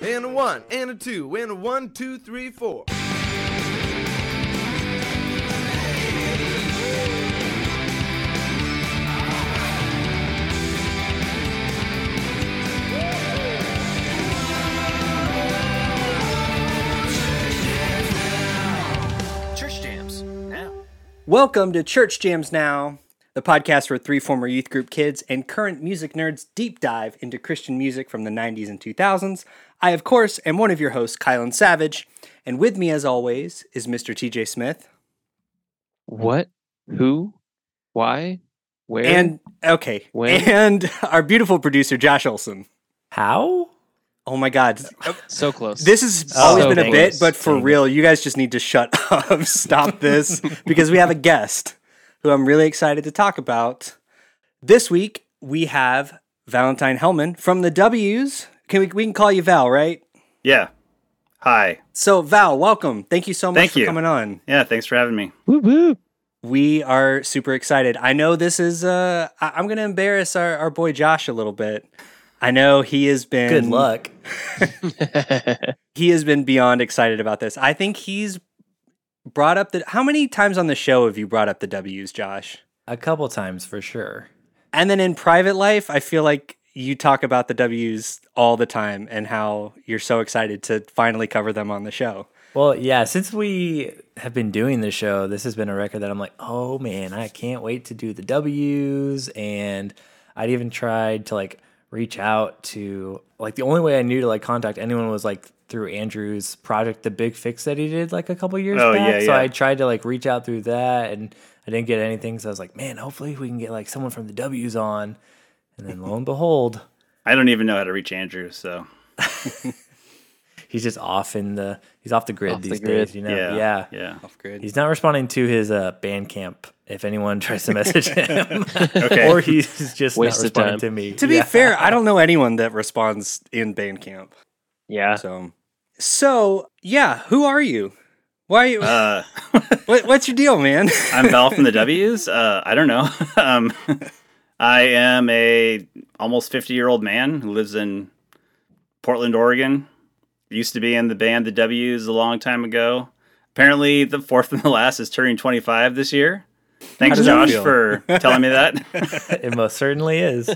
and a one, and a two, and a one, two, three, four. Church jams now. Welcome to Church Jams Now, the podcast where three former youth group kids and current music nerds deep dive into Christian music from the 90s and 2000s. I, of course, am one of your hosts, Kylan Savage, and with me, as always, is Mr. TJ Smith. What? Who? Why? Where? And, okay, When? and our beautiful producer, Josh Olson. How? Oh my God. so close. This has Oh, always been a dang bit, it. but for Dang it. real, you guys just need to shut up, stop this, because we have a guest who I'm really excited to talk about. This week we have Valentine Hellman from the W's. Can we we can call you Val, right? Yeah. Hi. So Val, welcome. Thank you so much Thank for you. coming on. Yeah, thanks for having me. Woo woo. We are super excited. I know this is uh I- I'm gonna embarrass our, our boy Josh a little bit. I know he has been Good Mm-hmm. luck. he has been beyond excited about this. I think he's brought up the how many times on the show have you brought up the W's, Josh? A couple times for sure. And then in private life, I feel like you talk about the W's all the time and how you're so excited to finally cover them on the show. Well, yeah, since we have been doing the show, this has been a record that I'm like, oh man, I can't wait to do the W's. And I'd even tried to like reach out to like the only way I knew to like contact anyone was like through Andrew's project, The Big Fix that he did like a couple years Oh, back. yeah, So yeah. I tried to like reach out through that and I didn't get anything. So I was like, man, hopefully we can get like someone from the W's on. And then lo and behold, I don't even know how to reach Andrew, so he's just off in the he's off the grid Off the these grid. days, you know. yeah. yeah. Yeah. Off grid. He's not responding to his uh, Bandcamp. If anyone tries to message him, Okay. or he's just not Waste of responding time. to me. To be fair, I don't know anyone that responds in Bandcamp. Yeah. So, so yeah, who are you? Why? you Uh what, what's your deal, man? I'm Val from the W's. Uh I don't know. um I am a almost 50-year-old man who lives in Portland, Oregon. Used to be in the band the W's a long time ago. Apparently, the fourth and the last is turning 25 this year. Thanks does that Josh feel? for telling me that. it most certainly is.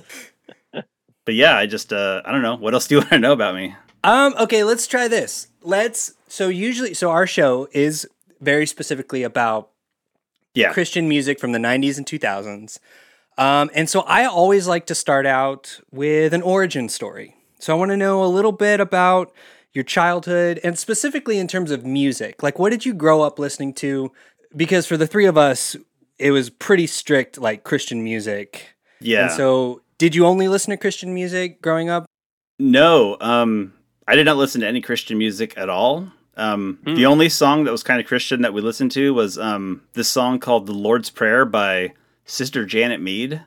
but yeah, I just uh I don't know. What else do you want to know about me? Um, okay, let's try this. Let's so usually so our show is very specifically about Yeah. Christian music from the 90s and 2000s. Um, and so I always like to start out with an origin story. So I want to know a little bit about your childhood and specifically in terms of music. Like what did you grow up listening to? Because for the three of us, it was pretty strict like Christian music. Yeah. And so did you only listen to Christian music growing up? No, um, I did not listen to any Christian music at all. Um, The Hmm. only song that was kind of Christian that we listened to was um, this song called "The Lord's Prayer" by Sister Janet Mead. I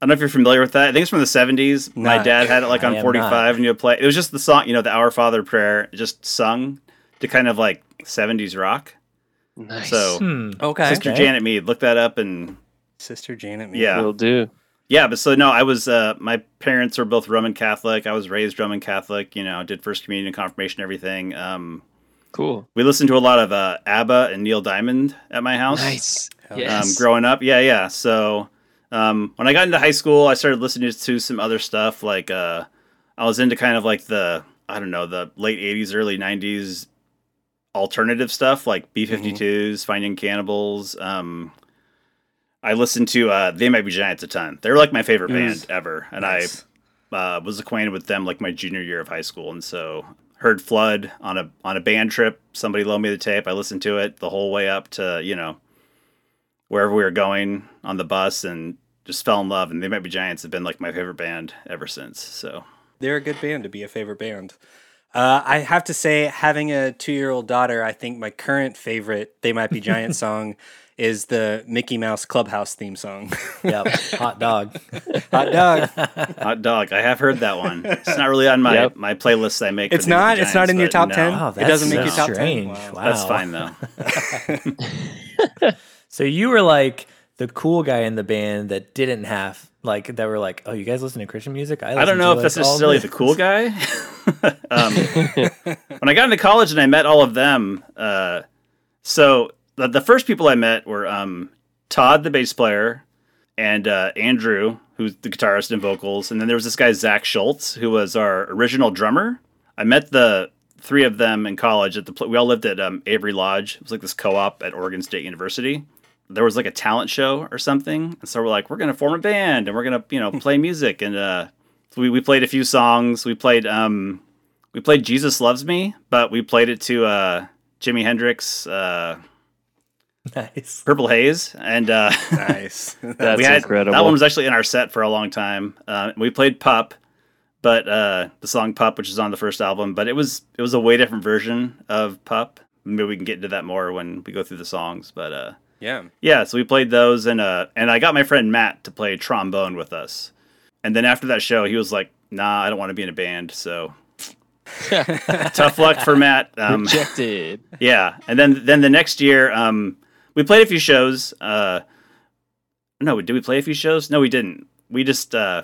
don't know if you're familiar with that. I think it's from the '70s. My Not. dad had it like I on am 45, not. and you would play. It was just the song, you know, the Our Father prayer, just sung to kind of like '70s rock. Nice. So, Hmm. Okay. Sister Janet Mead, look that up, and Sister Janet. Mead. yeah, will do. yeah, but so no, I was uh my parents were both Roman Catholic. I was raised Roman Catholic, you know, did first communion, confirmation, everything. Um Cool. we listened to a lot of uh ABBA and Neil Diamond at my house. Nice. Um growing up. Yeah, yeah. So um when I got into high school, I started listening to some other stuff like uh I was into kind of like the I don't know, the late 80s, early 90s alternative stuff like B52s, Finding Cannibals, um I listened to uh, They Might Be Giants a ton. They were like my favorite band ever, and Nice. I uh, was acquainted with them like my junior year of high school, and so heard Flood on a on a band trip. Somebody loaned me the tape. I listened to it the whole way up to you know wherever we were going on the bus, and just fell in love. And They Might Be Giants have been like my favorite band ever since. So they're a good band to be a favorite band. Uh, I have to say, having a two-year-old daughter, I think my current favorite "They Might Be Giant" song is the Mickey Mouse Clubhouse theme song. Yep. Hot dog. Hot dog! hot dog, I have heard that one. It's not really on my Yep. my playlists. I make. for It's They Might Be not. It's not Giants, in your but top no. ten. Wow, it doesn't make Oh, that's you top strange. ten. Oh, Wow. That's fine though. So you were like the cool guy in the band that didn't have like that were like, oh, you guys listen to Christian music? I don't listen know to, if that's like, all necessarily this." the cool guy. um, when I got into college and I met all of them, uh, so the, the first people I met were um, Todd, the bass player, and uh, Andrew, who's the guitarist and vocals, and then there was this guy Zach Schultz, who was our original drummer. I met the three of them in college at the pl- we all lived at um, Avery Lodge. It was like this co-op at Oregon State University. There was like a talent show or something, and so we're like, we're gonna form a band and we're gonna you know play music and uh, so we we played a few songs. We played um we played Jesus Loves Me, but we played it to uh, Jimi Hendrix, uh, Nice. Purple Haze, and uh, Nice. That's we had, incredible. That one was actually in our set for a long time. Uh, we played Pup, but uh, the song Pup, which is on the first album, but it was it was a way different version of Pup. Maybe we can get into that more when we go through the songs, but uh, yeah. yeah, so we played those, and uh, and I got my friend Matt to play trombone with us, and then after that show, he was like, "Nah, I don't want to be in a band." So tough luck for Matt. Um, Rejected. yeah, and then then the next year, um, we played a few shows. Uh, no, did we play a few shows? No, we didn't. We just uh,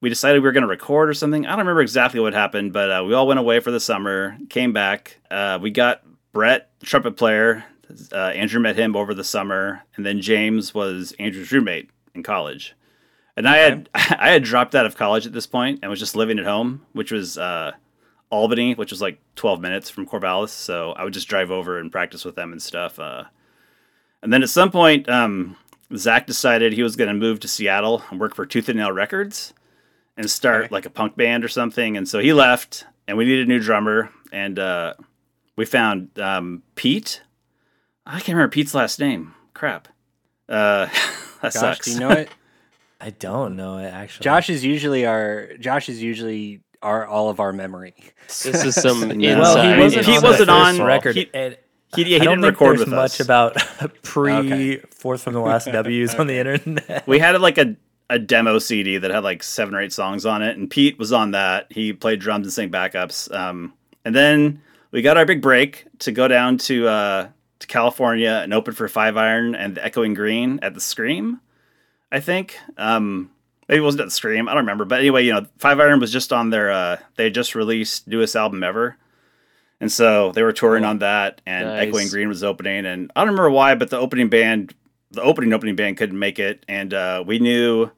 we decided we were going to record or something. I don't remember exactly what happened, but uh, we all went away for the summer, came back. Uh, we got Brett, the trumpet player. Uh, Andrew met him over the summer, and then James was Andrew's roommate in college. And I had I had dropped out of college at this point and was just living at home, which was uh, Albany, which was like 12 minutes from Corvallis. So I would just drive over and practice with them and stuff. Uh, and then at some point, um, Zach decided he was going to move to Seattle and work for Tooth and Nail Records and start like a punk band or something. And so he left, and we needed a new drummer. And uh, we found um, Pete. I can't remember Pete's last name. Crap. Uh, that Josh, sucks. do you know it? I don't know it actually. Josh is usually our Josh is usually our all of our memory. This is some Yeah. inside. well, he mean, wasn't, he on, wasn't the on- first record. he- and He, yeah, he I don't didn't think record there's with us. much about pre Okay. fourth from the last W's on the internet. we had like a a demo CD that had like seven or eight songs on it, and Pete was on that. He played drums and sang backups. Um, and then we got our big break to go down to uh, to California and open for Five Iron and the Echoing Green at the Scream. I think um, maybe it wasn't at the Scream. I don't remember. But anyway, you know, Five Iron was just on their uh, they had just released newest album ever. And so they were touring on that, and Nice. Echoing Green was opening. And I don't remember why, but the opening band the opening opening band couldn't make it, and uh, we knew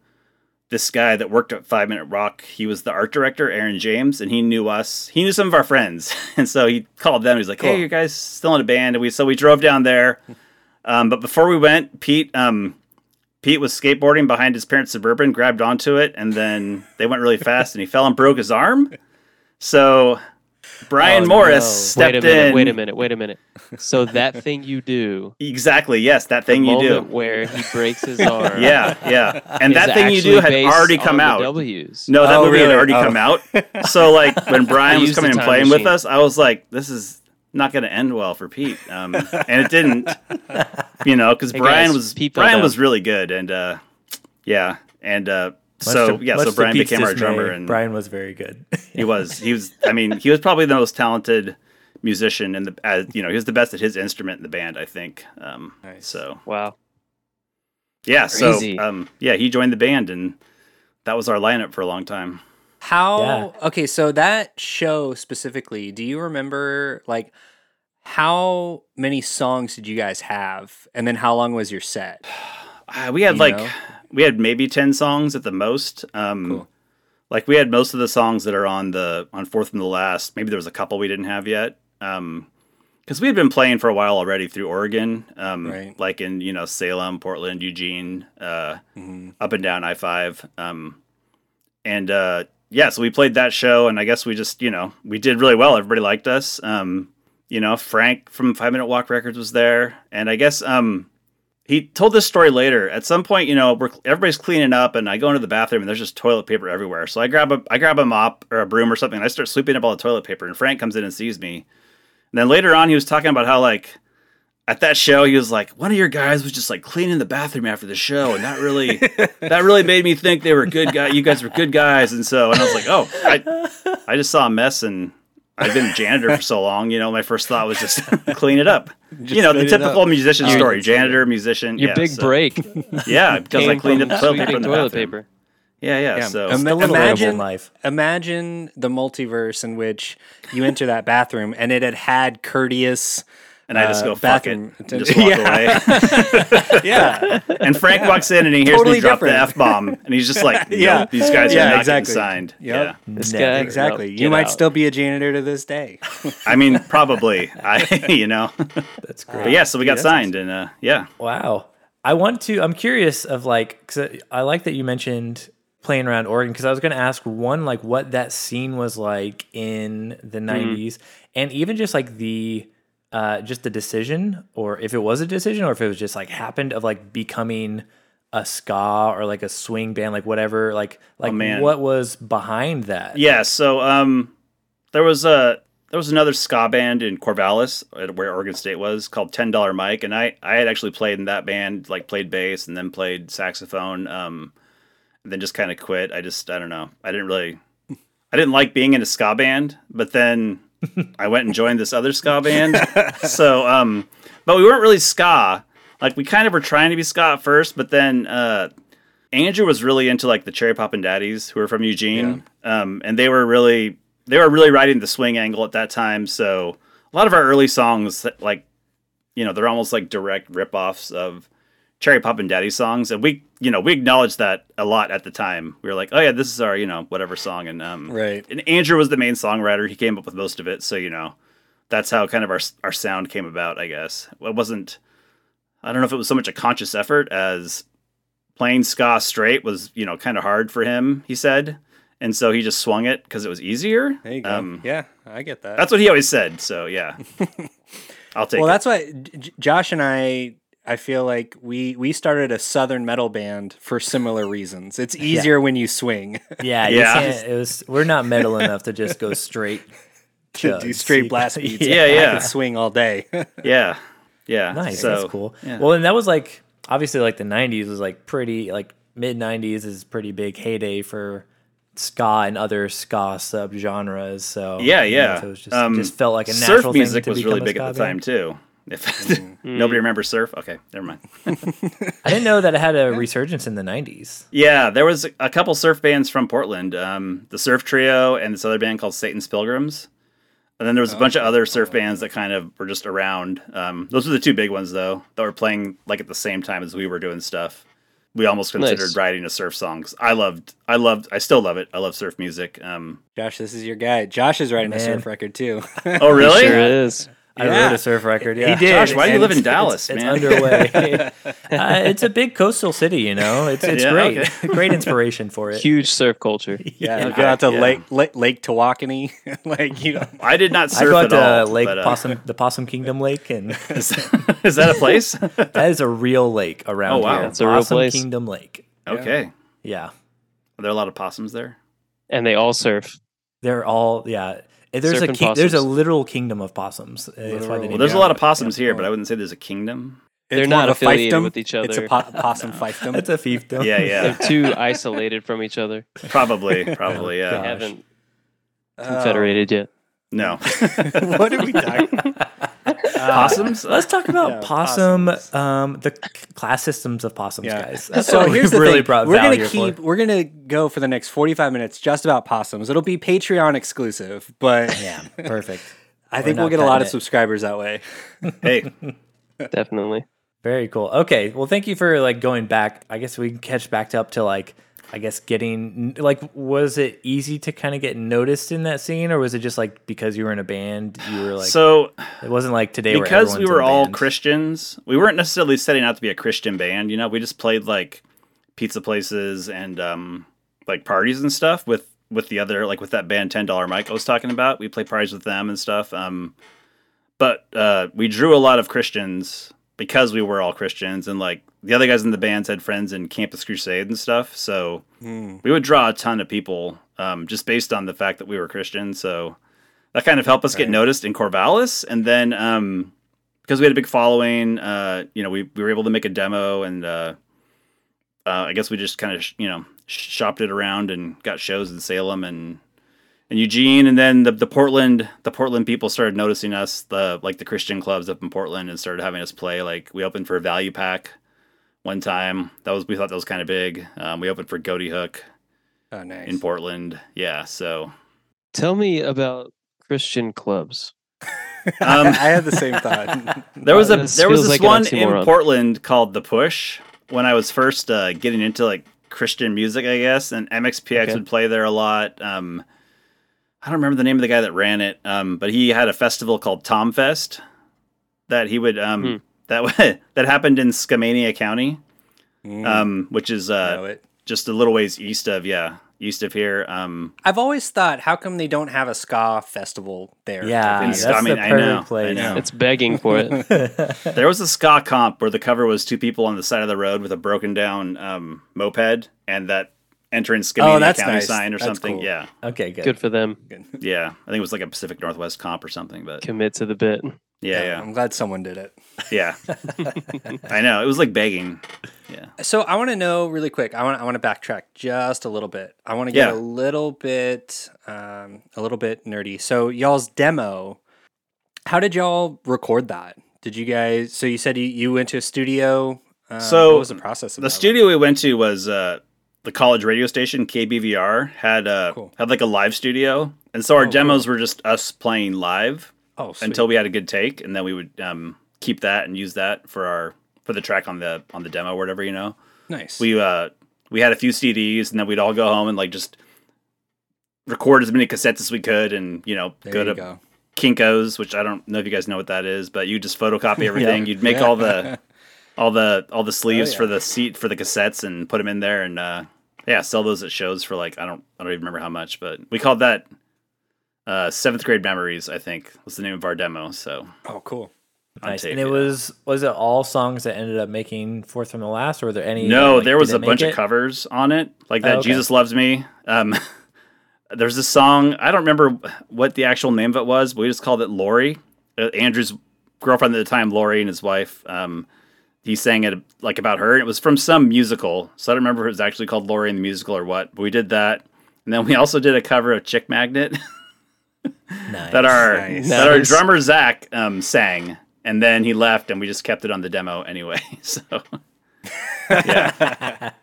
this guy that worked at Five Minute Rock. He was the art director, Aaron James, and he knew us. He knew some of our friends, and so he called them. He's like, "Hey, you guys still in a band?" And we so we drove down there. Um, but before we went, Pete um, Pete was skateboarding behind his parents' suburban, grabbed onto it, and then they went really fast, and he fell and broke his arm. So Brian Oh, Morris no. stepped wait a minute, in. Wait a minute. Wait a minute. So that thing you do, Exactly. Yes, that the thing you do. moment where he breaks his arm, yeah, yeah. And is that thing you do actually had based already on come the out. W's. No, that Oh, movie had really? already Oh. come out. So like when Brian I was used the coming and time playing with machine. us, I was like, this is not going to end well for Pete, um, and it didn't. You know, because Hey, Brian guys, was Pete fell Brian down. was really good, and uh, yeah, and uh, Much so to- yeah, much so to Brian Pete's became our dismay, drummer, and Brian was very good. he was he was. I mean, he was probably the most talented musician in the as, you know he was the best at his instrument in the band, I think. Um, So Wow. yeah, so Crazy. um, yeah, he joined the band, and that was our lineup for a long time. How okay, so that show specifically, do you remember like how many songs did you guys have? And then how long was your set? Uh, we had you like know? we had maybe 10 songs at the most um Cool. like we had most of the songs that are on the on fourth and the last maybe there was a couple we didn't have yet um because we had been playing for a while already through oregon um Right. like in you know salem portland eugene uh Mm-hmm. up and down i5 um and uh yeah so we played that show and i guess we just you know we did really well everybody liked us um you know frank from five minute walk records was there and i guess um he told this story later. At some point, you know, we're, everybody's cleaning up, and I go into the bathroom, and there's just toilet paper everywhere. So I grab a I grab a mop or a broom or something, and I start sweeping up all the toilet paper. And Frank comes in and sees me. And then later on, he was talking about how like at that show, he was like, one of your guys was just like cleaning the bathroom after the show, and that really that really made me think they were good guy. You guys were good guys, and so and I was like, oh, I I just saw a mess and. I've been a janitor for so long, you know. My first thought was just clean it up. you know, the clean it up. typical musician Your- story: janitor, musician. Your yeah, big so- break Yeah, because I came cleaned from up toilet paper sweeping in the toilet bathroom. paper. Yeah, yeah. So Um, Im- Still a little imagine, rebel life. imagine the multiverse in which you enter that bathroom and it had had courteous. and I just uh, go fuck it bathroom and just walk attendant. away. Yeah, And Frank walks in and he hears Totally me drop the different. f bomb, and he's just like, no, Yeah. these guys Yeah, are not exactly. getting signed." Yep. Yeah, This Never. guy, exactly. nope, you get might out. still be a janitor to this day. I mean, probably. I, you know, That's great. but yeah. So we got signed, and uh, yeah, Wow. I want to, I'm curious of like, because I like that you mentioned playing around Oregon, because I was going to ask one, like what that scene was like in the Mm-hmm. 90s, and even just like the, uh, just the decision, or if it was a decision, or if it was just like happened of like becoming a ska or like a swing band, like whatever, like, like Oh, man. what was behind that? yeah. So um, there was a there was another ska band in Corvallis, uh, where Oregon State was, called Ten Dollar Mike, and I I had actually played in that band, like played bass and then played saxophone, um, and then just kind of quit. I just I don't know. I didn't really I didn't like being in a ska band, but then I went and joined this other ska band. so um, but we weren't really ska. Like we kind of were trying to be ska at first, but then uh. Andrew was really into like the Cherry Pop and Daddies, who were from Eugene, um, and they were really they were really riding the swing angle at that time. So a lot of our early songs, like you know, they're almost like direct ripoffs of Cherry Pop and Daddy songs, and we you know we acknowledged that a lot at the time. We were like, oh yeah, this is our you know whatever song, and um, Right. And Andrew was the main songwriter; he came up with most of it. So you know, that's how kind of our our sound came about. I guess it wasn't. I don't know if it was so much a conscious effort as playing ska straight was, you know, kind of hard for him, he said. And so he just swung it because it was easier. There you go. Um, yeah, I get that. that's what he always said. So yeah, I'll take well, it. that's why J- J- Josh and I. I feel like we we started a southern metal band for similar reasons. It's easier when you swing Yeah. you Yeah. can't- it was, we're not metal enough to just go straight. to do Chugs. straight blast beats. Yeah, I yeah, could swing all day. yeah, yeah. Nice. So, that's cool. Well, and that was like obviously like the '90s was like pretty like mid '90s is pretty big heyday for ska and other ska subgenres. So Yeah, you know, yeah. so it was just, Um, just felt like a natural surf thing music to was become really a big ska at the band. Mm-hmm. time too. If nobody remembers surf, okay, never mind. I didn't know that it had a resurgence in the '90s. Yeah, there was a couple surf bands from Portland, um, the Surf Trio and this other band called Satan's Pilgrims. And then there was a bunch of other Oh. surf bands that kind of were just around. Um, those were the two big ones, though, that were playing like at the same time as we were doing stuff. We almost considered Nice. writing a surf song. 'cause I loved, I loved, I still love it. I love surf music. Um, Josh, this is your guy. Josh is writing a Man. surf record too. oh, really? Sure is. I Yeah. wrote a surf record. Yeah. did. Josh, why do you And live in it's- Dallas, it's, man? It's underway. uh, it's a big coastal city, you know. It's it's Yeah, great. okay. great inspiration for it. Huge surf culture. Yeah, you go out to yeah. Lake Lake, Lake Tawakoni, like you know. I did not I surf go at out all. to Lake but, uh, Possum, the Possum Kingdom Lake, and Is, is that a place? That is a real lake around Oh, wow. here. That's a real Possum place. Kingdom Lake. okay. Yeah. Are there a lot of possums there? And they all surf. They're all yeah. And There's a Serpent ki- there's a possums. literal kingdom of possums. Uh, That's why they Literal. named Well, there's it a lot of after possums here, but I wouldn't say there's a kingdom. It's They're more not of a affiliated fiefdom. with each It's a other. po- possum fiefdom. it. That's a fiefdom. Yeah, yeah. They're too isolated from each other. Probably, probably, yeah. God. Haven't Uh, Oh. confederated yet. No. what are we talking? Possums? Let's talk about Yeah, possum, um, the c- class systems of possums, Yeah. guys. That's so what here's we the really thing. brought we're gonna value keep. for. We're gonna go for the next 45 minutes just about possums. It'll be Patreon exclusive, but Yeah, perfect. I think not we'll get a lot cutting of it. subscribers that way. hey, Definitely. Very cool. Okay. Well, thank you for like going back. I guess we can catch back up to like I guess getting like was it easy to kind of get noticed in that scene, or was it just like because you were in a band, you were like so It wasn't like today where because we everyone's were in all bands. Christians, we weren't necessarily setting out to be a Christian band. You know, we just played like pizza places and um, like parties and stuff with with the other like with that band Ten Dollar Mike I was talking about. We play parties with them and stuff. Um, but uh, we drew a lot of Christians because we were all Christians, and like the other guys in the bands had friends in Campus Crusade and stuff. So we would draw a ton of people um, just based on the fact that we were Christian. So that kind of helped us get noticed in Corvallis, and then um, because we had a big following, uh, you know, we, we were able to make a demo, and uh, uh, I guess we just kind of sh- you know sh- shopped it around and got shows in Salem and and Eugene, and then the, the Portland the Portland people started noticing us, the like the Christian clubs up in Portland, and started having us play. Like we opened for Value Pack one time. That was we thought that was kind of big. Um, we opened for Goaty Hook. Oh, nice. in Portland. Yeah, so Tell me about Christian clubs. I um, had the same thought. there was a Uh, This there was feels like this an one in oxymoron. Portland called The Push when I was first uh, getting into like Christian music, I guess, and MXPX Okay. would play there a lot. Um, I don't remember the name of the guy that ran it, um, but he had a festival called Tomfest that he would um, Hmm. that w- that happened in Skamania County, Hmm. Mm, um, which is know uh, it. just a little ways east of yeah, east of here. Um, I've always thought, how come they don't have a ska festival there? Yeah, every And that's year? I mean, the I perfect know, I place. know. It's begging for it. There was a ska comp where the cover was two people on the side of the road with a broken down um, moped and that entering Skamania Oh, that's County nice. sign or That's something. cool. Yeah, okay, good. Good for them. yeah. I think it was like a Pacific Northwest comp or something. But Commit to the bit. yeah, I'm glad someone did it. yeah, yeah. I know it was like begging. So I want to know really quick. I want I want to backtrack just a little bit. I want to get Yeah. a little bit um, a little bit nerdy. So y'all's demo, how did y'all record that? Did you guys? So you said you, you went to a studio. Um, So, what was the process? Of The that studio we went to was uh, the college radio station KBVR had uh, Cool. had like a live studio, and so our Oh, demos were just us playing live like? Oh, sweet. until we had a good take, and then we would um, keep that and use that for our for the track on the on the demo or whatever you know. nice. we uh we had a few CDs and then we'd all go home and like just record as many cassettes as we could and you know there go you to go. Kinkos, which I don't know if you guys know what that is, but you just photocopy everything. You'd make Yeah. Oh, all the all the all the sleeves yeah. for the seat for the cassettes and put them in there and uh yeah, sell those at shows for like I don't I don't even remember how much, but we called that uh seventh grade memories, I think, was the name of our demo. So Oh, cool. on nice. tape, And it yeah. was was it all songs that ended up making fourth from the last, or were there any? No, like, there was a didn't make bunch it? of covers on it, like that. Oh, okay. Jesus loves me. Um, there's a song I don't remember what the actual name of it was, but we just called it Lori. Uh, Andrew's girlfriend at the time, Lori, and his wife. Um, he sang it like about her, and it was from some musical. So I don't remember if it was actually called Lori in the musical or what. But we did that, and then we also did a cover of Chick Magnet Nice. that our Nice. that our Nice. drummer Zach um, sang, and then he left, and we just kept it on the demo anyway. So yeah, but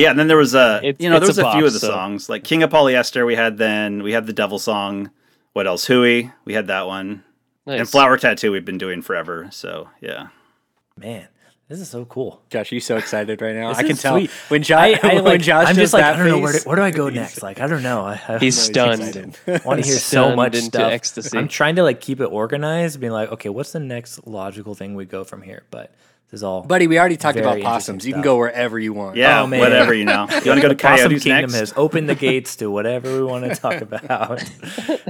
yeah, and then there was a It's- you know there it's was a a, few bop, of the so- songs like King of Polyester. We had then we had the Devil song. What else? Hooey. We had that one. Nice. And Flower Tattoo. We've been doing forever. So yeah. man, this is so cool. Josh, you're so excited right now. This I can is tell sweet. when Josh I, I, when like, Josh I'm does just like that I don't know where, face, to, where do I go next. Like I don't know. I, I He's stunned. excited. want to hear so stunned much into stuff. ecstasy. I'm trying to like keep it organized, being like, okay, what's the next logical thing we go from here? But this is all. buddy, we already talked Very about interesting possums. You can stuff. go wherever you want. Yeah. Oh, man. whatever you know. You want to go to Possum Coyotes Kingdom next? has opened the gates to whatever we want to talk about.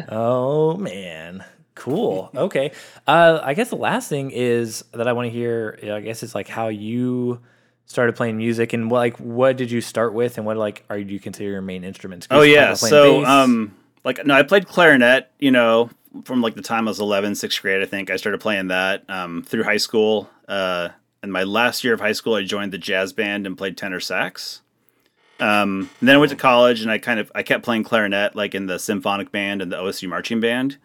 oh man, cool. Okay, uh, I guess the last thing is that I want to hear. you know, I guess it's like how you started playing music and what, like what did you start with and what like are you consider your main instruments? 'Cause Oh you yeah, talked about playing so bass. um, like no, I played clarinet. You know, from like the time I was 11, sixth grade, I think I started playing that um, through high school. Uh, in my last year of high school, I joined the jazz band and played tenor sax. Um, and then I went to college and I kind of I kept playing clarinet like in the symphonic band and the OSU marching band.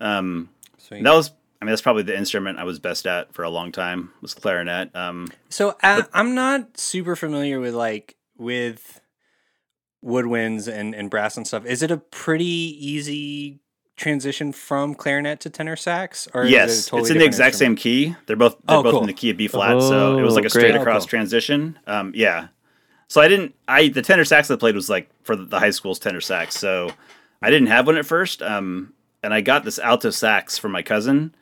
Um, Sweet. and that was I mean that's probably the instrument I was best at for a long time was clarinet. Um, So I, I'm not super familiar with like with woodwinds and, and brass and stuff. Is it a pretty easy transition from clarinet to tenor sax? Or yes, it's in the exact same key. They're both they're Oh, both cool. in the key of B flat, so it was Oh, like a great. straight Oh, across cool. transition. Um, yeah. So I didn't. I the tenor sax I played was like for the high school's tenor sax. So I didn't have one at first. Um, and I got this alto sax from my cousin,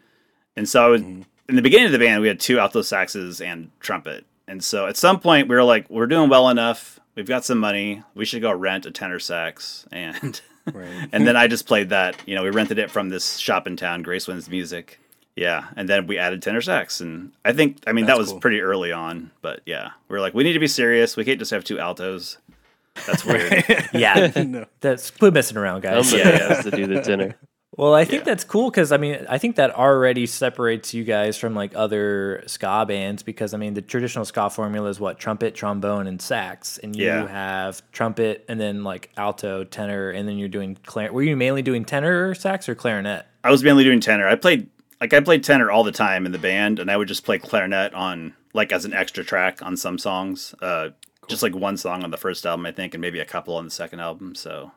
and so I was Mm-hmm. in the beginning of the band. We had two alto saxes and trumpet, and so at some point we were like, we're doing well enough. We've got some money. We should go rent a tenor sax and. Right. and then I just played that. You know, we rented it from this shop in town, Grace Wins Music. Yeah, and then we added tenor sax, and I think I mean that That's was cool. pretty early on, but yeah, we were like, we need to be serious. We can't just have two altos. That's weird. yeah, No. that's quit messing around, I'm guys. the Yeah. ass to do the dinner. Well, I think that's cool because I mean, I think that already separates you guys from like other ska bands because I mean, the traditional ska formula is what trumpet, trombone, and sax, and you Yeah. have trumpet and then like alto, tenor, and then you're doing clarinet. Were you mainly doing tenor sax or clarinet? I was mainly doing tenor. I played like I played tenor all the time in the band, and I would just play clarinet on like as an extra track on some songs, uh, just like one song on the first album, I think, and maybe a couple on the second album. So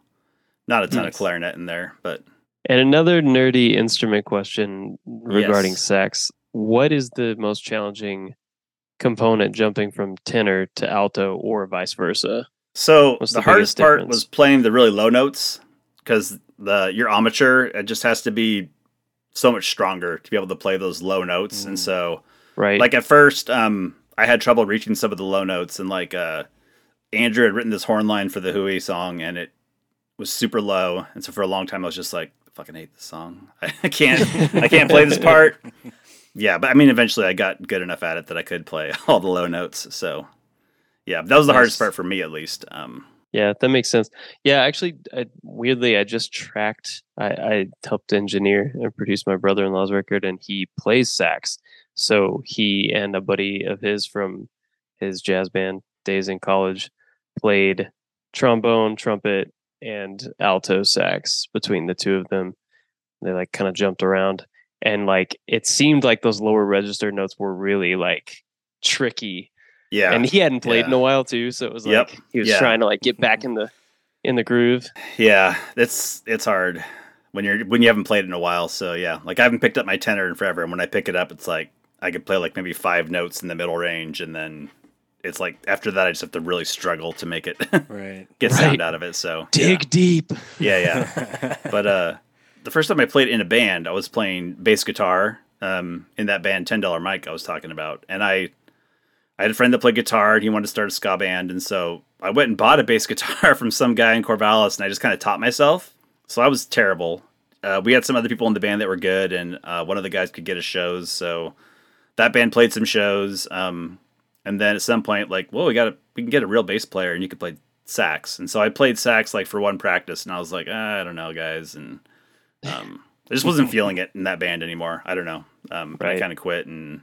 not a ton of clarinet in there, but And another nerdy instrument question regarding Yes. sax. What is the most challenging component jumping from tenor to alto or vice versa? So What's the, the hardest biggest part difference? was playing the really low notes because the your armature it just has to be so much stronger to be able to play those low notes. Mm. And so, Right? like at first, um, I had trouble reaching some of the low notes, and like uh, Andrew had written this horn line for the Hui song, and it was super low. And so for a long time, I was just like, I "Fucking hate this song. I can't, I can't play this part." Yeah, but I mean, eventually, I got good enough at it that I could play all the low notes. So, yeah, that was the hardest Nice. part for me, at least. Um, Yeah, that makes sense. Yeah, actually, I, weirdly, I just tracked. I, I helped engineer and produce my brother-in-law's record, and he plays sax. So he and a buddy of his from his jazz band days in college played trombone, trumpet, and alto sax between the two of them. They like kind of jumped around, and like it seemed like those lower register notes were really like tricky yeah, and he hadn't played in Yeah. a while too, so it was Yep. like he was Yeah. trying to like get back in the in the groove. Yeah, it's it's hard when you're when you haven't played in a while. So yeah, like I haven't picked up my tenor in forever, and when I pick it up, it's like I could play like maybe five notes in the middle range, and then it's like after that, I just have to really struggle to make it Right. get sound Right. out of it. So Dig deep. yeah, yeah. yeah. but uh, the first time I played in a band, I was playing bass guitar um, in that band Ten Dollar Mike I was talking about, and I I had a friend that played guitar and he wanted to start a ska band. And so I went and bought a bass guitar from some guy in Corvallis and I just kind of taught myself. So I was terrible. Uh, we had some other people in the band that were good and uh, one of the guys could get us shows. So that band played some shows. Um, and then at some point, like, well, we got to we can get a real bass player and you can play sax. And so I played sax like for one practice and I was like, "Ah, I don't know, guys. And um, I just wasn't feeling it in that band anymore. I don't know. Um, I Right. kind of quit and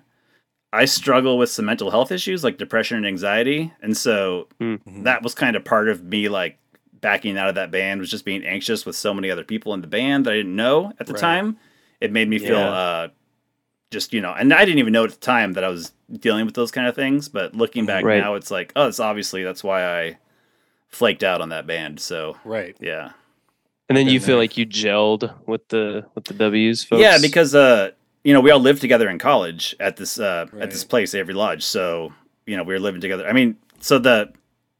I struggle with some mental health issues like depression and anxiety. And so Hmm. that was kind of part of me like backing out of that band was just being anxious with so many other people in the band that I didn't know at the time. It made me feel Yeah. uh just, you know, and I didn't even know at the time that I was dealing with those kind of things, but looking back Right. now it's like, oh, it's obviously that's why I flaked out on that band. So, Right. yeah. And then Good you feel night. like you gelled with the with the W's folks. Yeah, because uh, you know, we all lived together in college at this uh, at this Right. place, Avery Lodge. So you know, we were living together. I mean, so the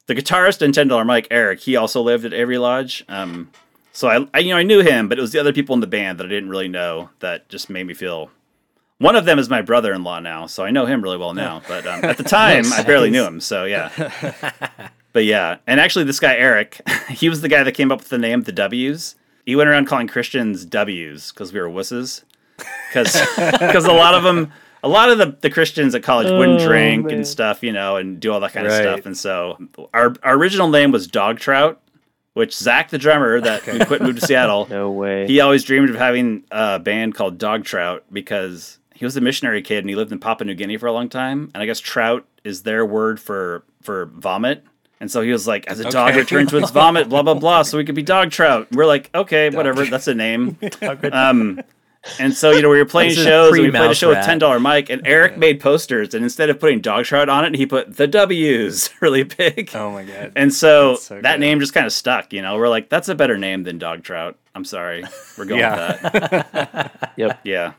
the guitarist and ten dollar Mike Eric, he also lived at Avery Lodge. Um, so I, I you know I knew him, but it was the other people in the band that I didn't really know that just made me feel. One of them is my brother in law now, so I know him really well now. But um, at the time, I barely knew him. So yeah. But yeah, and actually, this guy Eric, he was the guy that came up with the name the W's. He went around calling Christians W's because we were wusses. Because a lot of them, a lot of the, the Christians at college wouldn't Oh, drink man. and stuff, you know, and do all that kind Right. of stuff. And so our, our original name was Dog Trout, which Zach the drummer that who quit and moved to Seattle, no way. he always dreamed of having a band called Dog Trout because he was a missionary kid and he lived in Papua New Guinea for a long time. And I guess trout is their word for for vomit. And so he was like, as a dog returned to its vomit, blah blah blah. So we could be dog trout. And we're like, okay, whatever, that's a name. um, and so you know we were playing This is shows. And we played a pre-mouse show with rat. ten dollar mic, and Eric made posters. And instead of putting dog trout on it, he put the W's really big. Oh my god. And so, That's so that good. name just kind of stuck, you know. We're like, that's a better name than dog trout. I'm sorry. We're going Yeah. with that. Yep, Yeah.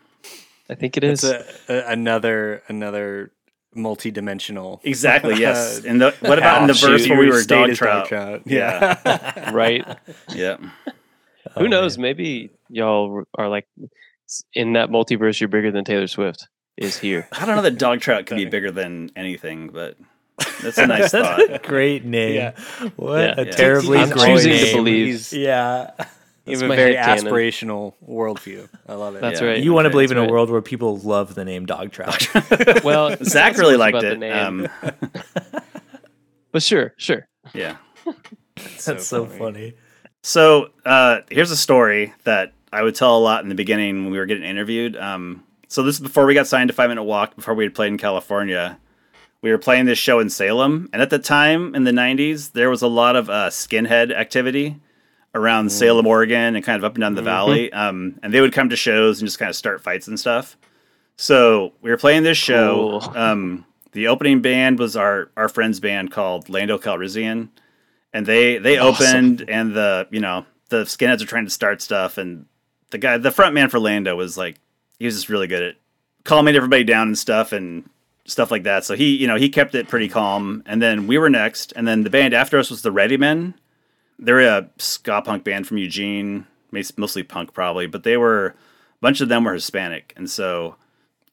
I think it It's is. a, a, another another multi-dimensional. Exactly. Yes. And the, what about in the Oh, verse shoot. where we Your were state dog is dog trout? trout. Yeah. right. yeah. Oh, Who knows? Maybe y'all are like s- in that multiverse. You're bigger than Taylor Swift is here. I don't know that dog trout could be bigger than anything, but that's a nice thought. Great name. What Yeah. a Yeah. terribly I'm great choosing to name. believe. He's- Yeah. You That's have a my very headcanon. aspirational worldview. I love it. That's Yeah. right. You want to Okay, believe in that's a right. world where people love the name dog trout. Well, it's not Zach so really much liked about the it. name, Um, but sure, sure. yeah. That's so funny. So uh, here's a story that I would tell a lot in the beginning when we were getting interviewed. Um, so this is before we got signed to Five Minute Walk, before we had played in California. We were playing this show in Salem, and at the time in the '90s, there was a lot of uh, skinhead activity around Salem, Oregon, and kind of up and down the valley. Um, and they would come to shows and just kind of start fights and stuff. So we were playing this show. Cool. Um, The opening band was our our friend's band called Lando Calrissian, and they they opened and the you know the skinheads are trying to start stuff and the guy the front man for Lando was like he was just really good at calming everybody down and stuff and stuff like that. So he you know he kept it pretty calm. And then we were next, and then the band after us was the Ready Men. They're a ska punk band from Eugene, mas- mostly punk probably, but they were a bunch of them were Hispanic, and so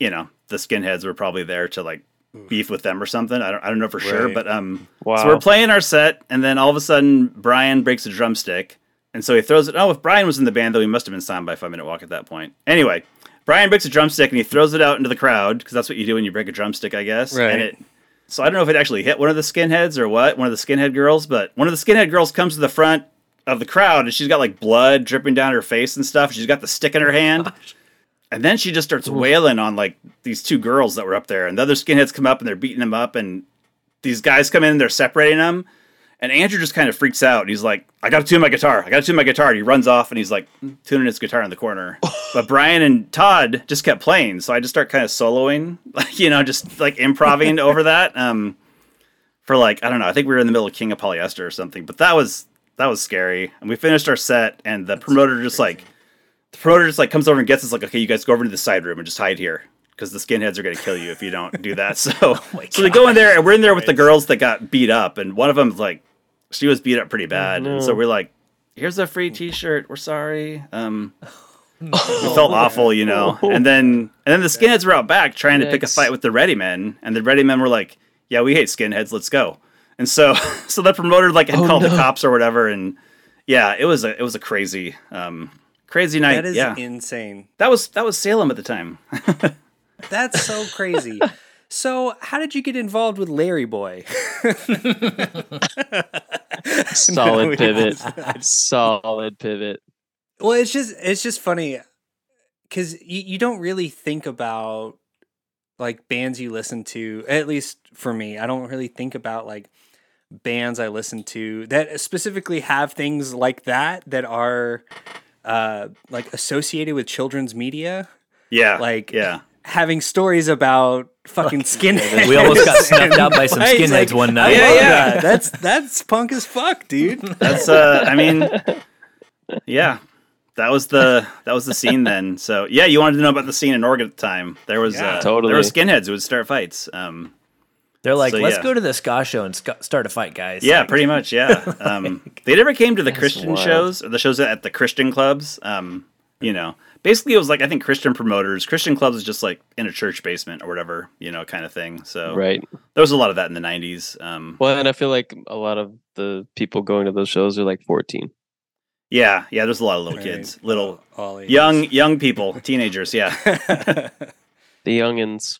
you know the skinheads were probably there to like beef with them or something. I don't I don't know for sure, Right. but um Wow. so we're playing our set, and then all of a sudden Brian breaks a drumstick, and so he throws it. Oh, if Brian was in the band, though, he must have been signed by Five Minute Walk at that point. Anyway, Brian breaks a drumstick and he throws it out into the crowd because that's what you do when you break a drumstick, I guess. Right. And it, so I don't know if it actually hit one of the skinheads or what, one of the skinhead girls, but one of the skinhead girls comes to the front of the crowd and she's got like blood dripping down her face and stuff. She's got the stick in her hand. And then she just starts wailing on like these two girls that were up there. And the other skinheads come up and they're beating them up. And these guys come in and they're separating them. And Andrew just kind of freaks out. And he's like, I got to tune my guitar. I got to tune my guitar. And he runs off and he's like tuning his guitar in the corner. but Brian and Todd just kept playing. So I just start kind of soloing, like, you know, just like improvising over that. Um, for like, I don't know. I think we were in the middle of King of Polyester or something. But that was, that was scary. And we finished our set and the promoter just like, the promoter just like comes over and gets us like, okay, you guys go over to the side room and just hide here because the skinheads are going to kill you if you don't do that. So, so they go in there and we're in there with the girls that got beat up, and one of them's like, she was beat up pretty bad, and Mm-hmm. so we're like, here's a Mm. free T-shirt. We're sorry. Um, it felt awful, you know. And then and then the skinheads were out back trying to pick a Yikes. fight with the ready men, and the ready men were like, yeah, we hate skinheads. Let's go. And so so the promoter like had called the cops or whatever, and yeah, it was a it was a crazy. Um, Crazy night, That is yeah. insane. That was that was Salem at the time. That's so crazy. so, how did you get involved with Larry Boy? Solid we- pivot. Solid pivot. Well, it's just it's just funny because you, you don't really think about like bands you listen to. At least for me, I don't really think about like bands I listen to that specifically have things like that that are uh, like associated with children's media, Yeah. Like- yeah. having stories about fucking skinheads. We almost got snuffed out by some Right, skinheads like, one I night. love Yeah, yeah. that. That's that's punk as fuck, dude. That's uh I mean yeah. That was the that was the scene then. So yeah, you wanted to know about the scene in Oregon at the time. There was uh, totally. there were skinheads who would start fights. Um They're like, So, let's yeah. go to the ska show and ska- start a fight, guys. yeah, pretty much, yeah. Um they never came to the Christian wild. shows or the shows at the Christian clubs. Um, you know. Basically it was like I think Christian promoters. Christian clubs is just like in a church basement or whatever, you know, kind of thing. So Right. there was a lot of that in the nineties. Um Well, and I feel like a lot of the people going to those shows are like 14. yeah, yeah, there's a lot of little Right. kids. Little All ages. young young people, teenagers, yeah. The youngins.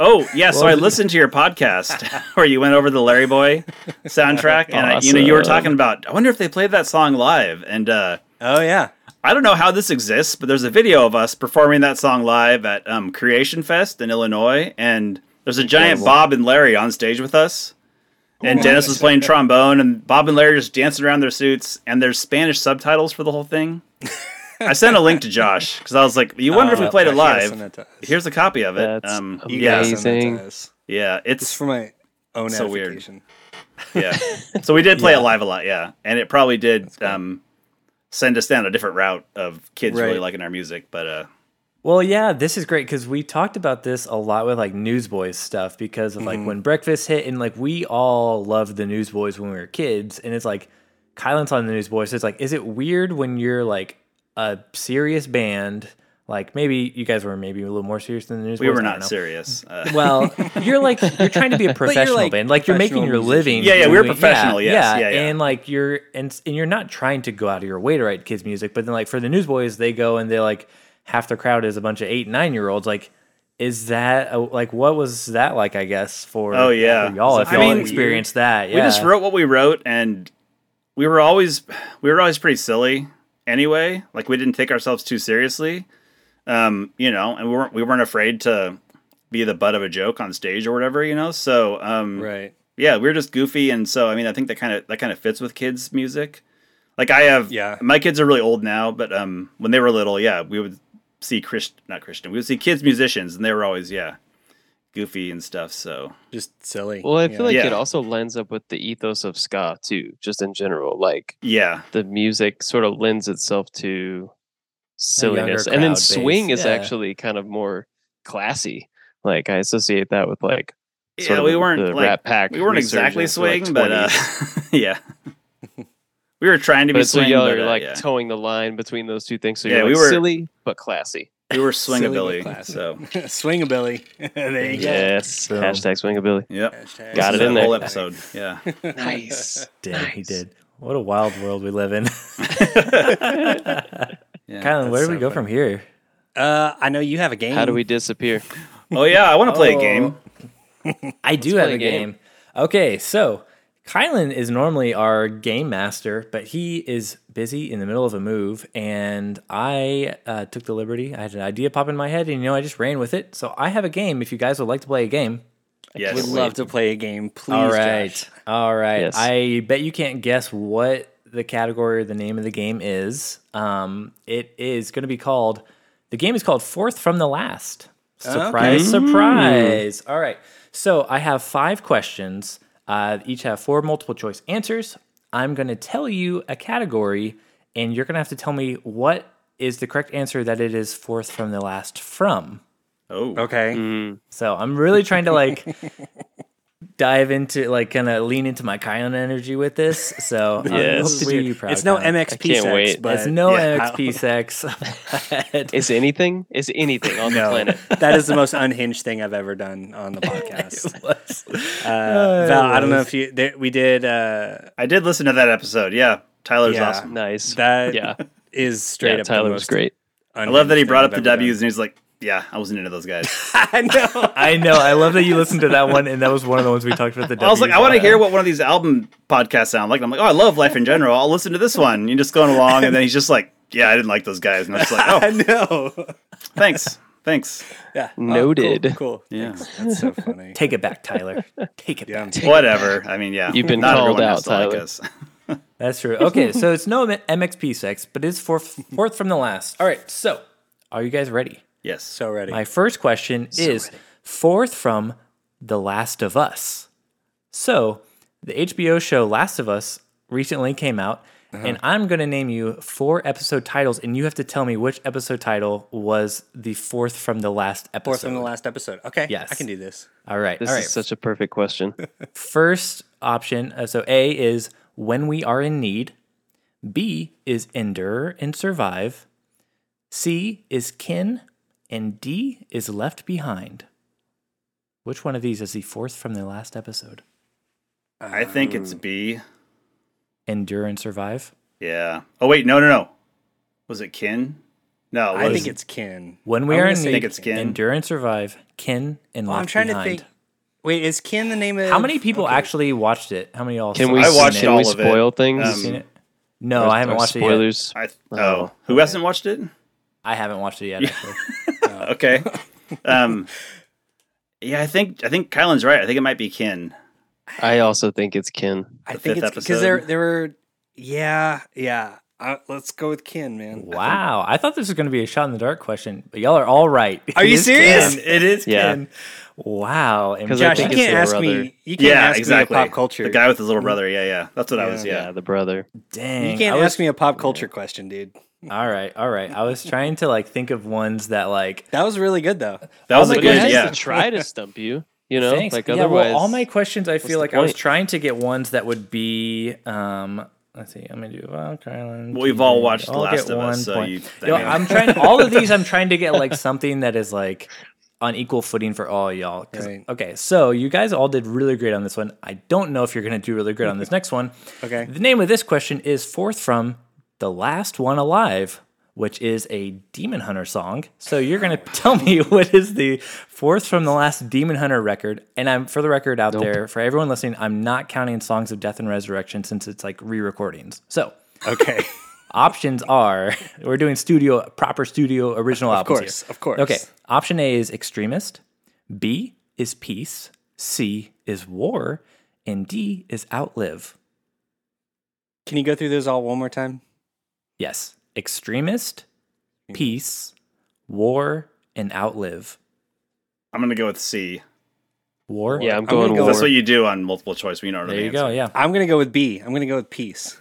Oh yeah, so I listened to your podcast where you went over the Larry Boy soundtrack, and I, you know you were Awesome. talking about. I wonder if they played that song live, and uh, Oh yeah. I don't know how this exists, but there's a video of us performing that song live at um, Creation Fest in Illinois, and there's a giant Bob and Larry on stage with us, and Dennis was playing trombone, and Bob and Larry just dancing around their suits, and there's Spanish subtitles for the whole thing. I sent a link to Josh because I was like, "You wonder if we Uh, played it you gotta send that live." to us. Here's a copy of it. That's um, You yeah, gotta send that to Amazing. us. yeah, It's for my own So weird. application. yeah. So we did play it live a lot, yeah, and it probably did um, send us down a different route of kids really Right. liking our music. But uh, Well, yeah, this is great because we talked about this a lot with like Newsboys stuff because of Mm-hmm. like when Breakfast hit and like we all loved the Newsboys when we were kids and it's like Kylan's on the Newsboys. So it's like, is it weird when you're like a serious band? Like maybe you guys were maybe a little more serious than the Newsboys. we were I don't not know. serious. Uh, Well, you're like you're trying to be a professional like, band, like you're making your professional living. Yeah, yeah, we're doing- professional, yes, yeah, yeah. and like you're and and you're not trying to go out of your way to write kids music, but then like for the newsboys, they go and they like half their crowd is a bunch of eight nine year olds. Like, is that a, like what was that like? I guess for Oh, yeah. for y'all So, if I y'all mean, experienced that, yeah, We just wrote what we wrote, and we were always we were always pretty silly anyway. Like we didn't take ourselves too seriously, um, you know, and we weren't we weren't afraid to be the butt of a joke on stage or whatever, you know. So um, Right. yeah, we were just goofy, and so I mean, I think that kind of that kind of fits with kids' music. Like I have, Yeah. my kids are really old now, but um, when they were little, yeah, we would see Christ, not Christian, we would see kids musicians, and they were always yeah, goofy and stuff. So Just silly. Well, I feel like Yeah. it also lends up with the ethos of ska too, just in general. Like yeah, the music sort of lends itself to silliness, and crowd then base, swing is yeah. actually kind of more classy. Like I associate that with like sort yeah. of We the- weren't the like Rat Pack. we weren't exactly resurgence, like, swing, but uh, 20s. yeah, we were trying to be but so swing, y'all but, are uh, like yeah. towing the line between those two things. So Yeah, you're we like were- silly but classy. we were Silly but swingabilly. classy. So Swingabilly. there you go. Yes. Boom. Hashtag swingabilly. yep, Hashtag Got it That in there. whole episode. Yeah. Nice. Damn, he did. What a wild world we live in. Yeah. Kylan, where do we so go funny. from here? Uh, I know you have a game. How do we disappear? Oh yeah, I want to play a game. I do have play a a game. game. Okay, so Kylan is normally our game master, but he is busy in the middle of a move, and I uh, took the liberty. I had an idea pop in my head, and you know, I just ran with it. So I have a game. If you guys would like to play a game, Yes. Would love to play a game, please. all right, Josh. all right. Yes. I bet you can't guess what the category or the name of the game is. Um, it is going to be called. The game is called Fourth from the Last. Surprise, surprise. All right. So I have five questions. Uh, each have four multiple choice answers. I'm going to tell you a category, and you're going to have to tell me what is the correct answer that it is fourth from the last from. Oh. Okay. Mm. Hmm. So I'm really trying to like dive into like kind of lean into my Kion energy with this. So Yes. I'm really proud. It's no Kyon. MXP I can't sex, wait. but It's no Yeah. MXP sex. but Is anything? Is anything on the planet? that is the most unhinged thing I've ever done on the podcast. Uh, Val, I don't know if you there, we did uh, I did listen to that episode. Yeah, Tyler's Yeah. awesome. Nice. that. yeah. is straight Yeah, up. the Tyler was most great. I love that he unhinged brought thing up the I've ever W's and he's like, "Yeah, I wasn't into those guys." done. I know. I know. I love that you listened to that one, and that was one of the ones we talked about. The I was like, Ws. "I want to hear what one of these album podcasts sound like." And I'm like, "Oh, I love life in general. I'll listen to this one." You're just going along, and then he's just like, "Yeah, I didn't like those guys," and I'm just like, I "Oh, know. thanks, thanks, Yeah. Oh, Noted. cool. cool. Yeah. Thanks. That's so funny. Take it back, Tyler. Take it Yeah. back. whatever." I mean, yeah, You've been not called everyone has out, to like Tyler. us. That's true. Okay, so it's no MXP sex, but it's fourth fourth from the last. All right. So, are you guys ready? yes. So ready. My first question is fourth from The Last of Us. So, the HBO show Last of Us recently came out, Uh-huh. and I'm going to name you four episode titles, and you have to tell me which episode title was the fourth from the last episode. Fourth from the last episode. Okay. Yes. I can do this. All right. This all is right. such a perfect question. First option uh, so, A is When We Are in Need, B is Endure and Survive, C is Kin, and D is Left Behind. Which one of these is the fourth from the last episode? I think Um, it's B. Endure and Survive? Yeah. Oh wait, no, no, no. Was it Kin? No, it I was, think it's Kin. When We I'm Are gonna in say Need, it's Kin. Endure and Survive, Kin, and Well, Left Oh, I'm trying Behind. to think. Wait, is Kin the name of How many people actually watched it? How many all Can saw we? I it? watched can all we of it. spoil things? Um, Seen it? No, I haven't Or watched it yet. spoilers. I oh, who hasn't watched it? I haven't watched it yet. Actually. Okay. Um. Yeah, I think I think Kylan's right. I think it might be Kin. I also think it's uh, Kin. I the think fifth it's because there episode? there were yeah yeah. Uh, let's go with Kin, man. Wow, I thought this was going to be a shot in the dark question, but y'all are all right. Are you It is serious? Ken. It is Yeah. Ken. Wow, and 'Cause I Josh, you think Jack- it's can't their ask brother. me. You can't yeah, ask exactly. me a pop culture. The guy with his little brother. Yeah, yeah. That's what I was. Yeah, Yeah. the brother. dang, you can't I was- ask me a pop culture question, dude. All right, all right. I was trying to like think of ones that like. That was really good though. That was a Like, good. Oh, it has Yeah. to try to stump you. You know, Thanks. like yeah, otherwise, well, all my questions, I feel the like I was point? trying to get ones that would be. um Let's see. I'm gonna do Valk Island. We've all watched The I'll Last get of Us, one so point. you- I Yo, mean- I'm trying. All of these, I'm trying to get like something that is like on equal footing for all y'all. 'Cause- Right. Okay, so you guys all did really great on this one. I don't know if you're gonna do really great on this next one. Okay. The name of this question is fourth from the last one alive, which is a Demon Hunter song. So you're gonna tell me what is the fourth from the last Demon Hunter record? And I'm for the record out there for everyone listening, I'm not counting songs of death and resurrection since it's like re-recordings. So Okay. options are we're doing studio proper studio original of albums. course, here. of course. Okay. Option A is extremist. B is peace. C is war, and D is outlive. Can you go through those all one more time? Yes. Extremist, peace, war, and outlive. I'm gonna go with C. War. Yeah, I'm gonna going go war. That's what you do on multiple choice when you don't know There the you answer. go. Yeah. I'm going to go with B. I'm going to go with peace.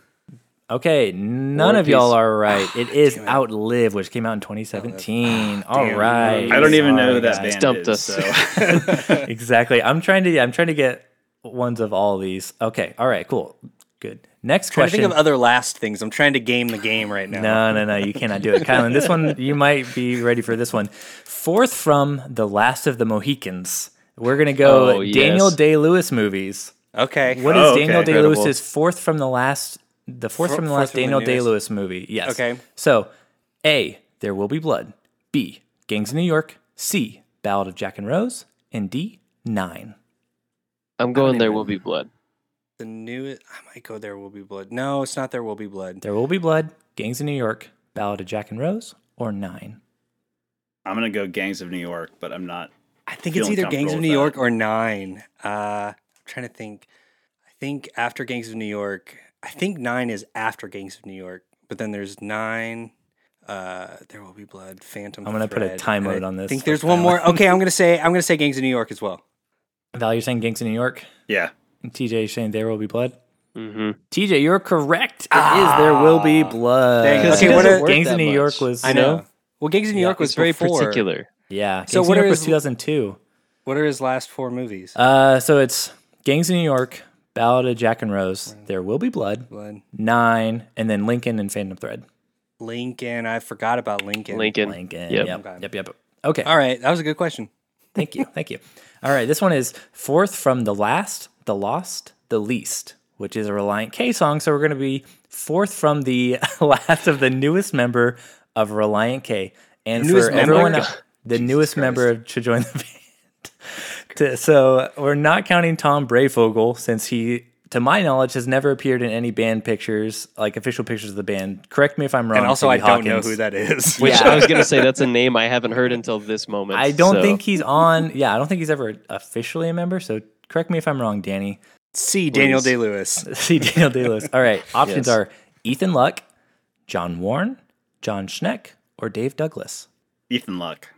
Okay. None War of y'all Piece. are right. It is Outlive, which came out in 2017. All damn. right. I don't even know Sorry, who that guys. band Stumped is. us. So. exactly. I'm trying to. I'm trying to get ones of all these. Okay. All right. Cool. Good. Next Trying to question. think of other last things. I'm trying to game the game right now. No, no, no, you cannot do it. Kylan, this one, you might be ready for this one. Fourth from The Last of the Mohicans. We're going to go Oh, yes. Daniel Day Lewis movies. Okay. What is Oh, okay. Daniel Day Incredible. Lewis's fourth from the last, the fourth Four- from the fourth last from the Daniel Day newest. Lewis movie? Yes. Okay. So, A, There Will Be Blood. B, Gangs of New York. C, Ballad of Jack and Rose. And D, Nine. I'm going. There will be blood. The new. I might go. There will be blood. No, it's not. There will be blood. There Will Be Blood, Gangs of New York, Ballad of Jack and Rose, or Nine. I'm gonna go Gangs of New York, but I'm not. I think it's Feeling either Gangs of comfortable New with York that. or Nine. Uh, I'm trying to think. I think after Gangs of New York. I think Nine is after Gangs of New York. But then there's Nine. Uh, there will be blood. Phantom. I'm gonna put a Thread, time and I mode on this Think for there's one Kylan. more. Okay, I'm gonna say. I'm gonna say Gangs of New York as well. Val, you're saying Gangs of New York? Yeah, And TJ is saying There Will Be Blood? Mm-hmm. TJ, you're correct. It is There Will Be Blood. Ah. Dang, Because okay, he what doesn't are- work Gangs that of New much. York was I know. Well, Gangs of New Yeah, York was it's very very particular. particular. Yeah. Gangs So of what New York are was his- 2002. What are his last four movies? Uh, so it's Gangs of New York, Ballad of Jack and Rose, There Will Be Blood, Blood. Nine, and then Lincoln and Phantom Thread. Lincoln. I forgot about Lincoln. Lincoln. Lincoln. Yep. Yep. Yep. Yep. Okay. All right, that was a good question. Thank you. Thank you. All right. This one is fourth from the last, the lost, the least, which is a Reliant K song. So we're going to be fourth from the last of the newest member of Reliant K. And Newest for member? everyone else, the newest member to join the band. To- so we're not counting Tom Brayfogle since he, to my knowledge, has never appeared in any band pictures, like official pictures of the band. Correct me if I'm wrong. And also, Phoebe I don't know Hawkins. who that is. Which Yeah. I was gonna say that's a name I haven't heard until this moment. I don't so- think he's on. Yeah, I don't think he's ever officially a member. So correct me if I'm wrong, Danny. C. Daniel Day Lewis. See Daniel Day Lewis. All right, options Yes. are Ethan Luck, John Warren, John Schneck, or Dave Douglas. Ethan Luck.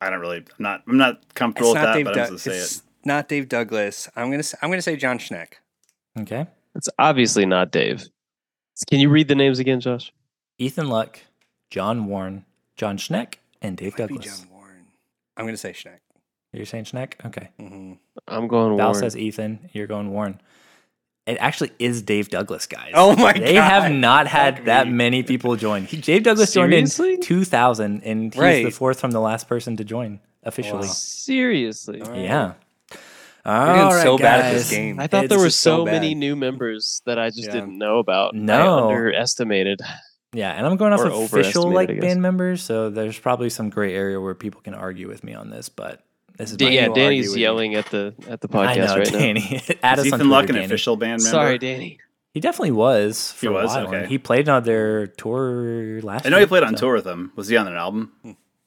I don't really. I'm not. I'm not comfortable It's with not that, Dave. but I'm Doug just gonna say it's it. not Dave Douglas. I'm gonna. Say, I'm gonna say John Schneck. Okay, it's obviously not Dave. Can you read the names again, Josh? Ethan Luck, John Warren, John Schneck, and Dave Might be Douglas. John Warren. I'm gonna say Schneck. Mm-hmm. You're saying Schneck? Okay. I'm going. Val Warren. says Ethan. You're going Warren. It actually is Dave Douglas, guys. Oh my They God. have not had Fuck that me. many people join. He- Dave Douglas joined Seriously? in 2000, and he's the Right. fourth from the last person to join officially. Seriously, Yeah. We're All doing right, so bad at this guys. game. I thought It's there were just so so, bad. many new members that I just Yeah. didn't know about. I No. underestimated. Yeah, and I'm going off Or of official overestimated, I like guess. band members, so there's probably some gray area where people can argue with me on this, but this is Da- my- yeah, You argue Danny's with me. yelling at the at the I podcast know, right now. Danny. Add us Is on Ethan Luck Twitter, an Danny. official band member? Sorry, Danny. He definitely was for He was? a while. and Okay. He played on their tour last. I know year, he played on so- tour with them. Was he on an album?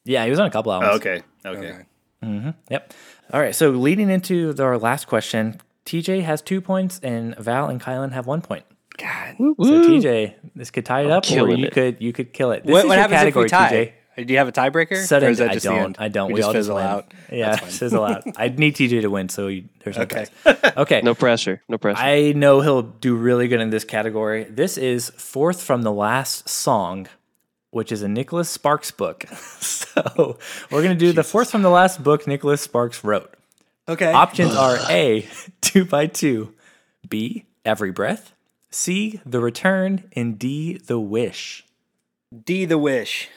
Yeah, he was on a couple albums. Oh, okay. Okay. Okay. Yep. All right. So leading into the- our last question, TJ has two points, and Val and Kylan have one point. God. So TJ, this could tie it up, or killing you it. could you could kill it. This What, is what your happens category, if we tie? TJ. Do you have a tiebreaker? Sudden, or is that I just the don't. end? I don't. We, just all fizzle win. out. Yeah, That's fine. fizzle out. I need TJ to win, so you, there's no okay. Okay. No pressure. No pressure. I know he'll do really good in this category. This is fourth from the last song, which is a Nicholas Sparks book. so we're gonna do the fourth from the last book Nicholas Sparks wrote. Okay. Options are A, two by two, B, every breath, C, the return, and D, the wish. D. The Wish.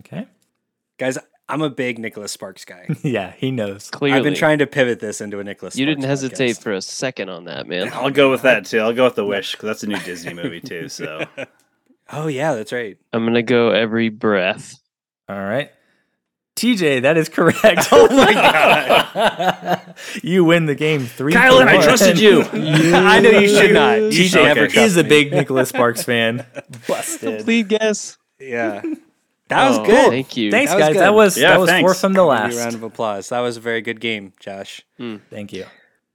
Okay. Guys, I'm a big Nicholas Sparks guy. Yeah, he knows. Clearly, I've been trying to pivot this into a Nicholas. You Sparks didn't hesitate podcast. for a second on that, man. I'll go with that too. I'll go with the Wish because that's a new Disney movie too. So Oh yeah, that's right. I'm gonna go every breath. All right. TJ, that is correct. Oh my god. you win the game three. Kylan, to I one. trusted you. I know you should not. You should Okay. never He trust He's a me. big Nicholas Sparks fan. Busted. Lead guess. Yeah. That was Oh, good. Thank you. Thanks, That was guys. good. That was Yeah, that was thanks. four from the Give you a round last. of applause. That was a very good game, Josh. Thank you.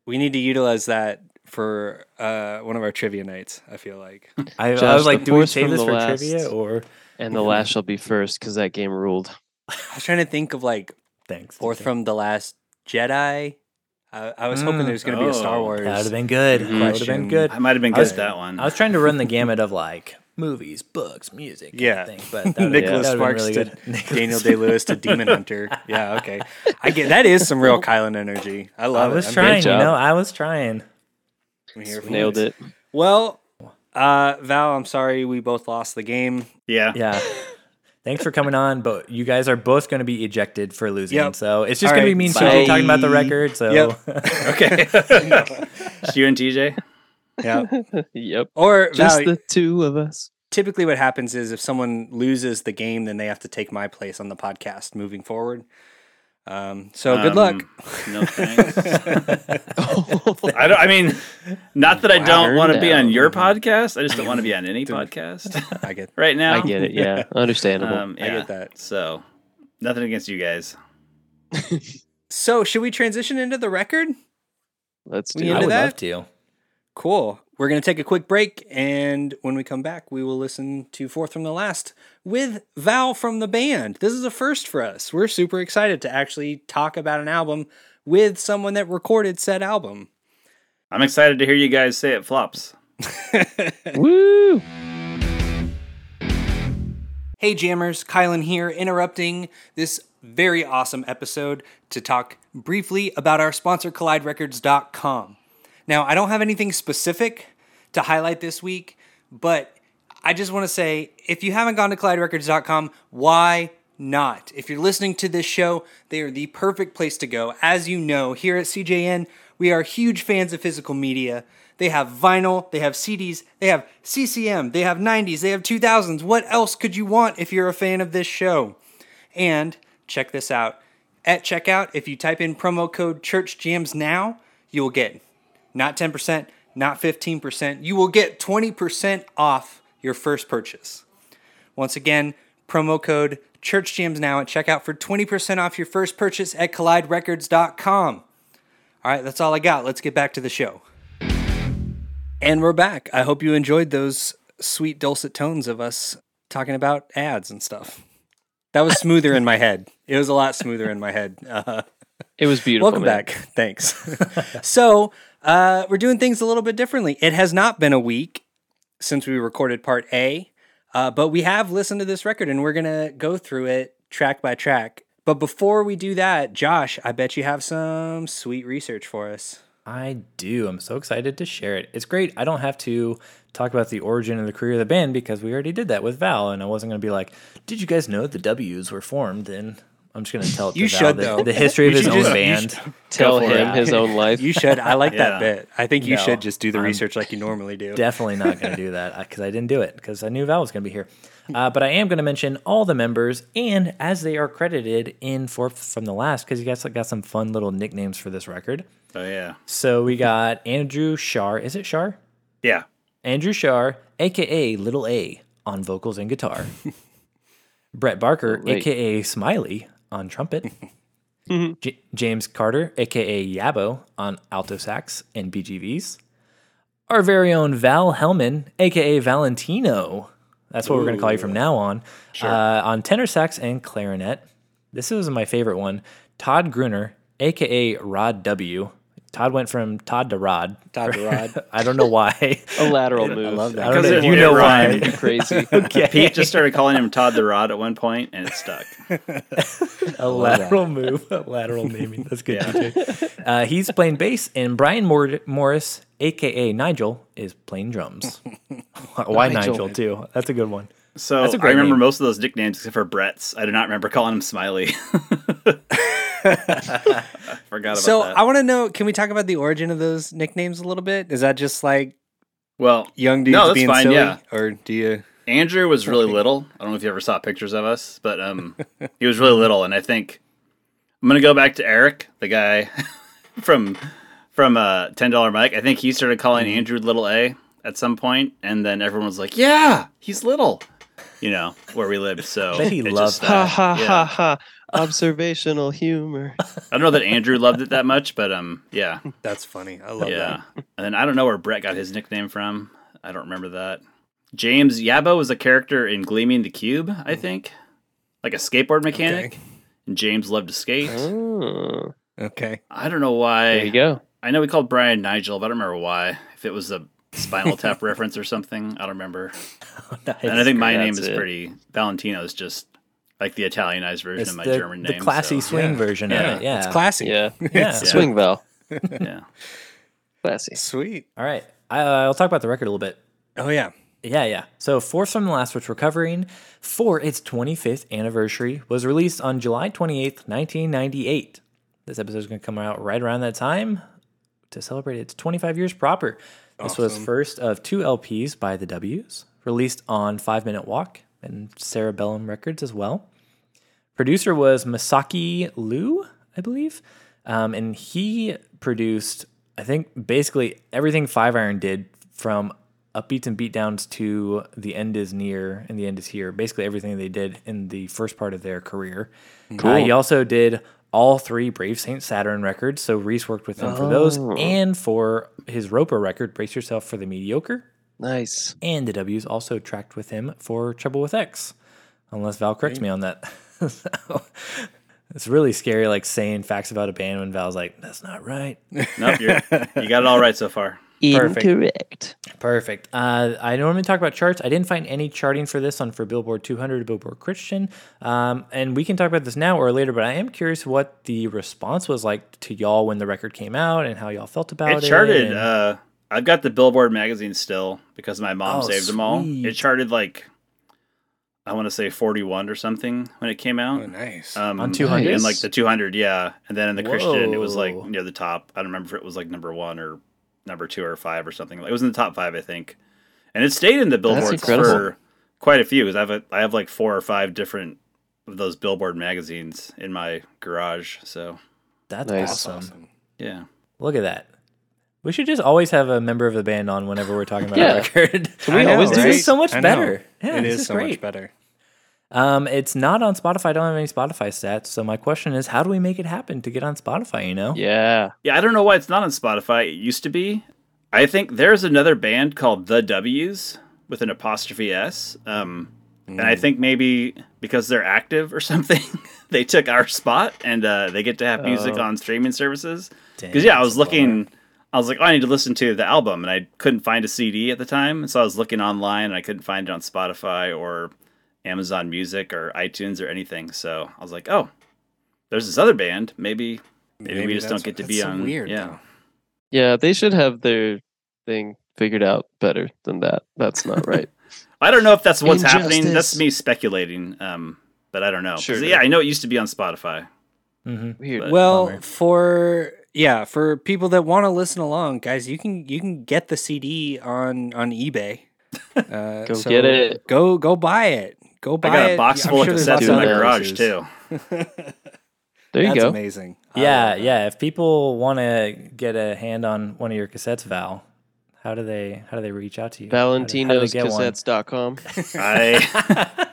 We need to utilize that for uh, one of our trivia nights. I feel like I, I Josh, was like, the do we fourth save from this the for last. trivia or And the last shall be first because that game ruled. I was trying to think of like thanks? fourth from the last Jedi. I, I was hoping there was going to be a Star oh. Wars. Mm. That would have been good. That would have been Question. good. I might have been I good was- at that one. I was trying to run the gamut of like movies, books, music, Yeah. everything, but that Nicholas that Sparks really to good. Nicholas- Daniel Day Lewis to Demon Hunter. Yeah, okay. I get that is some real Kylan energy. I I love was it. I'm trying, you job. know, I was trying. getting here for Nailed it. Well, uh, Val, I'm sorry we both lost the game. yeah. Yeah. Thanks for coming on, but you guys are both going to be ejected for losing. Yep. So it's just All going to be right, mean bye. people talking about the record. So Yep. Okay. you and TJ. Yeah. Yep. Or Just Val, the two of us. typically what happens is if someone loses the game, then they have to take my place on the podcast moving forward. Um, so good luck. Um, No Um. thanks. I don't. I mean, not that I don't Wow. want to be on your Down. podcast. I just don't want to be on any podcast I get, right now. I get it. Yeah. Understandable. Um, I yeah. get that. So, nothing against you guys. So should we transition into the record? Let's we do I ended it. would that? love to. Cool. We're going to take a quick break. And when we come back, we will listen to Fourth from the Last with Val from the band. This is a first for us. We're super excited to actually talk about an album with someone that recorded said album. I'm excited to hear you guys say it flops. Woo! Hey, Jammers, Kylan here, interrupting this very awesome episode to talk briefly about our sponsor, CollideRecords.com. Now, I don't have anything specific to highlight this week, but I just want to say if you haven't gone to CollideRecords.com, why not? If you're listening to this show, they are the perfect place to go. As you know, here at CJN, we are huge fans of physical media. They have vinyl, they have CDs, they have CCM, they have 90s, they have 2000s. What else could you want if you're a fan of this show? And check this out. At checkout, if you type in promo code ChurchJams now, you'll get not 10%, not 15%. You will get 20% off your first purchase. Once again, promo code ChurchJams now at checkout for 20% off your first purchase at colliderecords.com. All right, that's all I got. Let's get back to the show. And we're back. I hope you enjoyed those sweet dulcet tones of us talking about ads and stuff. That was smoother in my head. It was a lot smoother in my head. Uh, It was beautiful. Welcome man. back. Thanks. so, uh, we're doing things a little bit differently. It has not been a week since we recorded part A, uh, but we have listened to this record and we're going to go through it track by track. But before we do that, Josh, I bet you have some sweet research for us. I do. I'm so excited to share it. It's great. I don't have to talk about the origin and the career of the band because we already did that with Val, and I wasn't going to be like, "Did you guys know the W's were formed?" And I'm just going to tell it You to Val should, the- though. the history of You his should own just- you band. Tell Go for him it. his own life. You should. I like that Yeah. bit. I think you No, should just do the I'm- research like you normally do. Definitely not going to do that because I didn't do it because I knew Val was going to be here. Uh, but I am going to mention all the members and as they are credited in fourth from the last because you guys got some fun little nicknames for this record. Oh yeah. So we got Andrew Shar. Is it Shar? Yeah. Andrew Shar, aka Little A, on vocals and guitar. Brett Barker, Great. aka Smiley, on trumpet. J- James Carter, aka Yabo, on alto sax and BGVs. Our very own Val Hellman, aka Valentino. That's what we're going to call you from now on. Uh, on tenor sax and clarinet. This is my favorite one. Todd Gruner, aka Rod W. Todd went from Todd to Rod. Todd the Rod. I don't know why. a lateral move. I don't 'Cause know it if you know won't why. rhyme. Crazy. Pete just started calling him Todd the Rod at one point, and it stuck. A Oh, lateral move, a lateral naming. That's good. DJ. Uh, he's playing bass, and Brian Mor- Morris, aka Nigel, is playing drums. Why Nigel. too? That's a good one. So That's a I great remember name. most of those nicknames except for Brett's. I do not remember calling him Smiley. Forgot about So that. I want to know. Can we talk about the origin of those nicknames a little bit? Is that just like well, young dudes No, that's being fine, silly, yeah. or do you? Andrew was really little. I don't know if you ever saw pictures of us, but um, he was really little, and I think I'm gonna go back to Eric, the guy from from uh, Ten Dollar Mike. I think he started calling Mm-hmm. Andrew Little A at some point, and then everyone was like, "Yeah, he's little," you know, where we lived. So bet he it loved just, ha uh, ha yeah. ha ha. Observational humor. I don't know that Andrew loved it that much, but um, yeah, That's funny. I love that. yeah. And then I don't know where Brett got his nickname from. I don't remember that. James Yabo was a character in Gleaming the Cube, Hmm. I think, like a skateboard mechanic. Okay. And James loved to skate. Oh. Okay. I don't know why. There you go. I know we called Brian Nigel, but I don't remember why. If it was a Spinal Tap reference or something, I don't remember. and I think my name that's is it. pretty. Valentino is just like the Italianized version it's of my the, German the name. classy so- swing Yeah. version Yeah. of it. Yeah. It's classy. Yeah. Yeah. Yeah. Swing Val. yeah. Classy. Sweet. All right. I, uh, I'll talk about the record a little bit. Oh yeah. Yeah, yeah. So Fourth from the Last, which we're covering for its 25th anniversary, was released on July 28th, 1998. This episode is going to come out right around that time to celebrate its 25 years proper. This was first of two LPs by the W's, released on Five Minute Walk and Cerebellum Records as well. Producer was Masaki Liu, I believe, um, and he produced, I think, basically everything Five Iron did from upbeats and beatdowns to the end is near and the end is here. Basically everything they did in the first part of their career. Uh, he also did all three Brave Saint Saturn records, so Reese worked with him for those and for his Roper record, Brace Yourself for the Mediocre. Nice. And the W's also tracked with him for Trouble with X, unless Val corrects me on that. So, it's really scary, like saying facts about a band when Val's like, "That's not right." Nope, you're, you got it all right so far. Incorrect. Perfect. Uh, I normally talk about charts. I didn't find any charting for this on for Billboard 200 to Billboard Christian, um, and we can talk about this now or later. But I am curious what the response was like to y'all when the record came out and how y'all felt about It it. charted. and- Uh, I've got the Billboard magazine still because my mom Oh, saved them all. sweet. It charted like I want to say 41 or something when it came out. Oh nice. Um, On 200? and like the 200, yeah. And then in the Christian, it was like Whoa. near the top. I don't remember if it was like number one or number two or five or something. Like, It was in the top five, I think. And it stayed in the billboards incredible. for quite a few because I have a, I have like four or five different of those billboard magazines in my garage. So that's Nice. awesome. yeah, Look at that. We should just always have a member of the band on whenever we're talking about Yeah. a record. I we know, always do this right? is so much I know. better. Yeah, it this is, is so great. much better. Um, it's not on Spotify. I don't have any Spotify stats. So my question is, how do we make it happen to get on Spotify? You know, Yeah. yeah. I don't know why it's not on Spotify. It used to be. I think there's another band called The W's with an apostrophe S. Um, And I think maybe because they're active or something, they took our spot and uh, they get to have music on streaming services. Because yeah, I was looking, I was like, oh, I need to listen to the album, and I couldn't find a CD at the time, and so I was looking online and I couldn't find it on Spotify or Amazon Music or iTunes or anything. So I was like, oh, there's this other band. Maybe maybe, we just don't that's- get to that's be so on. Weird. yeah, though. Yeah. They should have their thing figured out better than that. That's not right. I don't know if that's what's happening. That's Injustice. me speculating. Um, but I don't know. 'Cause, Sure. Yeah, I know it used to be on Spotify. Mhm. Weird. Well, Bummer. for yeah, for people that want to listen along, guys, you can you can get the CD on on eBay. Uh, Go get it. Go go buy it. Go buy I got it. a box I'm full sure of there's lots cassettes in of my other garage places. too. there you That's go. amazing. I yeah, love that. yeah. If people want to get a hand on one of your cassettes, Val, how do they how do they reach out to you? How do- how do they get one? ValentinosCassettes.com. I.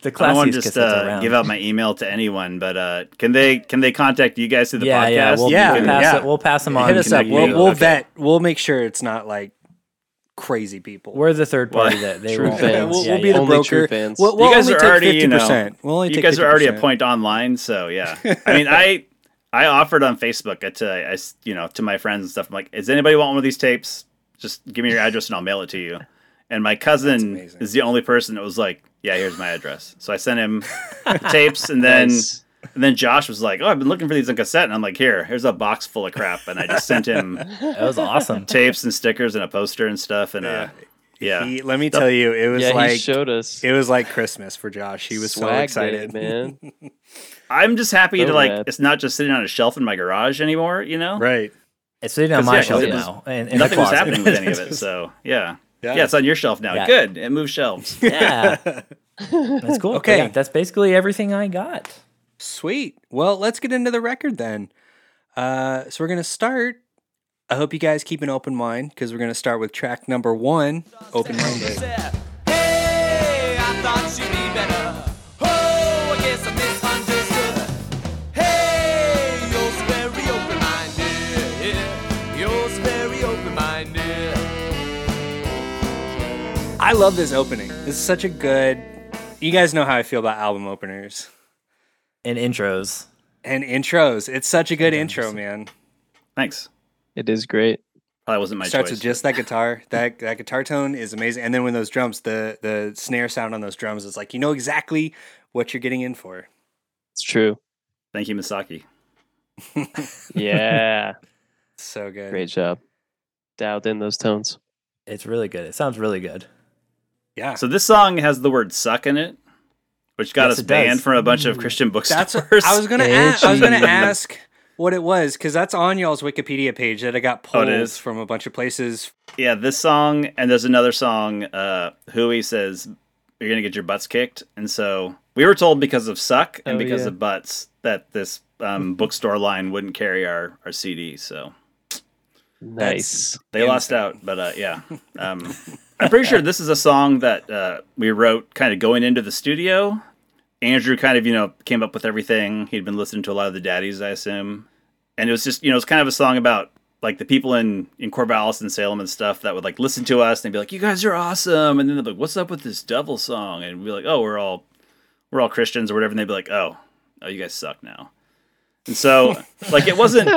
The I don't want classiest to just cassettes uh, around. give out my email to anyone, but uh, can they can they contact you guys through the yeah, podcast? yeah. We'll, Yeah, we'll pass yeah. It, we'll pass them on. Hit us up. connect We'll you. we'll Okay. vet. We'll make sure it's not like crazy people. We're the third Well, party that they true won't. fans. we'll, Yeah, we'll be yeah. the Only true broker. fans. We'll, we'll you guys only are take already, you know, 50%. we'll only you take guys are already a 50%. point online, so yeah. I mean, I I offered on Facebook uh, to I s you know to my friends and stuff. I'm like, does anybody want one of these tapes? Just give me your address and I'll mail it to you. And my cousin amazing. is the only person that was like, yeah, here's my address. So I sent him the tapes, and then. Nice. And then Josh was like, "Oh, I've been looking for these on cassette," and I'm like, "Here, here's a box full of crap." And I just sent him That was awesome. tapes and stickers and a poster and stuff and uh yeah He- let me tell you, it was Yeah, he like showed us. it was like Christmas for Josh. He was Swag so day, excited. man. i'm just happy So to like rad. it's not just sitting on a shelf in my garage anymore you know Right. It's sitting on 'Cause, my yeah, 'cause shelf it was- now. And, and nothing was closet. happening with any of it so yeah. Yeah. yeah it's on your shelf now Yeah. good it moves shelves yeah. That's cool. Okay. Yeah, that's basically everything I got. Sweet. Well, let's get into the record then. Uh, so we're gonna start. I hope you guys keep an open mind because we're gonna start with track number one, open minded. Hey, I thought she'd be better. Oh, I guess I misunderstood. Hey, you're so very open-minded. Yeah, You're so very open-minded. I love this opening. This is such a good. You guys know how I feel about album openers. And intros. and intros. It's such a good intro, man. Thanks. It is great. Probably wasn't my Starts choice. with just that guitar. That that guitar tone is amazing. And then when those drums, the the snare sound on those drums is like you know exactly what you're getting in for. It's true. Thank you, Misaki. Yeah. So good. great job. Dialed in those tones. It's really good. It sounds really good. Yeah. So this song has the word "suck" in it, which got Yes, us it does. banned from a bunch Mm. of Christian That's bookstores. what I was gonna. Ask, I was gonna Itchy. ask what it was because that's on y'all's Wikipedia page that I got Oh, it pulled is? from a bunch of places. yeah, this song and there's another song. Uh, Hui says you're gonna get your butts kicked, and so we were told because of "suck" and Oh, because yeah. of butts that this um, bookstore line wouldn't carry our our CD. So Nice. they lost out, but uh, yeah, um, I'm pretty sure this is a song that uh, we wrote kind of going into the studio. Andrew kind of you know came up with everything. He'd been listening to a lot of the Daddies, I assume, and it was just you know it's kind of a song about like the people in in Corvallis and Salem and stuff that would like listen to us and they'd be like, "You guys are awesome," and then they'd be like, "What's up with this devil song?" And we'd be like, "Oh, we're all we're all Christians or whatever," and they'd be like, "Oh, oh, you guys suck now." And so, like, it wasn't.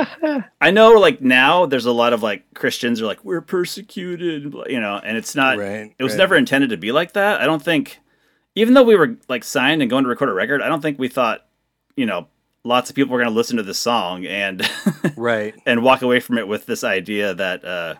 I know, like now, there's a lot of like Christians are like we're persecuted, blah- you know, and it's not. Right, it was right. never intended to be like that. I don't think, even though we were like signed and going to record a record, I don't think we thought, you know, lots of people were going to listen to this song and Right. and walk away from it with this idea that uh,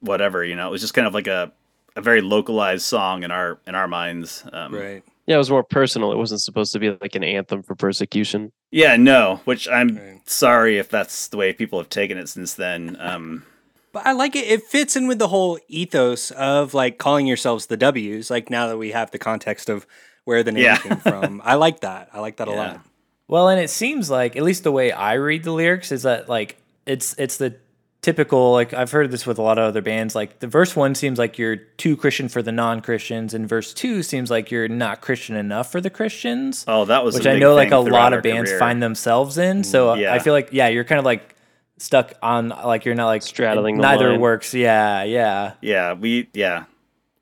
whatever, you know, it was just kind of like a a very localized song in our in our minds. Um, Right. Yeah, it was more personal. It wasn't supposed to be like an anthem for persecution. Yeah, no. Which I'm Right. sorry if that's the way people have taken it since then. Um, But I like it. It fits in with the whole ethos of like calling yourselves the W's. Like now that we have the context of where the name Yeah. came from, I like that. I like that a Yeah. lot. Well, and it seems like at least the way I read the lyrics is that like it's it's the typical like I've heard this with a lot of other bands like the verse 1 seems like you're too Christian for the non-Christians and verse 2 seems like you're not Christian enough for the Christians. oh, that was a which I big know like thing a throughout lot our of bands career. find themselves in. So uh, yeah. I feel like yeah, you're kind of like stuck on like you're not like Straddling the neither line. works. Yeah, yeah. Yeah, we yeah,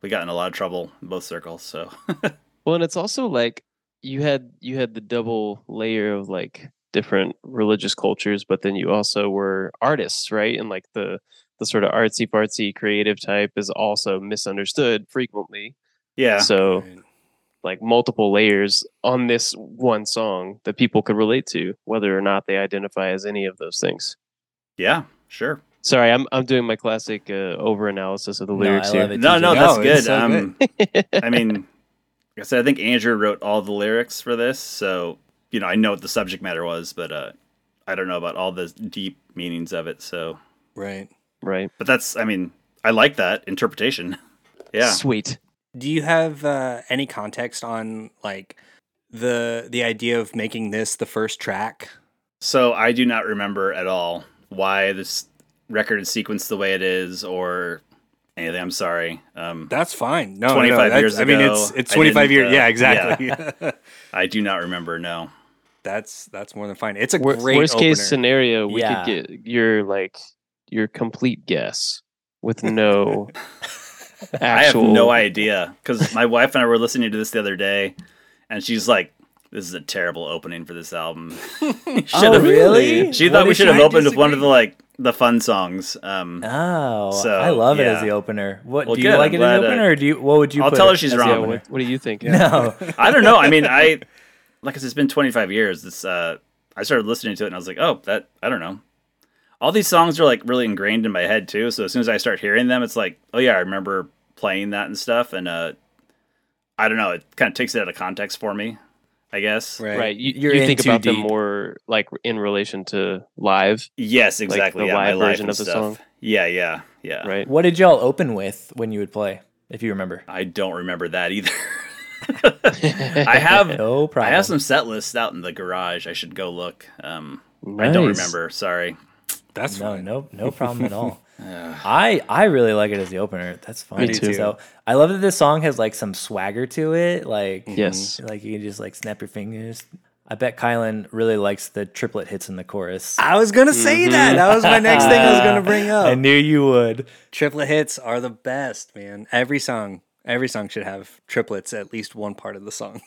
we got in a lot of trouble in both circles. So Well, and it's also like you had you had the double layer of like different religious cultures, but then you also were artists, right? And like the the sort of artsy fartsy creative type is also misunderstood frequently. yeah, So Right. like multiple layers on this one song that people could relate to, whether or not they identify as any of those things. yeah, sure. Sorry, I'm I'm doing my classic uh, over analysis of the No, lyrics I here. love it. No, TJ. no, No, that's Oh, it's good. so um, I mean, like I said, I think Andrew wrote all the lyrics for this, so you know, I know what the subject matter was, but uh, I don't know about all the deep meanings of it. So, Right. Right. but that's, I mean, I like that interpretation. Yeah, Sweet. Do you have uh, any context on like the the idea of making this the first track? So I do not remember at all why this record is sequenced the way it is or anything. I'm sorry. Um, That's fine. No, no, 25 that's- years I mean, ago, it's it's I 25 didn't, years. uh, yeah, exactly. I do not remember. No. that's that's more than fine. It's a Wor- great worst case opener. scenario, we Yeah. could get your like your complete guess with no actual. I have no idea because my wife and I were listening to this the other day, and she's like, "This is a terrible opening for this album." She Oh, should've- really? She What thought we is should have she- opened with one of the like the fun songs. Um, Oh, So, I love it as yeah. the opener. What Well, do you good, like I'm it as glad, the uh, opener, or do you? What would you? I'll put tell it her she's as the wrong. Yeah, opener? what, what do you think? No, I don't know. I mean, I like I said, it's been 25 years. This uh, I started listening to it, and I was like, "Oh, that I don't know." All these songs are like really ingrained in my head too. So as soon as I start hearing them, it's like, "Oh yeah, I remember playing that and stuff." And uh, I don't know. It kind of takes it out of context for me, I guess. right? Right. You, You're you in think too about them deep. more like in relation to live, Yes, exactly. the yeah, my live life version and of the stuff. song. Yeah, yeah, yeah. right? what did y'all open with when you would play, if you remember? I don't remember that either. I have No problem. I have some set lists out in the garage. I should go look. Um, I don't Nice. remember. Sorry. That's No, fine. no, no problem at all. I I really like it as the opener. That's fine. Me too. So I love that this song has like some swagger to it. Like Mm-hmm. Yes. like you can just like snap your fingers. I bet Kylan really likes the triplet hits in the chorus. I was gonna say Mm-hmm. that. That was my next thing I was gonna bring up. I knew you would. Triplet hits are the best, man. Every song, every song should have triplets at least one part of the song.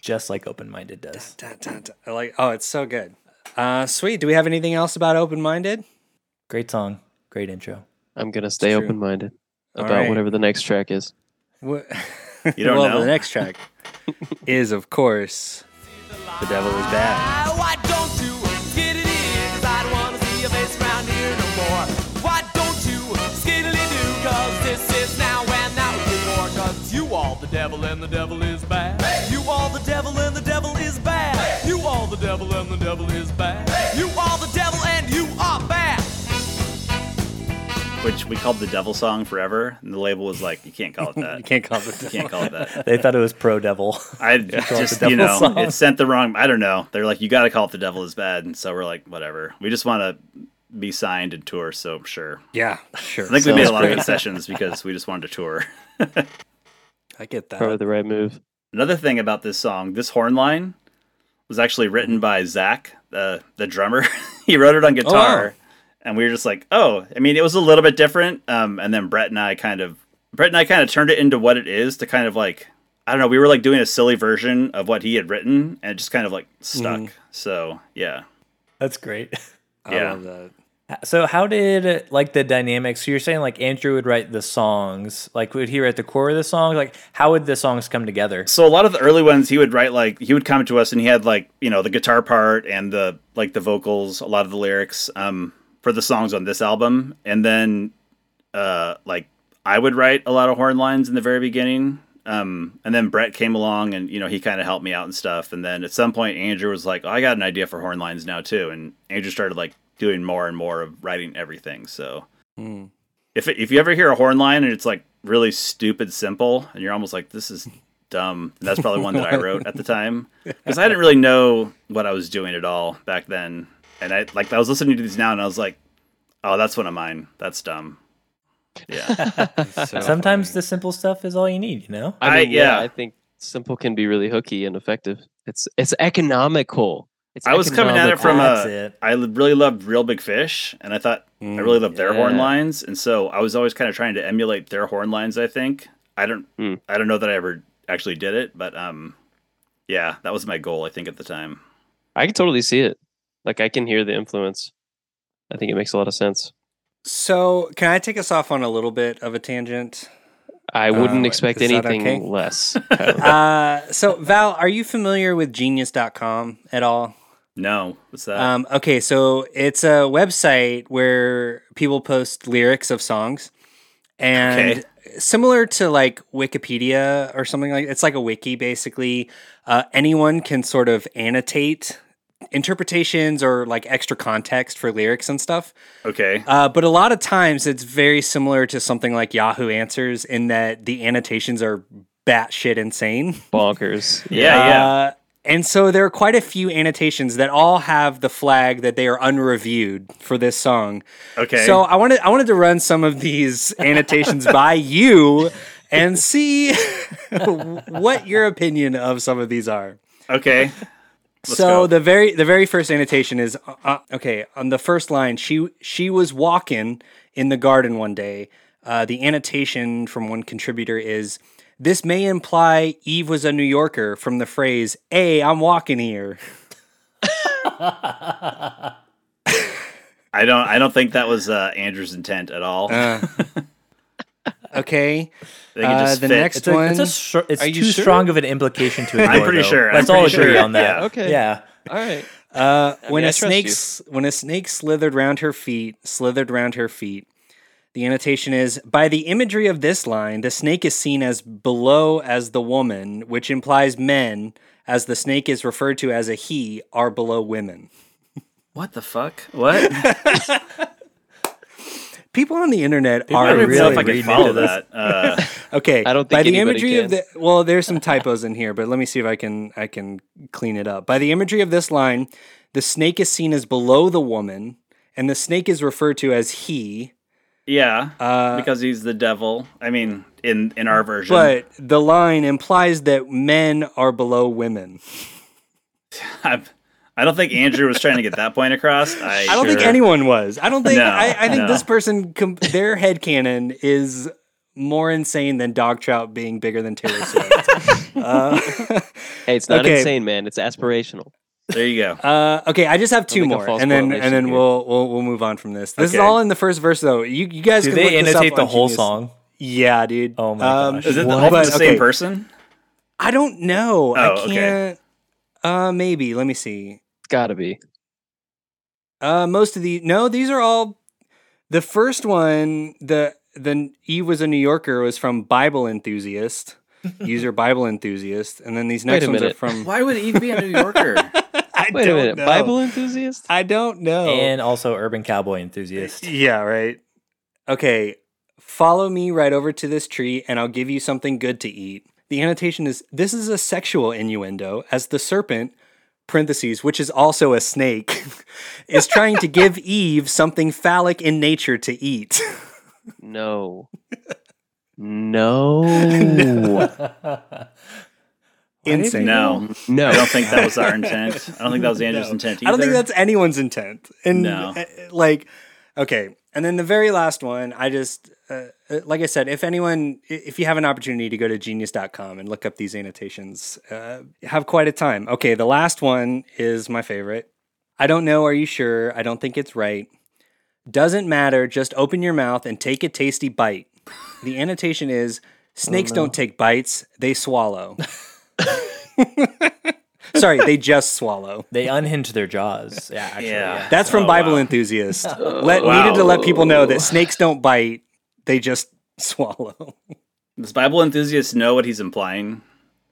just like open minded does. Dun, dun, dun. I like, oh, it's so good. Uh, sweet. Do we have anything else about open minded? Great song, great intro. I'm gonna stay true. open minded All about right. whatever the next track is. You don't well, know? The next track is, of course, The Devil is Bad. Why don't you get it in? 'Cause I don't wanna see your face around here no more. Why don't you skiddly do? 'Cause this is now and now before. 'Cause you all the devil and the devil is bad. You all the devil and the devil is bad. You all the devil and the devil is bad. You all the devil and you are bad. which we called the devil song forever, and the label was like, "You can't call it that. You can't call it You the can't call it that." They thought it was pro devil. I just, the you devil know, song. it sent the wrong. I don't know. They're like, "You got to call it the devil is bad," and so we're like, "Whatever." We just want to be signed and tour, so sure. Yeah, sure. I think we made a lot great. of concessions because we just wanted to tour. I get that. Probably the right move. Another thing about this song, this horn line was actually Mm-hmm. written by Zach, the the drummer. he wrote it Oh, on guitar, and we were just like, "Oh, I mean, it was a little bit different." Um, and then Brett and I kind of Brett and I kind of turned it into what it is to kind of like I don't know. We were like doing a silly version of what he had written, and it just kind of like stuck. So yeah, That's great. Mm-hmm. I yeah. love that. So how did like the dynamics? So you're saying like Andrew would write the songs, like would he write the core of the song? Like how would the songs come together? so a lot of the early ones he would write like he would come to us and he had like you know the guitar part and the like the vocals a lot of the lyrics um for the songs on this album and then uh like i would write a lot of horn lines in the very beginning um and then brett came along and you know he kind of helped me out and stuff and then at some point andrew was like oh, i got an idea for horn lines now too and andrew started like doing more and more of writing everything so if if you ever hear a horn line and it's like really stupid simple and you're almost like this is dumb and that's probably one that i wrote at the time because i didn't really know what i was doing at all back then and i like i was listening to these now and i was like oh that's one of mine that's dumb yeah So Sometimes funny. the simple stuff is all you need, you know? I- I mean, yeah. yeah. I think simple can be really hooky and effective. It's it's economical. It's i was coming at it from economical. a That's it. i li- really loved real big fish and i thought i Mm, really loved their horn yeah. lines and so i was always kind of trying to emulate their horn lines i think i don't Mm. i don't know that i ever actually did it but um yeah that was my goal i think at the time I can totally see it. Like I can hear the influence. I think it makes a lot of sense. So, can I take us off on a little bit of a tangent? I wouldn't Uh, expect is that anything okay? less. Uh, so, Val, are you familiar with genius.com at all? No, what's that? Um, okay, so it's a website where people post lyrics of songs, and similar to like Wikipedia or something like it's like a wiki basically. Uh, anyone can sort of annotate interpretations or like extra context for lyrics and stuff. okay, Uh, but a lot of times it's very similar to something like Yahoo Answers in that the annotations are batshit insane. Bonkers. yeah, yeah. Uh, and so there are quite a few annotations that all have the flag that they are unreviewed for this song. Okay. uh, So I wanted I wanted to run some of these annotations by you and see what your opinion of some of these are. okay. Let's so go. the very the very first annotation is uh, uh, okay on the first line. She she was walking in the garden one day. Uh, the annotation from one contributor is. This may imply Eve was a New Yorker from the phrase, Hey, I'm walking here. I don't. I don't think that was uh, Andrew's intent at all. Okay. they can uh, just the fit. next It's, a, it's, a One- str- it's Are too you sure? strong of an implication to ignore. pretty though. sure, I'm Let's all pretty agree sure. on that. Yeah, okay. Yeah. All right. Uh, when I a trust you. snake s- when a snake slithered round her feet, slithered round her feet. The annotation is by the imagery of this line, the snake is seen as below as the woman, which implies men, as the snake is referred to as a he, are below women. what the fuck? What? People on the internet I are don't even know really if I can reading follow into this. that. Uh, Okay, I don't by think the anybody imagery of can. the well, there's some typos in here, but let me see if I can I can clean it up. By the imagery of this line, the snake is seen as below the woman, and the snake is referred to as he. yeah, Uh, because he's the devil. I mean, in in our version. But the line implies that men are below women. I'm, I don't think Andrew was trying to get that point across. I, I don't think sure- anyone was. I don't think. No, I, I think no. this person, com- their headcanon is more insane than Dog Trout being bigger than Taylor Swift. uh, Hey, it's not Okay. insane, man. It's aspirational. There you go. Uh, okay, I just have two make a more, false and then and correlation then here. we'll, we'll we'll move on from this. This is Okay. all in the first verse, though. You you guys Do can look they this up annotate the on whole Genius. song? Yeah, dude. Um, Oh my gosh. Is it the, what? all from the But, same okay. person? I don't know. Oh, I okay. can't. Uh, maybe. Let me see. It's gotta be. Uh, most of the no, these are all. The first one, the the Eve was a New Yorker was from Bible enthusiast, user Bible enthusiast, and then these Wait next a ones are minute. from. Why would Eve be a New Yorker? I Wait a don't minute. know. Bible enthusiast? I don't know. And also urban cowboy enthusiast. Yeah, right. Okay, follow me right over to this tree and I'll give you something good to eat. The annotation is this is a sexual innuendo as the serpent, parentheses, which is also a snake, is trying to give Eve something phallic in nature to eat. No. No. Insane. no, no. I don't think that was our intent. I don't think that was Andrew's No. intent either. I don't think that's anyone's intent. And No. uh, like, okay. And then the very last one, I just, uh, uh, like I said, if anyone, i- if you have an opportunity to go to genius.com and look up these annotations, uh, have quite a time. Okay. The last one is my favorite. I don't know. Are you sure? I don't think it's right. Doesn't matter. Just open your mouth and take a tasty bite. The annotation is snakes don't take bites, they swallow. Sorry, they just swallow. They unhinge their jaws. Yeah, actually. Yeah. Yeah. That's from Oh, Bible wow. Enthusiast. Let Wow. needed to let people know that snakes don't bite; they just swallow. Does Bible enthusiasts know what he's implying,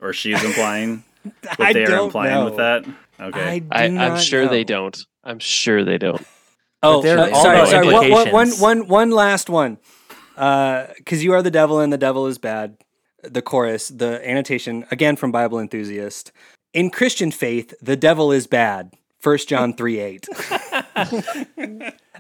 or she's implying? What I they are don't implying know. with that? Okay. I do I, I'm not sure they know. don't. I'm sure they don't. Oh, But they're sorry, all sorry. about sorry. One, one, one, implications. one, one last one. Because you are the devil and the devil is bad. The chorus, the annotation, again from Bible Enthusiast. In Christian faith, the devil is bad. 1 John 3 8.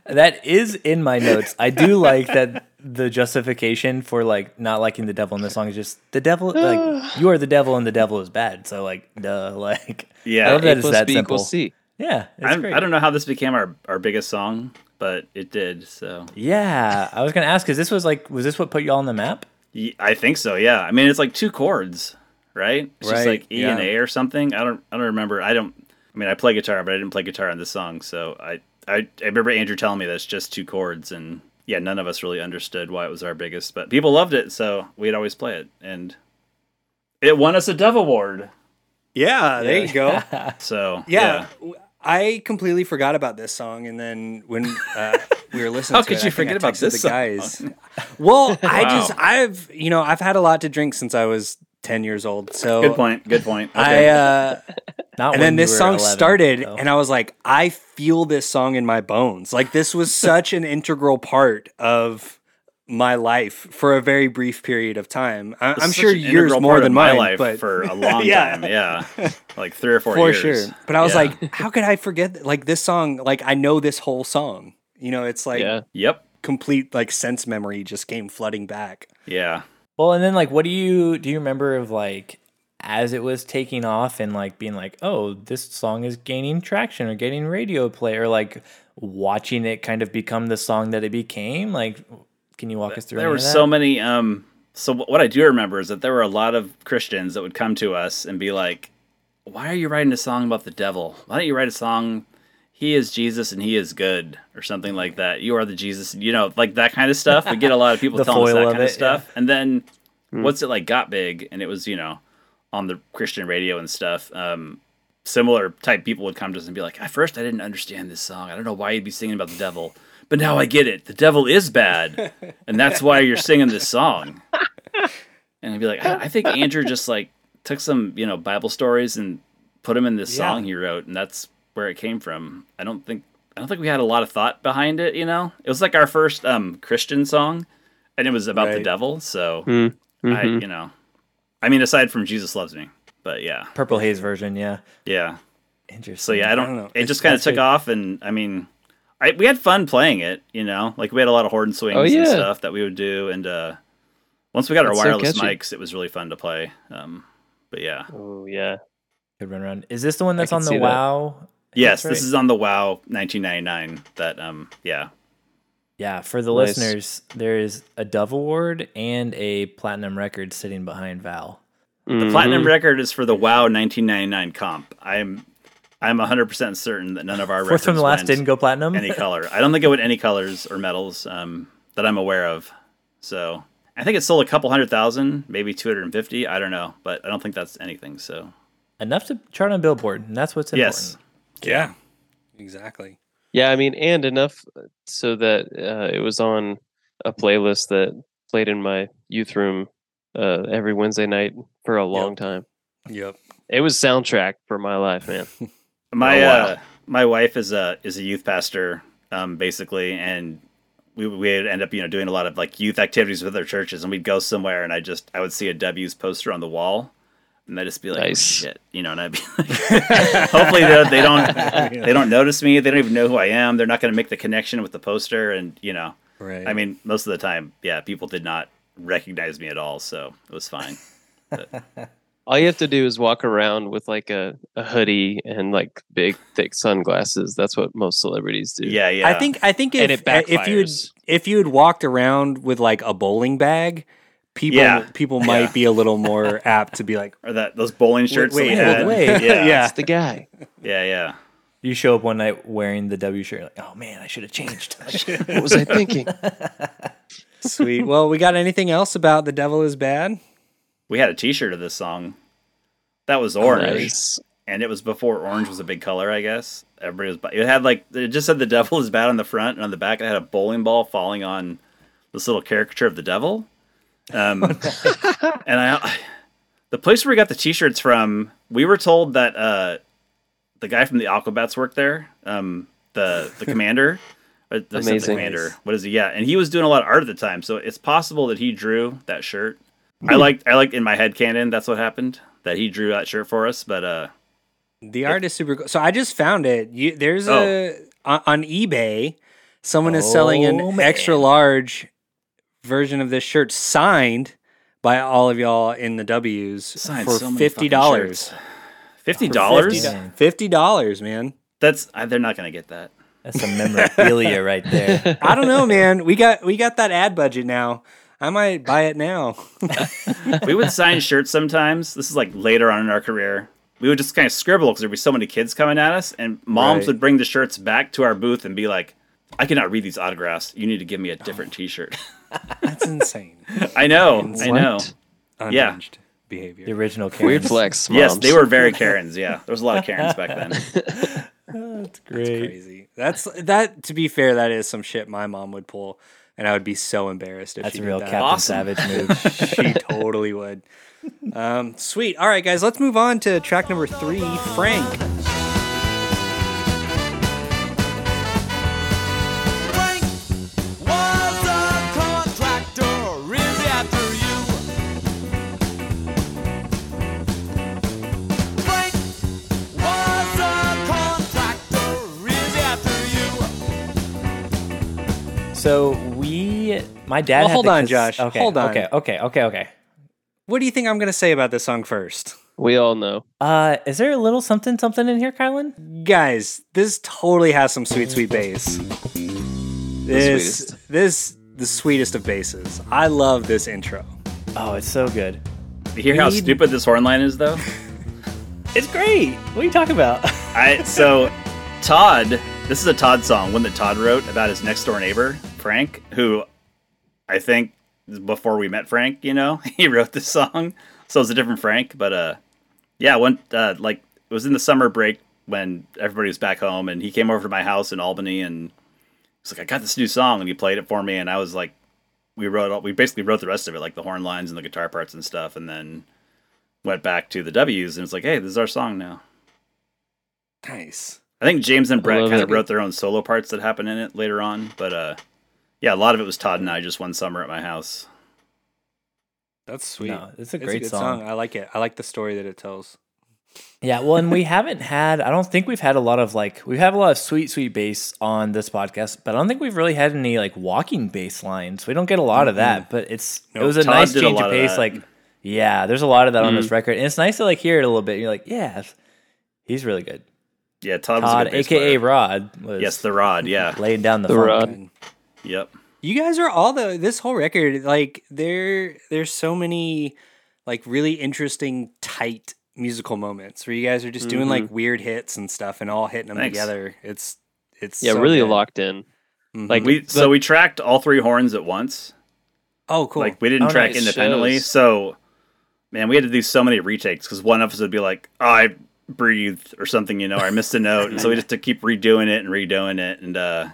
That is in my notes. I do like that the justification for like not liking the devil in this song is just the devil like you are the devil and the devil is bad. So like duh, like Yeah, I love that A it's plus that B simple. equals C. Yeah, it's I'm- great. I don't know how this became our, our biggest song, but it did. So yeah, I was gonna ask because this was like was this what put you all on the map? Y- I think so. Yeah. I mean, it's like two chords, right? It's just Right, like E and yeah. A or something. I don't. I don't remember. I don't. I mean, I play guitar, but I didn't play guitar on this song. So I. I, I remember Andrew telling me that's just two chords, and yeah, none of us really understood why it was our biggest, but people loved it, so we'd always play it, and it won us a Dove Award. Yeah, there you go. So Yeah. w I completely forgot about this song, and then when uh, we were listening, How to could it, you I think I forget about texted this the song? guys? Well, I Wow. just I've you know I've had a lot to drink since I was ten years old, so good point. Good point. I Okay. uh, and Not when then you this were song 11, started, so. and I was like, I feel this song in my bones. Like this was such an integral part of my life for a very brief period of time. I, I'm Such sure an yours integral more part of than my mine, life but for a long Yeah. time. Yeah, like three or four for years. sure. But I was Yeah. like, how could I forget th- like this song? Like I know this whole song. You know, it's like Yeah. yep, complete like sense memory just came flooding back. yeah. Well, and then like, what do you do? You remember of like as it was taking off and like being like, oh, this song is gaining traction or getting radio play or like watching it kind of become the song that it became. Like, can you walk us through? There any were of so that? many. Um, so wh- what I do remember is that there were a lot of Christians that would come to us and be like, "Why are you writing a song about the devil? Why don't you write a song? He is Jesus and he is good, or something like that. You are the Jesus, you know, like that kind of stuff. We get a lot of people The telling us foil that of kind it, Hmm. of stuff. And then once it like got big, and it was you know on the Christian radio and stuff. Um, similar type people would come to us and be like, at first I didn't understand this song. I don't know why you'd be singing about the devil, but now I get it. The devil is bad, and that's why you're singing this song. And I'd be like, I, I think Andrew just like took some you know Bible stories and put them in this song he wrote, and that's where it came from. I don't think I don't think we had a lot of thought behind it. You know, it was like our first um, Christian song, and it was about the Right. devil. So I, you know, I mean, aside from Jesus loves me, but yeah, Purple Haze version, yeah. yeah. Interesting. So yeah, I don't. don't know. It just kind of took off, and I mean, I, we had fun playing it. You know, like we had a lot of horn swings Oh, and yeah. stuff that we would do, and uh, once we got our That's so wireless catchy. mics, it was really fun to play. Um, but yeah, Oh yeah. Good run around. Is this the one that's can on the see that. Wow? yes, right. this is on the WoW 1999. That um, yeah, Yeah, for the Nice. listeners, there is a Dove Award and a Platinum Record sitting behind Val. Mm-hmm. The platinum record is for the WoW 1999 comp. I'm I'm 100% certain that none of our Fourth records from the last went didn't go platinum. any color. I don't think it went any colors or medals um, that I'm aware of. So I think it sold a couple hundred thousand, maybe 250. I don't know, but I don't think that's anything. So Enough to chart on Billboard, and that's what's important. yes, Yeah. Exactly. Yeah, I mean, and enough so that uh, it was on a playlist that played in my youth room uh, every Wednesday night for a long time. Yep. It was soundtrack for my life, man. my Oh, wow. uh, my wife is a is a youth pastor, um, basically, and we we would end up you know doing a lot of like youth activities with our churches, and we'd go somewhere, and I just I would see a W's poster on the wall, and I'd just be like, oh, Nice. shit, you know, and I'd be like, hopefully they, they don't they don't notice me, they don't even know who I am, they're not going to make the connection with the poster, and you know, Right. I mean, most of the time, yeah, people did not recognize me at all, so it was fine. All you have to do is walk around with like a, a hoodie and like big thick sunglasses. That's what most celebrities do. Yeah, yeah. I think I think And if uh, it backfires. if you had if you had walked around with like a bowling bag, people Yeah. people might be a little more apt to be like, or that those bowling shirts wait, that we hold had. wait. Yeah, yeah, Yeah. That's the guy. yeah, yeah. You show up one night wearing the W shirt, you're like, oh man, I should have changed. What was I thinking? "Sweet, well, we got anything else about the devil is bad?" We had a T-shirt of this song. That was orange, Nice. and it was before orange was a big color. I guess everybody was. bu- It had like it just said the devil is bad on the front, and on the back it had a bowling ball falling on this little caricature of the devil. Um, and I, the place where we got the T-shirts from, we were told that uh, the guy from the Aquabats worked there. Um, the the commander. Uh, they said The Amazing. commander. What is he? Yeah, and he was doing a lot of art at the time, so it's possible that he drew that shirt. I liked I liked in my head canon that's what happened that he drew that shirt for us, but uh The art is super cool. So I just found it. You, there's a on on eBay, someone is selling an Oh, man. extra large version of this shirt signed by all of y'all in the W's Signed for so many fifty dollars. fifty dollars. $50. Fifty dollars, man. That's I, they're not gonna get that. That's some memorabilia right there. I don't know, man. We got we got that ad budget now. I might buy it now. We would sign shirts sometimes. This is like later on in our career. We would just kind of scribble because there'd be so many kids coming at us, and moms Right. would bring the shirts back to our booth and be like, "I cannot read these autographs. You need to give me a different Oh. T-shirt." That's insane. I know, I know. What? Unhinged behavior. The original Karens. Weird flex. Moms. Yes, they were very Karens. Yeah, there was a lot of Karens back then. That's great. Crazy. That's that. To be fair, that is some shit my mom would pull, and I would be so embarrassed if That's she a real did Captain that. Savage move. she totally would. Um, sweet. All right, guys, let's move on to track number three, Frank. Frank was a contractor really after you. Frank was a contractor really after you. so we, my dad. Well, had hold the on, cas- Josh. Okay, Hold on. Okay, okay, okay, okay. What do you think I'm gonna say about this song first, We all know. Uh, is there a little something something in here, Kylan? guys? This totally has some sweet, sweet bass. This, sweetest. this, the sweetest of basses. I love this intro. Oh, it's so good. You hear how stupid this horn line is, though. It's great. What are you talking about? I so Todd. This is a Todd song, one that Todd wrote about his next door neighbor Frank, who I think before we met Frank, you know, he wrote this song. So it's a different Frank, but uh, yeah, one uh, like it was in the summer break when everybody was back home, and he came over to my house in Albany, and he's like, "I got this new song," and he played it for me, and I was like, "We wrote, all, we basically wrote the rest of it, like the horn lines and the guitar parts and stuff," and then went back to the W's, and it's like, "Hey, this is our song now." Nice. I think James and Brett love kind of it. wrote their own solo parts that happen in it later on, but uh, yeah, a lot of it was Todd and I just one summer at my house. That's sweet. No, it's a great good song. I like it. I like the story that it tells. Yeah, well, and we haven't had, I don't think we've had a lot of like, we have a lot of sweet, sweet bass on this podcast, but I don't think we've really had any like walking bass lines. We don't get a lot of that, but it's, it was a Todd nice did a change lot of of pace. that. Mm. like, yeah, there's a lot of that on this record. And it's nice to like hear it a little bit. And you're like, yeah, he's really good. Yeah, Todd, was a Todd, good bass AKA player. Rod, was Yes, the Rod. Yeah, laying down the, The funk. Rod. Yep. You guys are all the this whole record like there there's so many like really interesting tight musical moments where you guys are just doing like Mm-hmm. weird hits and stuff and all hitting them Thanks. together. It's it's Yeah, so really good. locked in. Mhm. Like We so we tracked all three horns at once. oh cool Like we didn't Oh, track nice. independently. Shows. So man, we had to do so many retakes because one of us would be like, oh, I breathed or something, you know, or I missed a note. and so we just to keep redoing it and redoing it and uh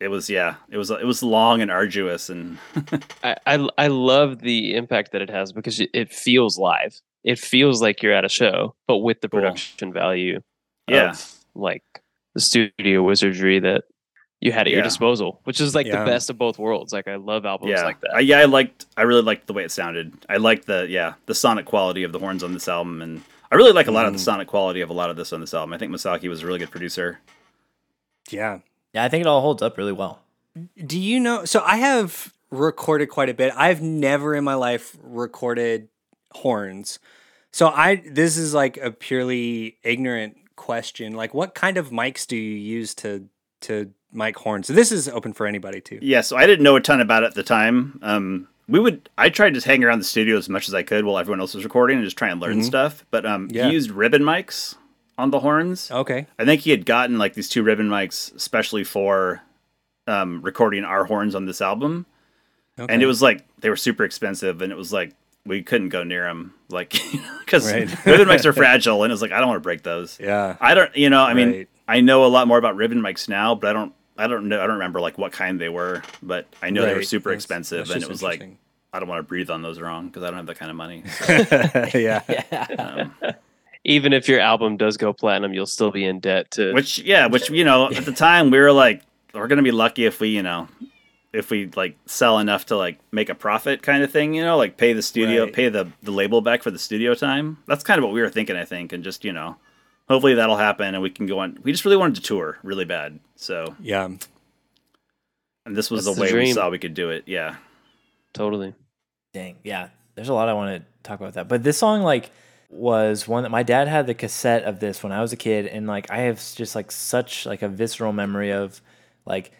it was yeah, it was it was long and arduous and I, I I love the impact that it has because it- it feels live. It feels like you're at a show, but with the Cool. production value yeah. of like the studio wizardry that you had at your Yeah. disposal, which is like Yeah. the best of both worlds. Like I love albums yeah. like that. I, yeah, I liked I really liked the way it sounded. I liked the yeah, the sonic quality of the horns on this album and I really like a lot of the Mm-hmm. sonic quality of a lot of this on this album. I think Masaki was a really good producer. yeah. Yeah, I think it all holds up really well. Do you know? So I have recorded quite a bit. I've never in my life recorded horns. So I this is like a purely ignorant question. Like, what kind of mics do you use to to mic horns? So this is open for anybody too. Yeah, so I didn't know a ton about it at the time. Um, we would I tried to hang around the studio as much as I could while everyone else was recording and just try and learn Mm-hmm. stuff. But um, Yeah. he used ribbon mics on the Oh. horns. Okay. I think he had gotten like these two ribbon mics specially for um, recording our horns on this album, okay. and it was like they were super expensive, and it was like we couldn't go near them, like because Right. ribbon mics are fragile, and it was like I don't want to break those. yeah. I don't, you know, I mean, Right. I know a lot more about ribbon mics now, but I don't, I don't know, I don't remember like what kind they were, but I know they were Right. super That's- expensive, that's and just it was like, interesting. I don't want to breathe on those wrong because I don't have that kind of money. yeah. Even if your album does go platinum, you'll still be in debt to which, yeah, which you know, at the time we were like, we're gonna be lucky if we, you know, if we like sell enough to like make a profit kind of thing, you know, like pay the studio, Right. pay the the label back for the studio time. That's kind of what we were thinking, I think, and just you know. Hopefully that'll happen, and we can go on. We just really wanted to tour really bad, so Yeah. and this was That's the the way we dream. saw we could do it. Yeah, totally. Dang, yeah. There's a lot I want to talk about with that. But this song like was one that my dad had the cassette of this when I was a kid and like I have s- just like such like a visceral memory of like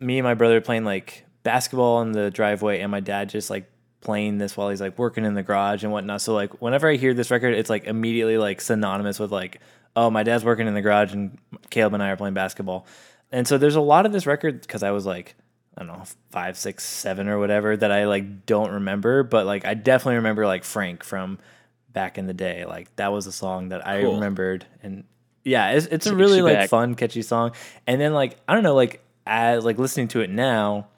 me and my brother playing like basketball in the driveway and my dad just like playing this while he's like working in the garage and whatnot. So like whenever I hear this record, it's like immediately like synonymous with like, oh, my dad's working in the garage and Caleb and I are playing basketball. And so there's a lot of this record because I was like, I don't know, five, six, seven or whatever that I like don't remember, but like I definitely remember like Frank from back in the day. Like that was a song that I Cool. remembered and yeah, it's, it's a Takes really you like back. fun, catchy song. And then like I don't know, like as like listening to it now,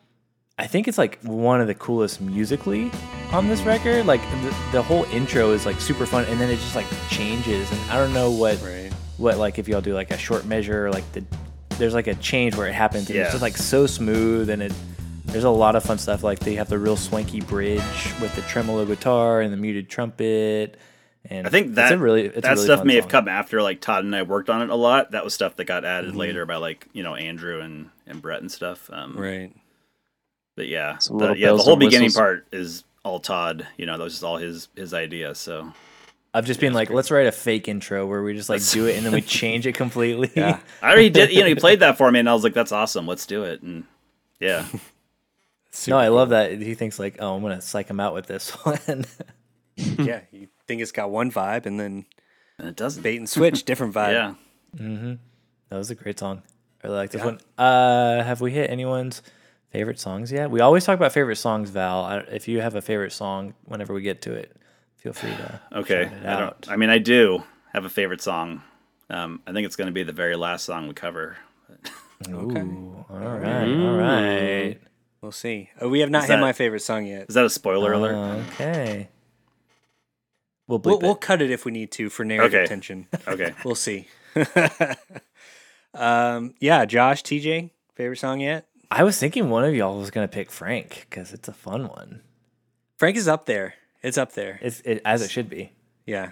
I think it's like one of the coolest musically on this record. Like the, the whole intro is like super fun, and then it just like changes. And I don't know what Right. what like if y'all do like a short measure, or, like the there's like a change where it happens. And Yeah. It's just like so smooth, and it there's a lot of fun stuff. Like they have the real swanky bridge with the tremolo guitar and the muted trumpet. And I think that it's a really it's a that really stuff fun may have song. come after like Todd and I worked on it a lot. That was stuff that got Mm-hmm. added later by like you know Andrew and and Brett and stuff. Um, Right. But yeah, Some the, little yeah, the bells whole and beginning whistles. part is all Todd. You know, that was just all his his idea. So of just being like, let's write a fake intro where we just like do it and then we change it completely. Yeah. I already did. You know, he played that for me, and I was like, "That's awesome. Let's do it." And yeah, no, I love that he thinks like, oh, I'm gonna psych him out with this one. yeah. You think it's got one vibe and then and it doesn't. bait and switch, different vibe. yeah, that was a great song. I really like this one. Uh, have we hit anyone's favorite songs yet? We always talk about favorite songs, Val. I, if you have a favorite song, whenever we get to it, feel free to. okay. shout it I out. don't. I mean, I do have a favorite song. Um, I think it's going to be the very last song we cover. Ooh, all right, all right. We'll see. Uh, we have not Is had that- my favorite song yet. Is that a spoiler alert? Okay. We'll bleep We'll, it. we'll cut it if we need to for narrative Okay. tension. Okay. We'll see. um, yeah, Josh, TJ, favorite song yet? I was thinking one of y'all was gonna pick Frank because it's a fun one. Frank is up there. It's up there. It's it, as it should be. Yeah.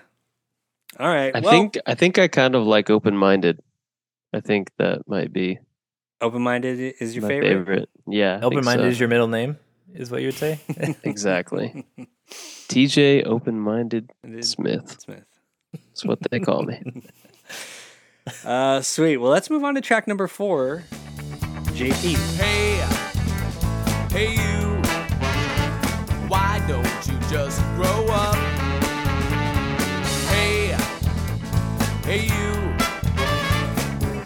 All right. I well, think I think I kind of like open minded. I think that might be open minded is your my favorite. favorite. Yeah. I think Open minded so. is your middle name, is what you would say. exactly. TJ Open Minded It is Smith. Smith. That's what they call me. Uh, sweet. Well, let's move on to track number four. JP. Hey, Hey, you, why don't you just grow up? Hey, hey, you,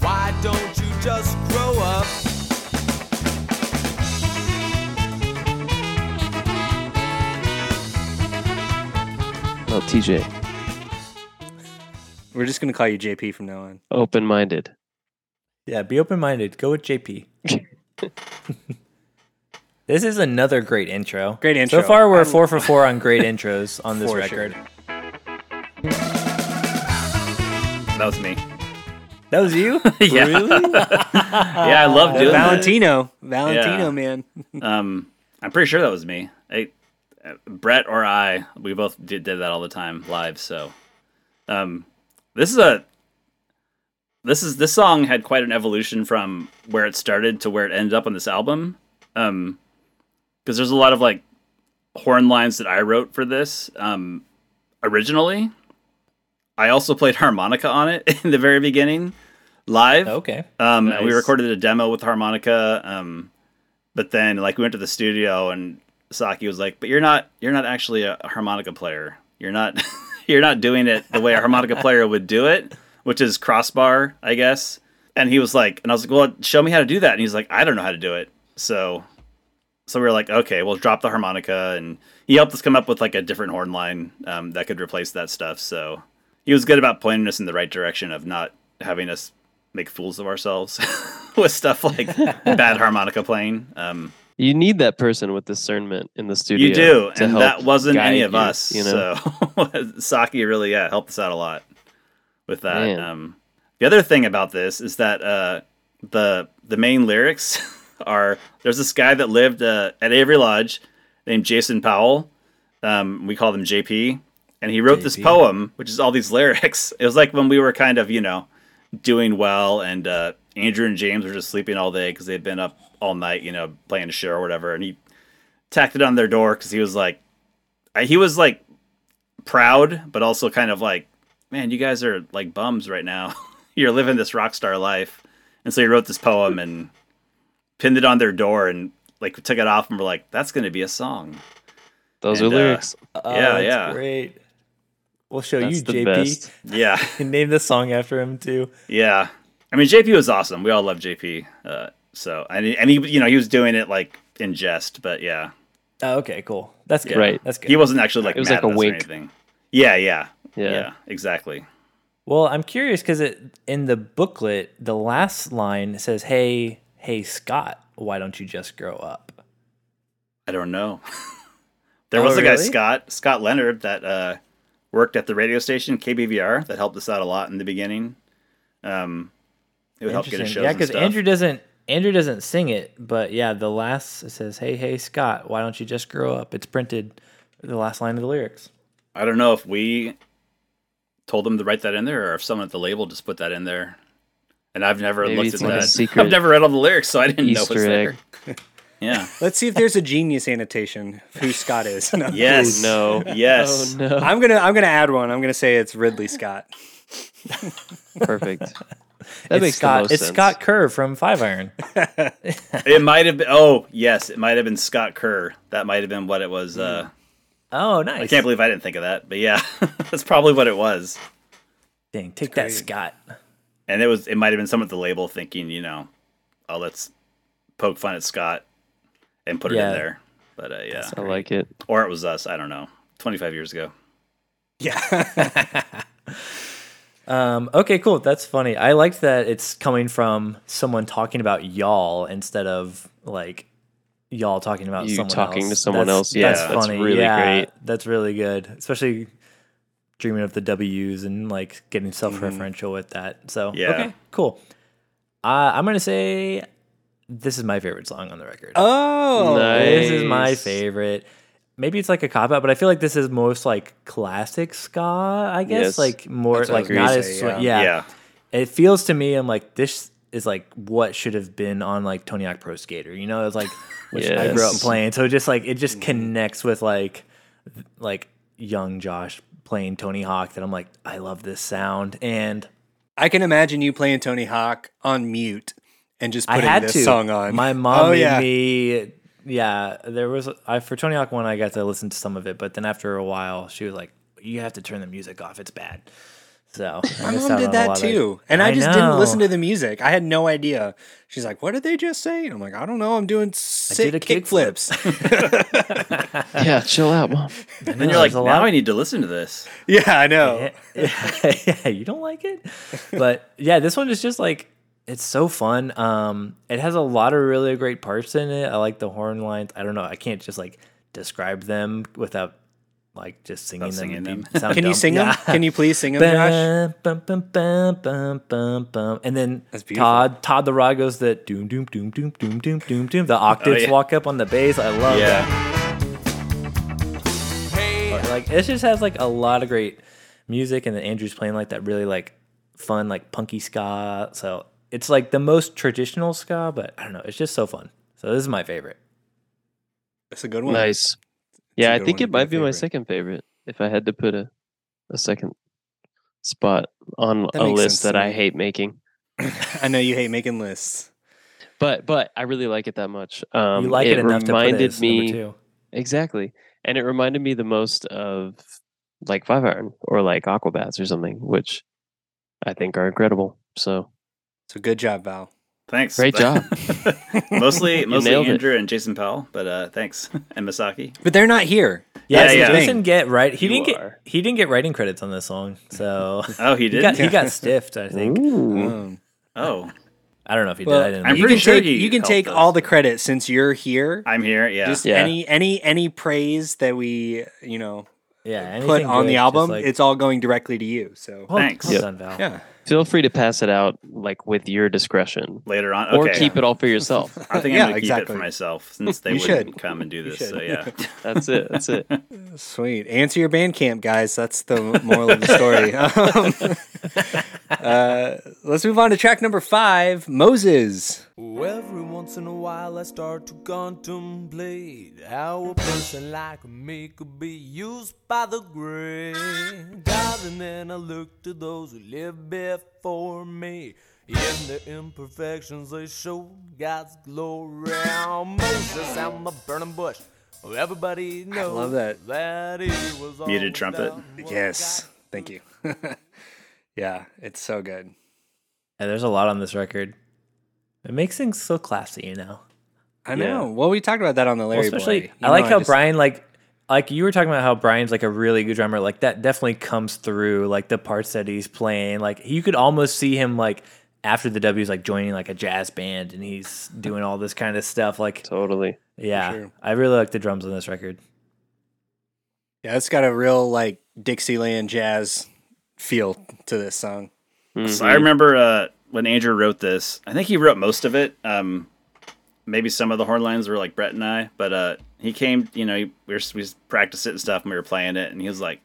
why don't you just grow up? Oh, TJ, We're just gonna call you JP from now on. open minded. Yeah, be open minded. Go with JP. this is another great intro. Great intro. So far, we're I'm- four for four on great intros on this For record. sure. That was me. That was you? Yeah. Really? yeah, I love doing that. Valentino, Valentino, Yeah. man. Um, I'm pretty sure that was me. I, uh, Brett or I, we both did, did that all the time live. So, um, this is a this is this song had quite an evolution from where it started to where it ended up on this album. Um, because there's a lot of like horn lines that I wrote for this. Um, originally, I also played harmonica on it in the very beginning, live. okay. Um, and we Nice. recorded a demo with harmonica. Um, but then like we went to the studio and Saki was like, "But you're not you're not actually a harmonica player. You're not you're not doing it the way a harmonica player would do it, which is crossbar, I guess." And he was like, and I was like, "Well, show me how to do that." And he's like, "I don't know how to do it." So so we were like, "Okay, we'll drop the harmonica." And he helped us come up with like a different horn line um, that could replace that stuff. So he was good about pointing us in the right direction of not having us make fools of ourselves with stuff like bad harmonica playing. Um, You need that person with discernment in the studio. you do, to and help that wasn't any guide of you, us. You know, So Saki really yeah helped us out a lot with that. Man. Um, the other thing about this is that uh, the the main lyrics are there's this guy that lived uh, at Avery Lodge named Jason Powell. Um, we call him JP, and he wrote this poem, which is all these lyrics. It was like when we were kind of you know doing well, and uh, Andrew and James were just sleeping all day because they'd been up all night, you know, playing a show or whatever. And he tacked it on their door because he was like, I- he was like proud, but also kind of like, man, you guys are like bums right now. You're living this rock star life. And so he wrote this poem and pinned it on their door and like took it off and were like, that's going to be a song. those And, are uh, lyrics. Oh, yeah, that's yeah. Great. We'll show That's you, the JP. best. Yeah. And name the song after him, too. Yeah, I mean JP was awesome. We all love JP. Uh, so and he- and he you know he was doing it like in jest, but yeah, Oh, okay, cool. That's good. Right. That's good. he wasn't actually like It was mad like at a us or wink. anything. Yeah, yeah, Yeah. yeah, exactly. Well, I'm curious because in the booklet, the last line says, "Hey, hey, Scott, why don't you just grow up?" I don't know. there Oh, was a guy really? Scott Scott Leonard that uh, worked at the radio station KBVR that helped us out a lot in the beginning. Um, it would help get us shows. yeah, because Andrew doesn't Andrew doesn't sing it, but yeah, the last it says, "Hey, hey, Scott, why don't you just grow up?" It's printed, the last line of the lyrics. I don't know if we told them to write that in there or if someone at the label just put that in there. And I've never Maybe looked it's at like a that. secret I've never read all the lyrics, so I didn't know what's Easter there. egg. Oh, Yeah. Let's see if there's a genius annotation of who Scott is. No. Yes. No. Yes. Oh no. I'm gonna I'm gonna add one. I'm gonna say it's Ridley Scott. Perfect. That it's makes the Scott. most it's sense. Scott Kerr from Five Iron. It might have been. Oh, yes. It might have been Scott Kerr. That might have been what it was. Hmm. Uh, Oh, nice. I can't believe I didn't think of that, but yeah, that's probably what it was. Dang, take that, Scott. And it was. It might have been someone at the label thinking, you know, oh, let's poke fun at Scott and put it Yeah. in there. But uh, yeah, I like it. or it was us. I don't know. Twenty five years ago. Yeah. Um, okay, cool. That's funny. I liked that it's coming from someone talking about y'all instead of like y'all talking about You someone talking else. to someone That's- else. Yeah, that's that's funny. really yeah, great. That's really good, especially dreaming of the W's and like getting self-referential Mm-hmm. with that. So Yeah. okay, cool. Uh, I'm gonna say this is my favorite song on the record. Oh. This is my Nice. favorite. Maybe it's like a cop out, but I feel like this is most like classic ska. I guess Yes. like more That's what I like was gonna not say, as sw- yeah. yeah. Yeah. It feels to me I'm like this is like what should have been on like Tony Hawk Pro Skater. You know, it's like which I grew up Yes. playing. So just like it Mm-hmm. just connects with like like young Josh playing Tony Hawk. That I'm like I love this sound and. I can imagine you playing Tony Hawk on mute and just I putting had this to. song on. My mom Oh, made yeah. me yeah, there was I for Tony Hawk one. I got to listen to some of it, but then after a while, she was like, "You have to turn the music off. It's bad." So I My missed mom out did on a that lot of- too. and I, I just didn't know. listen to the music. I had no idea. She's like, What did they just say? And I'm like, I don't know. I'm doing sick a kick kickflip." flips. yeah, chill out, mom. And then you're there's like, a now lot- I need to listen to this. yeah, I know. yeah, yeah, you don't like it but yeah this one is just like it's so fun um it has a lot of really great parts in it i like the horn lines i don't know i can't just like describe them without like just singing Without them, singing It'd be- them. sound Can you dumb. sing Yeah. them? Can you please sing them, Josh? Bum, bum, bum, bum, bum, bum, bum. And then That's beautiful. Todd Todd the Rod goes the doom doom doom doom doom doom doom doom. Oh, The octaves yeah. walk up on the bass. I love that. Yeah. But, like it just has like a lot of great music and then andrew's playing like that really like fun like punky ska so it's like the most traditional ska but i don't know it's just so fun so this is my favorite That's a good one. Nice. a Yeah, I good one think to it be a might be my favorite. second favorite if I had to put a a second spot on That a makes list sense that to I me. hate making. I know you hate making lists. But but I really like it that much. Um you like it, enough reminded to put it as me number two Exactly. And it reminded me the most of like Five Iron or like Aquabats or something, which I think are incredible. So So good job, Val. Thanks. Great job. mostly You mostly nailed it. Andrew and Jason Powell, but uh, thanks. And Masaki. But they're not here. yeah, Yeah, so yeah. jason get right he You didn't are. get he didn't get writing credits on this song so Oh, he he did? got he got stiffed i think Um, Oh, i don't know if he well, did i didn't I'm you pretty can sure take, he you can helped take us. all the credit since you're here. I'm here. Yeah. Just Yeah. any any any praise that we you know yeah put anything on good, the just, album, like- Oh. it's all going directly to you. So well, Thanks. well Yep. done, Val. yeah, feel free to pass it out like with your discretion. Later on. Or okay. keep it all for yourself. I think Yeah, I'm going to keep exactly. it for myself since they You wouldn't should. come and do this. So, should. yeah. That's it. That's it. sweet. Answer your Bandcamp, guys. That's the moral of the story. Um, uh, let's move on to track number five, Moses. Every once in a while, I start to contemplate how a person like me could be used by the great God, and then I look to those who lived before me. In their imperfections, they show God's glory. Moses and the burning bush. Well, everybody knows love that. he was Muted always trumpet. down with Yes, thank you. yeah, it's so good. yeah there's a lot on this record it makes things so classy you know I know. Well, we talked about that on the Larry. Well, especially, Boy. You I like know, how just- Brian like like you were talking about how Brian's like a really good drummer. Like that definitely comes through. Like the parts that he's playing. Like you could almost see him like after the W's like joining like a jazz band and he's doing all this kind of stuff. Like Totally. yeah, sure. I really like the drums on this record. Yeah, it's got a real like Dixieland jazz feel to this song. So I remember uh, when Andrew wrote this. I think he wrote most of it. Um, maybe some of the horn lines were like Brett and I, but uh, he came. You know, he, we were, we practiced it and stuff, and we were playing it, and he was like,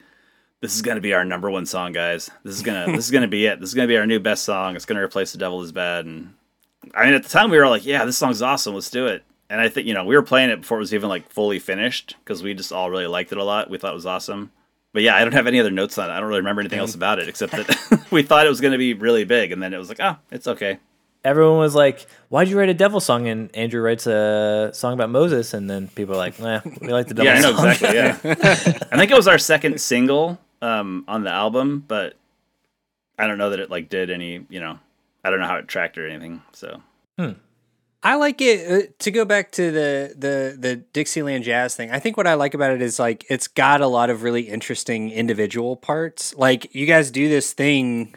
"This is gonna be our number one song, guys. This is gonna this is gonna be it. This is gonna be our new best song. It's gonna replace The Devil Is Bad." And I mean, at the time, we were all like, "Yeah, this song's awesome. Let's do it." And I think you know we were playing it before it was even like fully finished because we just all really liked it a lot. We thought it was awesome. But yeah, I don't have any other notes on it. I don't really remember anything else about it except that we thought it was going to be really big, and then it was like, oh, it's okay. Everyone was like, "Why'd you write a devil song?" And Andrew writes a song about Moses, and then people are like, "Nah, we like the devil yeah, I know song." exactly. Yeah, I think it was our second single um, on the album, but I don't know that it like did any. You know, I don't know how it tracked or anything. So I like it uh, to go back to the the the Dixieland jazz thing. I think what I like about it is like it's got a lot of really interesting individual parts. Like you guys do this thing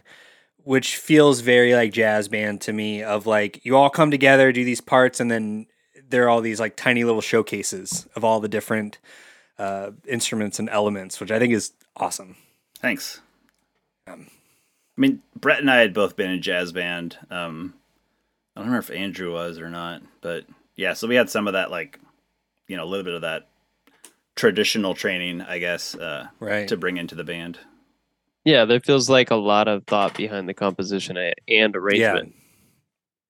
which feels very like jazz band to me of like you all come together, do these parts and then there are all these like tiny little showcases of all the different uh, instruments and elements, which I think is awesome. thanks. I mean, Brett and I had both been in jazz band. Um, I don't remember if Andrew was or not, but yeah, so we had some of that, like, you know, a little bit of that traditional training, I guess, uh, Right. to bring into the band. Yeah, there feels like a lot of thought behind the composition a- and arrangement.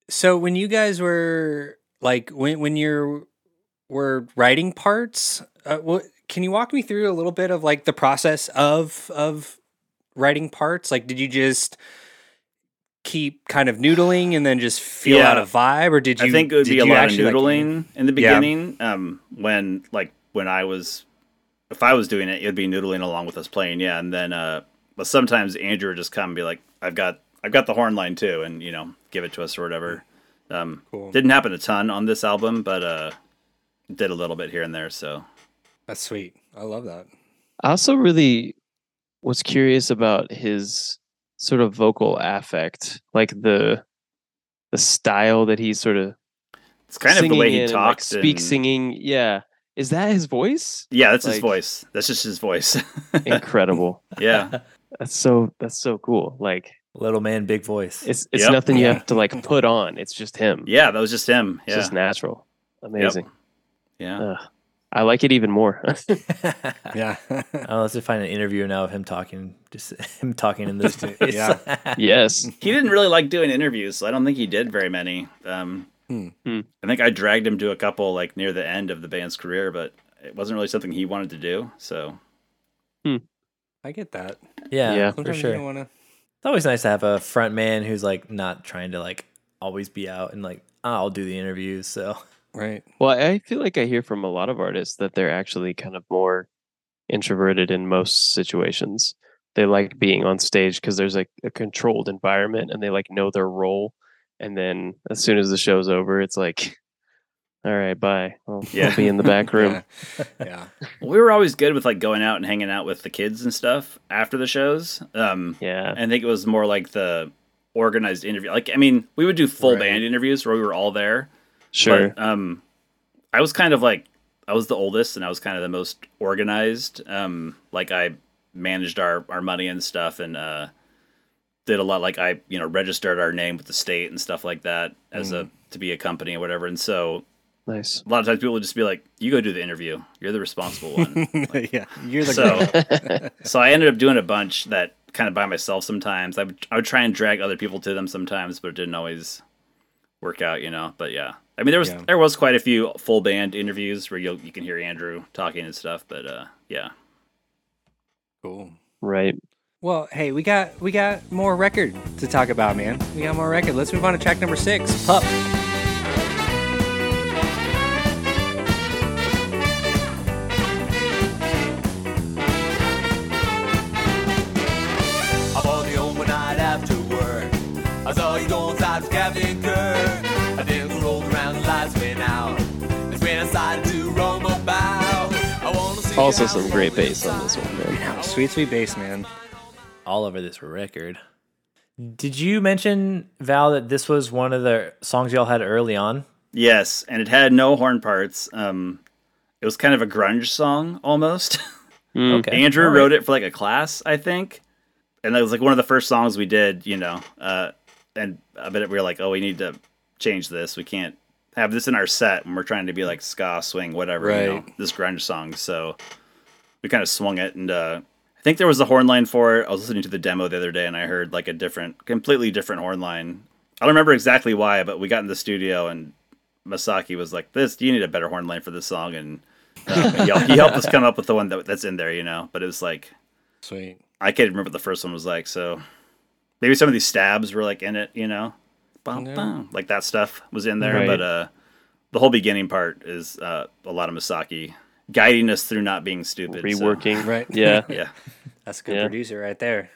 So when you guys were like when when you're were writing parts, uh, what can you walk me through a little bit of like the process of of writing parts? Like, did you just keep kind of noodling and then just feel Yeah. out a vibe, or did you? I think it would did be a you lot of actually, like- noodling in the Yeah. beginning. Um, when like when I was, if I was doing it, it'd be noodling along with us playing. Yeah, and then uh, but sometimes Andrew would just come and be like, "I've got, I've got the horn line too," and you know, give it to us or whatever. Um, Cool. didn't happen a ton on this album, but uh, did a little bit here and there. So That's sweet. I love that. I also really was curious about his sort of vocal affect, like the the style that he sort of it's kind of the singing way in he and, like, talks, speak and- singing. Yeah, is that his voice? Yeah, that's like- his voice. That's just his voice. Incredible. yeah, that's so that's so cool. Like Little man, big voice. it's it's Yep. nothing you Yeah. have to like put on. It's just him. yeah, that was just him. it's Yeah, just natural. Amazing. yeah. Ugh. I like it even more. Yeah. I don't know, let's just find an interview now of him talking, just him talking in this. too. It's- yes. he didn't really like doing interviews, so I don't think he did very many. Um, Hmm. Hmm. I think I dragged him to a couple like near the end of the band's career, but it wasn't really something he wanted to do. So I get that. yeah, Yeah. for Sometimes sure. you don't wanna... It's always nice to have a front man who's like not trying to like always be out and like I'll do the interviews. So Right. Well, I feel like I hear from a lot of artists that they're actually kind of more introverted in most situations. They like being on stage because there's like a controlled environment and they like know their role. And then as soon as the show's over, it's like, all right, bye. I'll, Yeah. I'll be in the back room. Yeah. yeah. we were always good with like going out and hanging out with the kids and stuff after the shows. Um, yeah. I think it was more like the organized interview. Like, I mean, we would do full Right. band interviews where we were all there. Sure. But, um, I was kind of like I was the oldest, and I was kind of the most organized. Um, like I managed our our money and stuff, and uh, did a lot. Like I, you know, registered our name with the state and stuff like that as a to be a company or whatever. And so nice. a lot of times people would just be like, "You go do the interview. You're the responsible one." yeah. You're the so- guy. so I ended up doing a bunch that kind of by myself sometimes. I would I would try and drag other people to them sometimes, but it didn't always work out, you know. But yeah. I mean there was Yeah. there was quite a few full band interviews where you you can hear Andrew talking and stuff, but uh yeah. Cool. Right. Well, hey, we got we got more record to talk about, man. We got more record. Let's move on to track number six, Pup. I bought the home one night after work. I saw you going out with Captain Kirk. I didn't roll around, the lights went out. That's when I decided to roam about. I wanna see Also, how some great lonely bass on this one, man. Yeah, sweet, sweet bass, man. all over this record. Did you mention Val that this was one of the songs y'all had early on? Yes, and it had no horn parts. Um it was kind of a grunge song almost. Okay. Andrew wrote it for like a class, I think, and that was like one of the first songs we did, you know. Uh, and I bet we were like, oh, we need to change this. We can't have this in our set when we're trying to be like ska, swing, whatever, you know, Right. this grunge song. So we kind of swung it, and uh, I think there was a horn line for it. I was listening to the demo the other day, and I heard like a different, completely different horn line. I don't remember exactly why, but we got in the studio and Masaki was like, "This, you need a better horn line for this song," and um, he, helped, he helped us come up with the one that, that's in there, you know. But it was like Sweet. I can't remember what the first one was like, so maybe some of these stabs were like in it, you know, bum, bum, like that stuff was in there. Right. But uh, the whole beginning part is uh, a lot of Masaki guiding us through not being stupid, so- Reworking. Right. Yeah. yeah, That's a good Yeah. producer right there.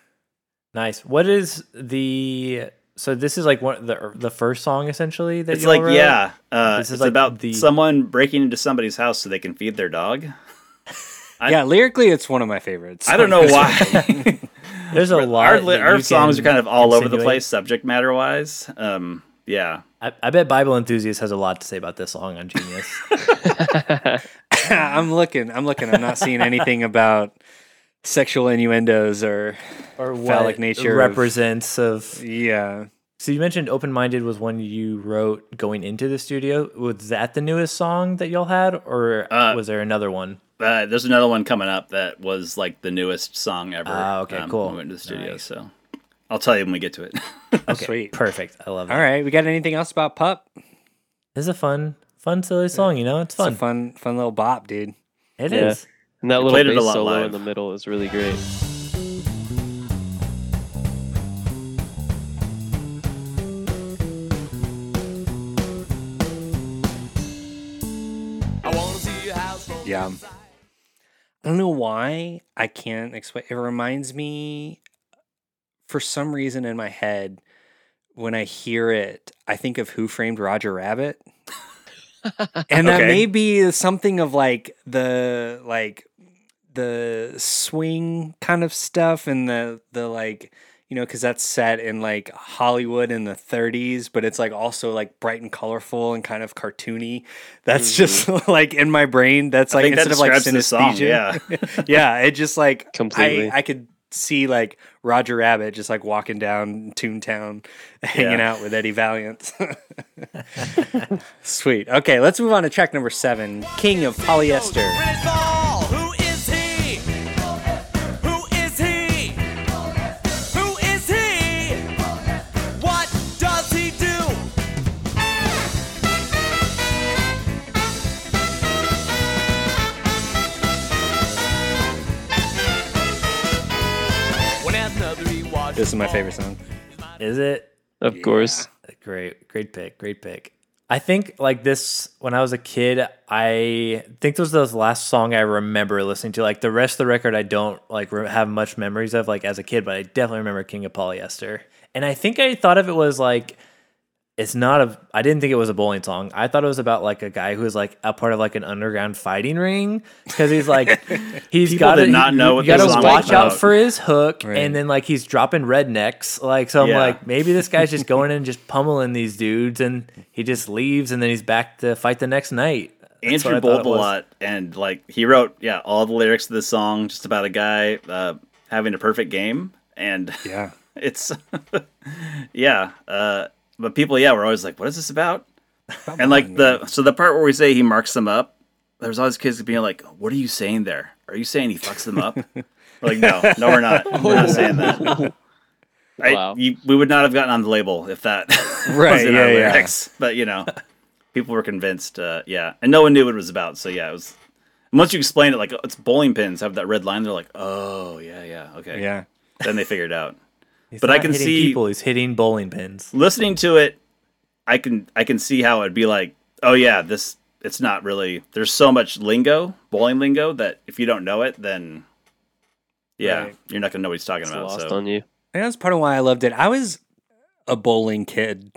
Nice. What is the so this is like one the er, the first song essentially that it's y'all like wrote? yeah, uh, This is it's like about the- someone breaking into somebody's house so they can feed their dog. I- yeah, lyrically, it's one of my favorites. I don't know why. There's a lot. our, li- that our you songs are can kind of all over the insinuate. place subject matter wise um yeah I, I bet Bible enthusiast has a lot to say about this song on Genius. I'm looking. I'm looking. I'm not seeing anything about sexual innuendos or or what Phallic nature of- represents of yeah. So you mentioned Open Minded was one you wrote going into the studio. Was that the newest song that y'all had, or Uh, was there another one? uh, there's another one coming up that was like the newest song ever Ah, okay, um, cool. when we went to the studio so i'll tell you when we get to it Okay. Sweet. Perfect. I love it. All right, we got anything else about Pup? This is a fun, fun silly song. You know, it's It's a fun. fun, fun little bop, dude. It Yeah. is. And that played little it a bass lot solo live. in the middle is really great. Yeah. I don't know why I can't explain. It reminds me, for some reason in my head, when I hear it, I think of Who Framed Roger Rabbit. and that Okay. may be something of like the like the swing kind of stuff and the the like you know because that's set in like hollywood in the 30s but it's like also like bright and colorful and kind of cartoony that's just like in my brain that's Mm-hmm. I like think that instead of like describes the song, synesthesia yeah it just like Completely. I, I could see like roger rabbit just like walking down toontown hanging out with eddie valiant sweet okay let's move on to track number seven king of polyester When it's fall, who is he? Who is he? Who is he? What does he do? When another he watched this is my favorite song Is it? Of course. Great, great pick, great pick. I think like this when I was a kid, I think this was the last song I remember listening to. Like the rest of the record, I don't like re- have much memories of like as a kid, but I definitely remember King of Polyester. And I think I thought of it was like it's not a. I didn't think it was a bowling song. I thought it was about like a guy who's like a part of like an underground fighting ring because he's like he's People got to did not know what you gotta this song was watch out about. for his hook, Right. and then like he's dropping rednecks. Like so, I'm Yeah. like maybe this guy's just going in and just pummeling these dudes, and he just leaves, and then he's back to fight the next night. That's what Andrew I thought it was. Bolbalot, and like he wrote, yeah, all the lyrics to the song just about a guy uh, having a perfect game, and yeah it's yeah. Uh, but people, yeah, were always like, "What is this about?" and like the so the part where we say he marks them up, there's always kids being like, "What are you saying there? Are you saying he fucks them up?" we're like, no, no, we're not. We're Oh. not saying that. I- Wow. you- we would not have gotten on the label if that was Right, in our yeah, yeah. lyrics. But you know, people were convinced. Uh, yeah, and no one knew what it was about. So yeah, it was. And once you explain it, like "Oh, it's bowling pins have that red line. They're like, oh yeah, yeah, okay. yeah Then they figured it out. He's but I not can hitting see- people. He's hitting bowling pins. listening to it, I can I can see how it'd be like, oh yeah, this it's not really. There's so much lingo, bowling lingo, that if you don't know it, then yeah, Right. you're not gonna know what he's talking It's about. lost so on you. And that's part of why I loved it. I was a bowling kid.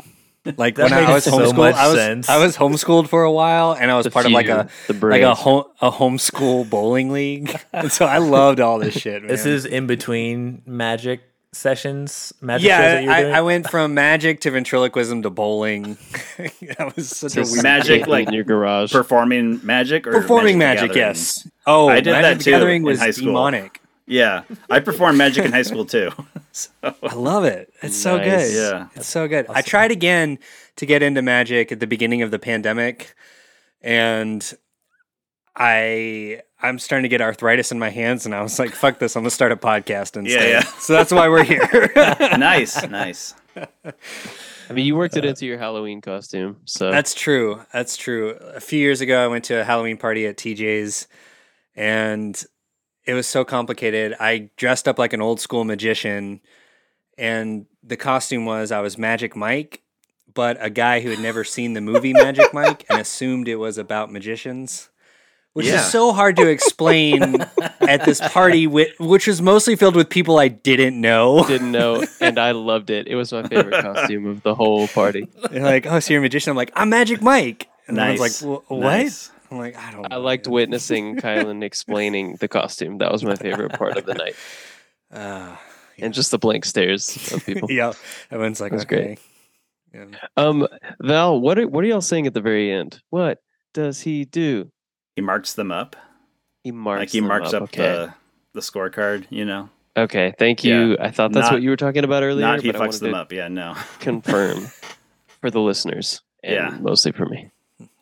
Like That when I makes was so homeschooled, much I was sense. I was homeschooled for a while, and I was The part of like few, a the like a brave. home a homeschool bowling league. And so I loved all this shit. Man. This is in between magic sessions. Magic shows that yeah. you were I, doing? I went from magic to ventriloquism to bowling. that was such a Just weird magic, in like, your garage. performing magic or performing the magic. Gathering? yes. Oh, I did Magic that the too Gathering in was high school. demonic. Yeah, I performed magic in high school too. So, I love it. It's so Nice. good. Yeah. It's so good. I tried again to get into magic at the beginning of the pandemic and I I'm starting to get arthritis in my hands and I was like, fuck this, I'm gonna start a podcast instead. yeah. So that's why we're here. nice, nice. I mean, you worked it into your Halloween costume, so That's true. That's true. A few years ago, I went to a Halloween party at TJ's, and it was so complicated. I dressed up like an old school magician, and the costume was I was Magic Mike, but a guy who had never seen the movie Magic Mike and assumed it was about magicians. Which Yeah. is so hard to explain at this party, whi- which was mostly filled with people I didn't know. didn't know, and I loved it. It was my favorite costume of the whole party. They're like, "Oh, so you're a magician?" I'm like, "I'm Magic Mike," and Nice. I was like, "Wh- "What?" Nice. I'm like, "I don't." I liked witnessing Kylan explaining the costume. That was my favorite part of the night. Ah. And just the blank stares of people. yeah, everyone's like, That's okay. great. Yeah. Um, Val, what are what are y'all saying at the very end? What does he do? He marks them up, He marks like he them marks up, okay. the the scorecard. You know, Okay, thank you. I thought that's Not- what you were talking about earlier. not he but I fucks wanted them to up. Yeah, no. Confirm for the listeners. And Yeah. mostly for me.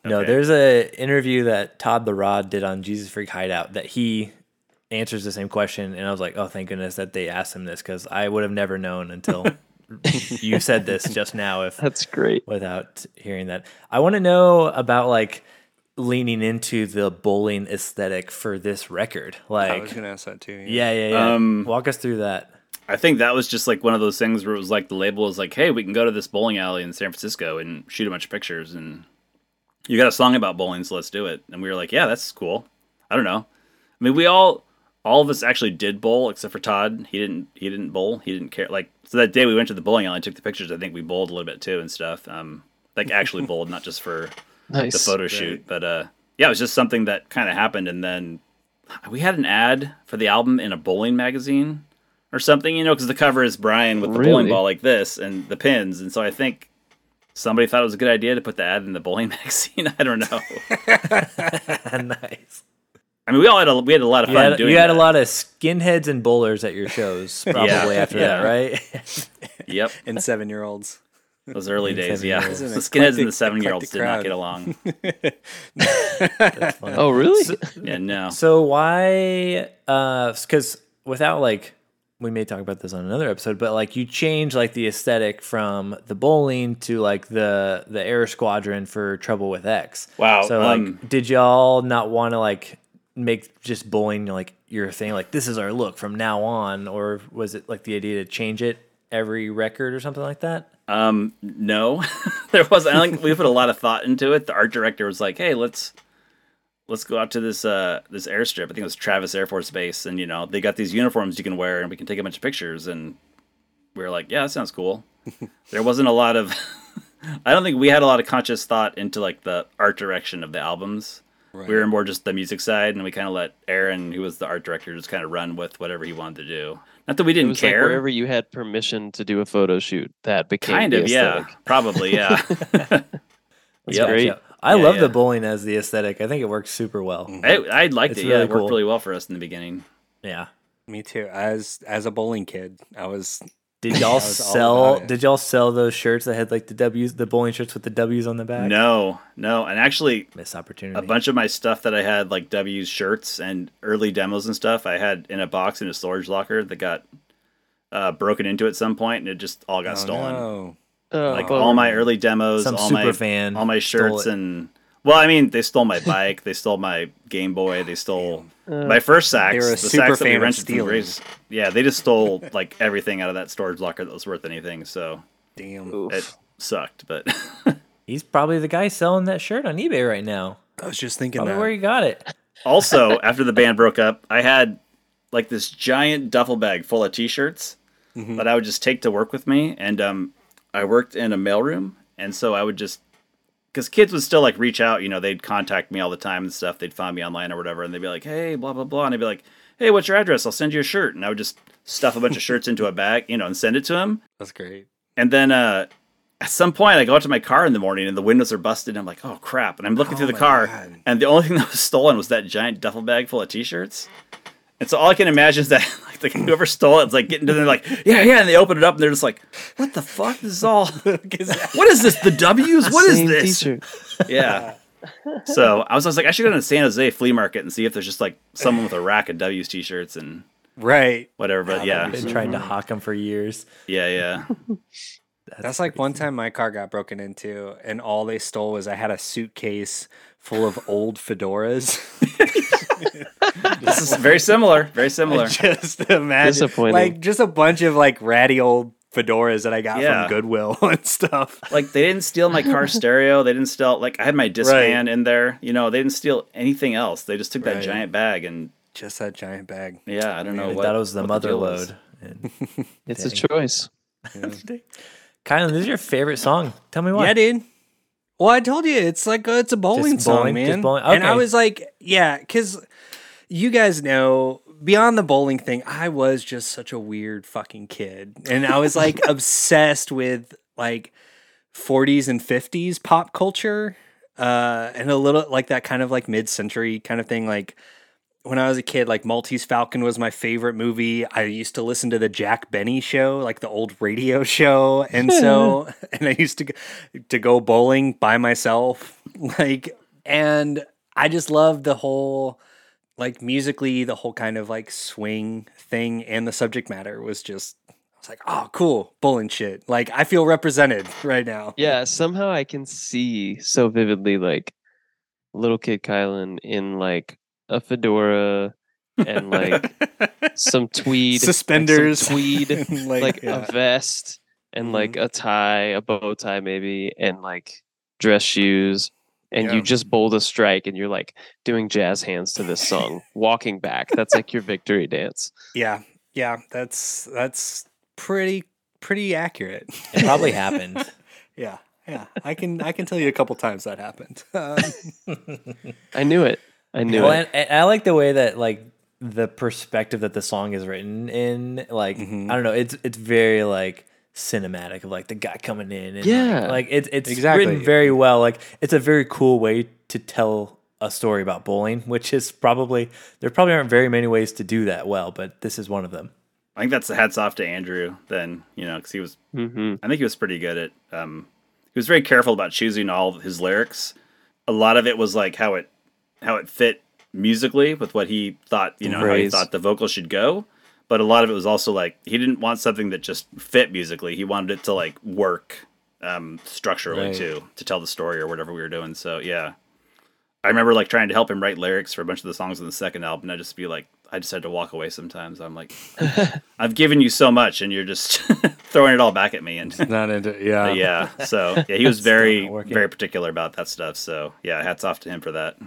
No, Okay. there's a interview that Todd the Rod did on Jesus Freak Hideout that he answers the same question, and I was like, oh, thank goodness that they asked him this because I would have never known until you said this just now if That's great. without hearing that. I want to know about like leaning into the bowling aesthetic for this record. I was Like, gonna ask that too. yeah, yeah, yeah. Um, Walk us through that. I think that was just like one of those things where it was like the label was like, "Hey, we can go to this bowling alley in San Francisco and shoot a bunch of pictures, and you got a song about bowling, so let's do it." And we were like, "Yeah, that's cool." I don't know. I mean, we all all of us actually did bowl except for Todd. He didn't he didn't bowl. He didn't care. Like so that day we went to the bowling alley, took the pictures. I think we bowled a little bit too and stuff. Um, like actually bowled, not just for the Nice. photo shoot. But uh, yeah, it was just something that kind of happened, and then we had an ad for the album in a bowling magazine or something, you know, because the cover is Brian with the bowling Really? ball like this and the pins, and so I think somebody thought it was a good idea to put the ad in the bowling magazine. I don't know. nice. I mean, we all had a we had a lot of You fun had, doing. you had a that. lot of skinheads and bowlers at your shows probably after that, yeah. right? Yep, and seven year olds. those early days. seven Yeah, years. the It's an skinheads and eclectic- the seven year olds eclectic did not crowd. get along. Oh, really? Yeah, no. so why? Because without like, we may talk about this on another episode, but like you change like the aesthetic from the bowling to like the the Air Squadron for Trouble with X. Wow, So um, like, did y'all not want to like make just bowling like your thing? Like this is our look from now on, or was it like the idea to change it every record or something like that? Um, no, there was. I think we put a lot of thought into it. The art director was like, "Hey, let's let's go out to this uh this airstrip. I think it was Travis Air Force Base, and you know they got these uniforms you can wear, and we can take a bunch of pictures." And we were like, "Yeah, that sounds cool." there wasn't a lot of. I don't think we had a lot of conscious thought into like the art direction of the albums. We were more just the music side, and we kind of let Aaron, who was the art director, just kind of run with whatever he wanted to do. Not that we It didn't was like care. wherever you had permission to do a photo shoot, that became kind the of, yeah, aesthetic. probably, yeah. That's Yep. great. Yeah. I Yeah, love yeah. Mm. the bowling as the aesthetic. I think it works super well. I, I liked It's it. yeah, really it worked cool. really well for us in the beginning. Yeah. Me too. As as a bowling kid, I was Did y'all was all sell? about it. Did y'all sell those shirts that had like the W's, the bowling shirts with the W's on the back? No, no, and actually, missed opportunity. a bunch of my stuff that I had, like W's shirts and early demos and stuff, I had in a box in a storage locker that got uh, broken into at some point, and it just all got stolen. No. Oh, Like bummer. all my early demos, Oh, Some all super my fan all my stole shirts, it. and well, I mean, they stole my bike, they stole my Game Boy, they stole my first sax, They're a the super sax that we fan of rented from stealing. Grace. Yeah, they just stole like everything out of that storage locker that was worth anything. So Damn. it sucked, but. He's probably the guy selling that shirt on eBay right now. I was just thinking Probably that. where he got it. also, after the band broke up, I had like this giant duffel bag full of t-shirts that I would just take to work with me, and um, I worked in a mailroom, and so I would just because kids would still like reach out, you know, they'd contact me all the time and stuff. They'd find me online or whatever, and they'd be like, "Hey, blah blah blah," and I'd be like, "Hey, what's your address? I'll send you a shirt." And I would just stuff a bunch of shirts into a bag, you know, and send it to them. That's great. And then uh, at some point, I go out to my car in the morning and the windows are busted. And I'm like, oh crap. And I'm looking through the my car. God. And the only thing that was stolen was that giant duffel bag full of t shirts. And so all I can imagine is that like the whoever stole it's like getting to them like yeah yeah and they open it up and they're just like what the fuck this is all what is this the W's what is Same this T-shirt. yeah so I was, I was like I should go to the San Jose flea market and see if there's just like someone with a rack of W's t-shirts and Right. whatever but Yeah, yeah been trying to hawk him for years. yeah yeah That's like one time my car got broken into, and all they stole was I had a suitcase full of old fedoras. this is very similar very similar just imagine, Disappointing. like just a bunch of like ratty old fedoras that I got Yeah. from Goodwill and stuff. like they didn't steal my car stereo. They didn't steal like I had my Discman in there. You know, they didn't steal anything else. They just took that Right. giant bag and Just that giant bag. yeah, I don't know I what. thought it was the what mother deal was. load. And It's a choice. Kylan, this is your favorite song. Tell me why. Yeah, dude. Well, I told you it's like a, it's a bowling song, bowling, man. just bowling. And I Okay. was like, yeah, because you guys know beyond the bowling thing, I was just such a weird fucking kid, and I was like obsessed with like 40s and 50s pop culture, uh, and a little like that kind of like mid century kind of thing, like when I was a kid, like Maltese Falcon was my favorite movie. I used to listen to the Jack Benny show, like the old radio show, and so and I used to go- to go bowling by myself, like and I just loved the whole like musically the whole kind of like swing thing and the subject matter was just I was like, "Oh, cool, bowling shit." Like I feel represented right now. Yeah, somehow I can see so vividly like little kid Kylan in like a fedora and like some tweed like, some Suspenders. tweed, Like, uh, like yeah. a vest and like a tie, a bow tie maybe, and like dress shoes and Yeah. you just bowled a strike and you're like doing jazz hands to this song, walking back. That's like your victory dance. Yeah, yeah, that's that's pretty pretty accurate. It probably happened. Yeah, yeah, I can I can tell you a couple times that happened. Um, I knew it. I knew Well, it. and, and I like the way that like the perspective that the song is written in. Like I don't know, it's it's very like cinematic of like the guy coming in. And, like- Yeah. like, it's it's Exactly. written very well. Like it's a very cool way to tell a story about bowling, which is probably there probably aren't very many ways to do that well, but this is one of them. I think that's the hats off to Andrew then, you know, because he was, I think he was pretty good at, um, he was very careful about choosing all of his lyrics. A lot of it was like how it, how it fit musically with what he thought, you know, how he Phrase. thought the vocal should go. But a lot of it was also like he didn't want something that just fit musically. He wanted it to like work um, structurally Right. too, to tell the story or whatever we were doing. So yeah, I remember like trying to help him write lyrics for a bunch of the songs on the second album. And I just be like, I just had to walk away sometimes. I'm like, I've given you so much, and you're just throwing it all back at me. And Not into yeah. yeah, so yeah, he was very, not working. very particular about that stuff. So yeah, hats off to him for that.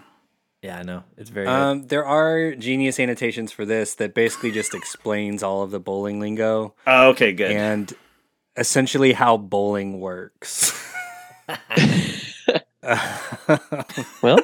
Yeah, I know. It's very uh, good. Um, there are genius annotations for this that basically just explains all of the bowling lingo Oh, okay, good. and essentially how bowling works. Well,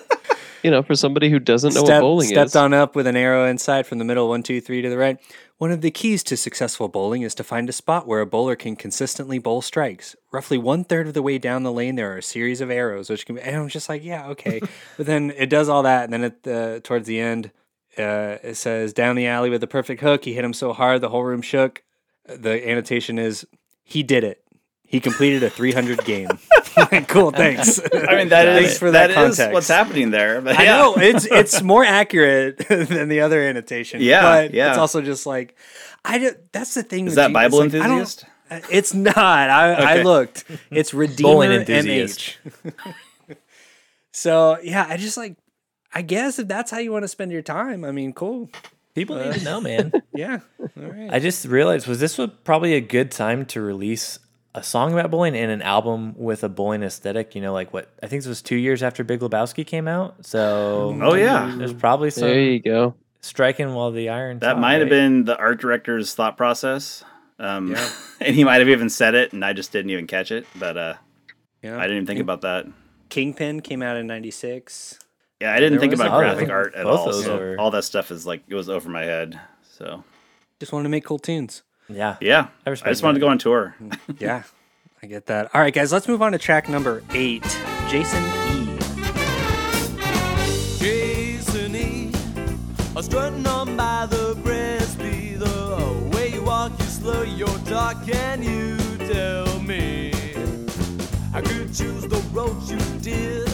you know, for somebody who doesn't know Step- what bowling stepped is, on up with an arrow inside from the middle, one, two, three to the right. One of the keys to successful bowling is to find a spot where a bowler can consistently bowl strikes. Roughly one third of the way down the lane, there are a series of arrows, which can be. And I'm just like, yeah, okay. but then it does all that, and then at the, towards the end, uh, it says down the alley with a perfect hook. He hit him so hard the whole room shook. The annotation is he did it. He completed a 300 game. cool, thanks. I mean, that thanks is for that that, is context. what's happening there. But I yeah. know it's it's more accurate than the other annotation. Yeah, but yeah. it's also just like I do, that's the thing. Is with that you- Bible it's like, I don't- enthusiast? uh, It's not. I, I looked. It's redeemer Bowling MH. enthusiast. so yeah, I just like. I guess if that's how you want to spend your time, I mean, cool. People need to know, man. Yeah. All right. I just realized was this was probably a good time to release a song about bowling and an album with a bowling aesthetic. You know, like what I think this was two years after Big Lebowski came out. So Oh, yeah. there's probably some there you go. striking while the iron. That hot, might have right? been the art director's thought process. Um, and he might have even said it, and I just didn't even catch it. But uh, Yeah. I didn't even think about that. Kingpin came out in '96. Yeah, I didn't There think was about another. graphic art at Both all. those So are- all that stuff is like it was over my head. So Just wanted to make cool tunes. Yeah. yeah, I I, respect just wanted that. to go on tour. Yeah, I get that. All right, guys, let's move on to track number eight. Jason E. Jason E. Strutting on by the Bresby, the way you walk, you slow your talk, can you tell me? I could choose the road you did,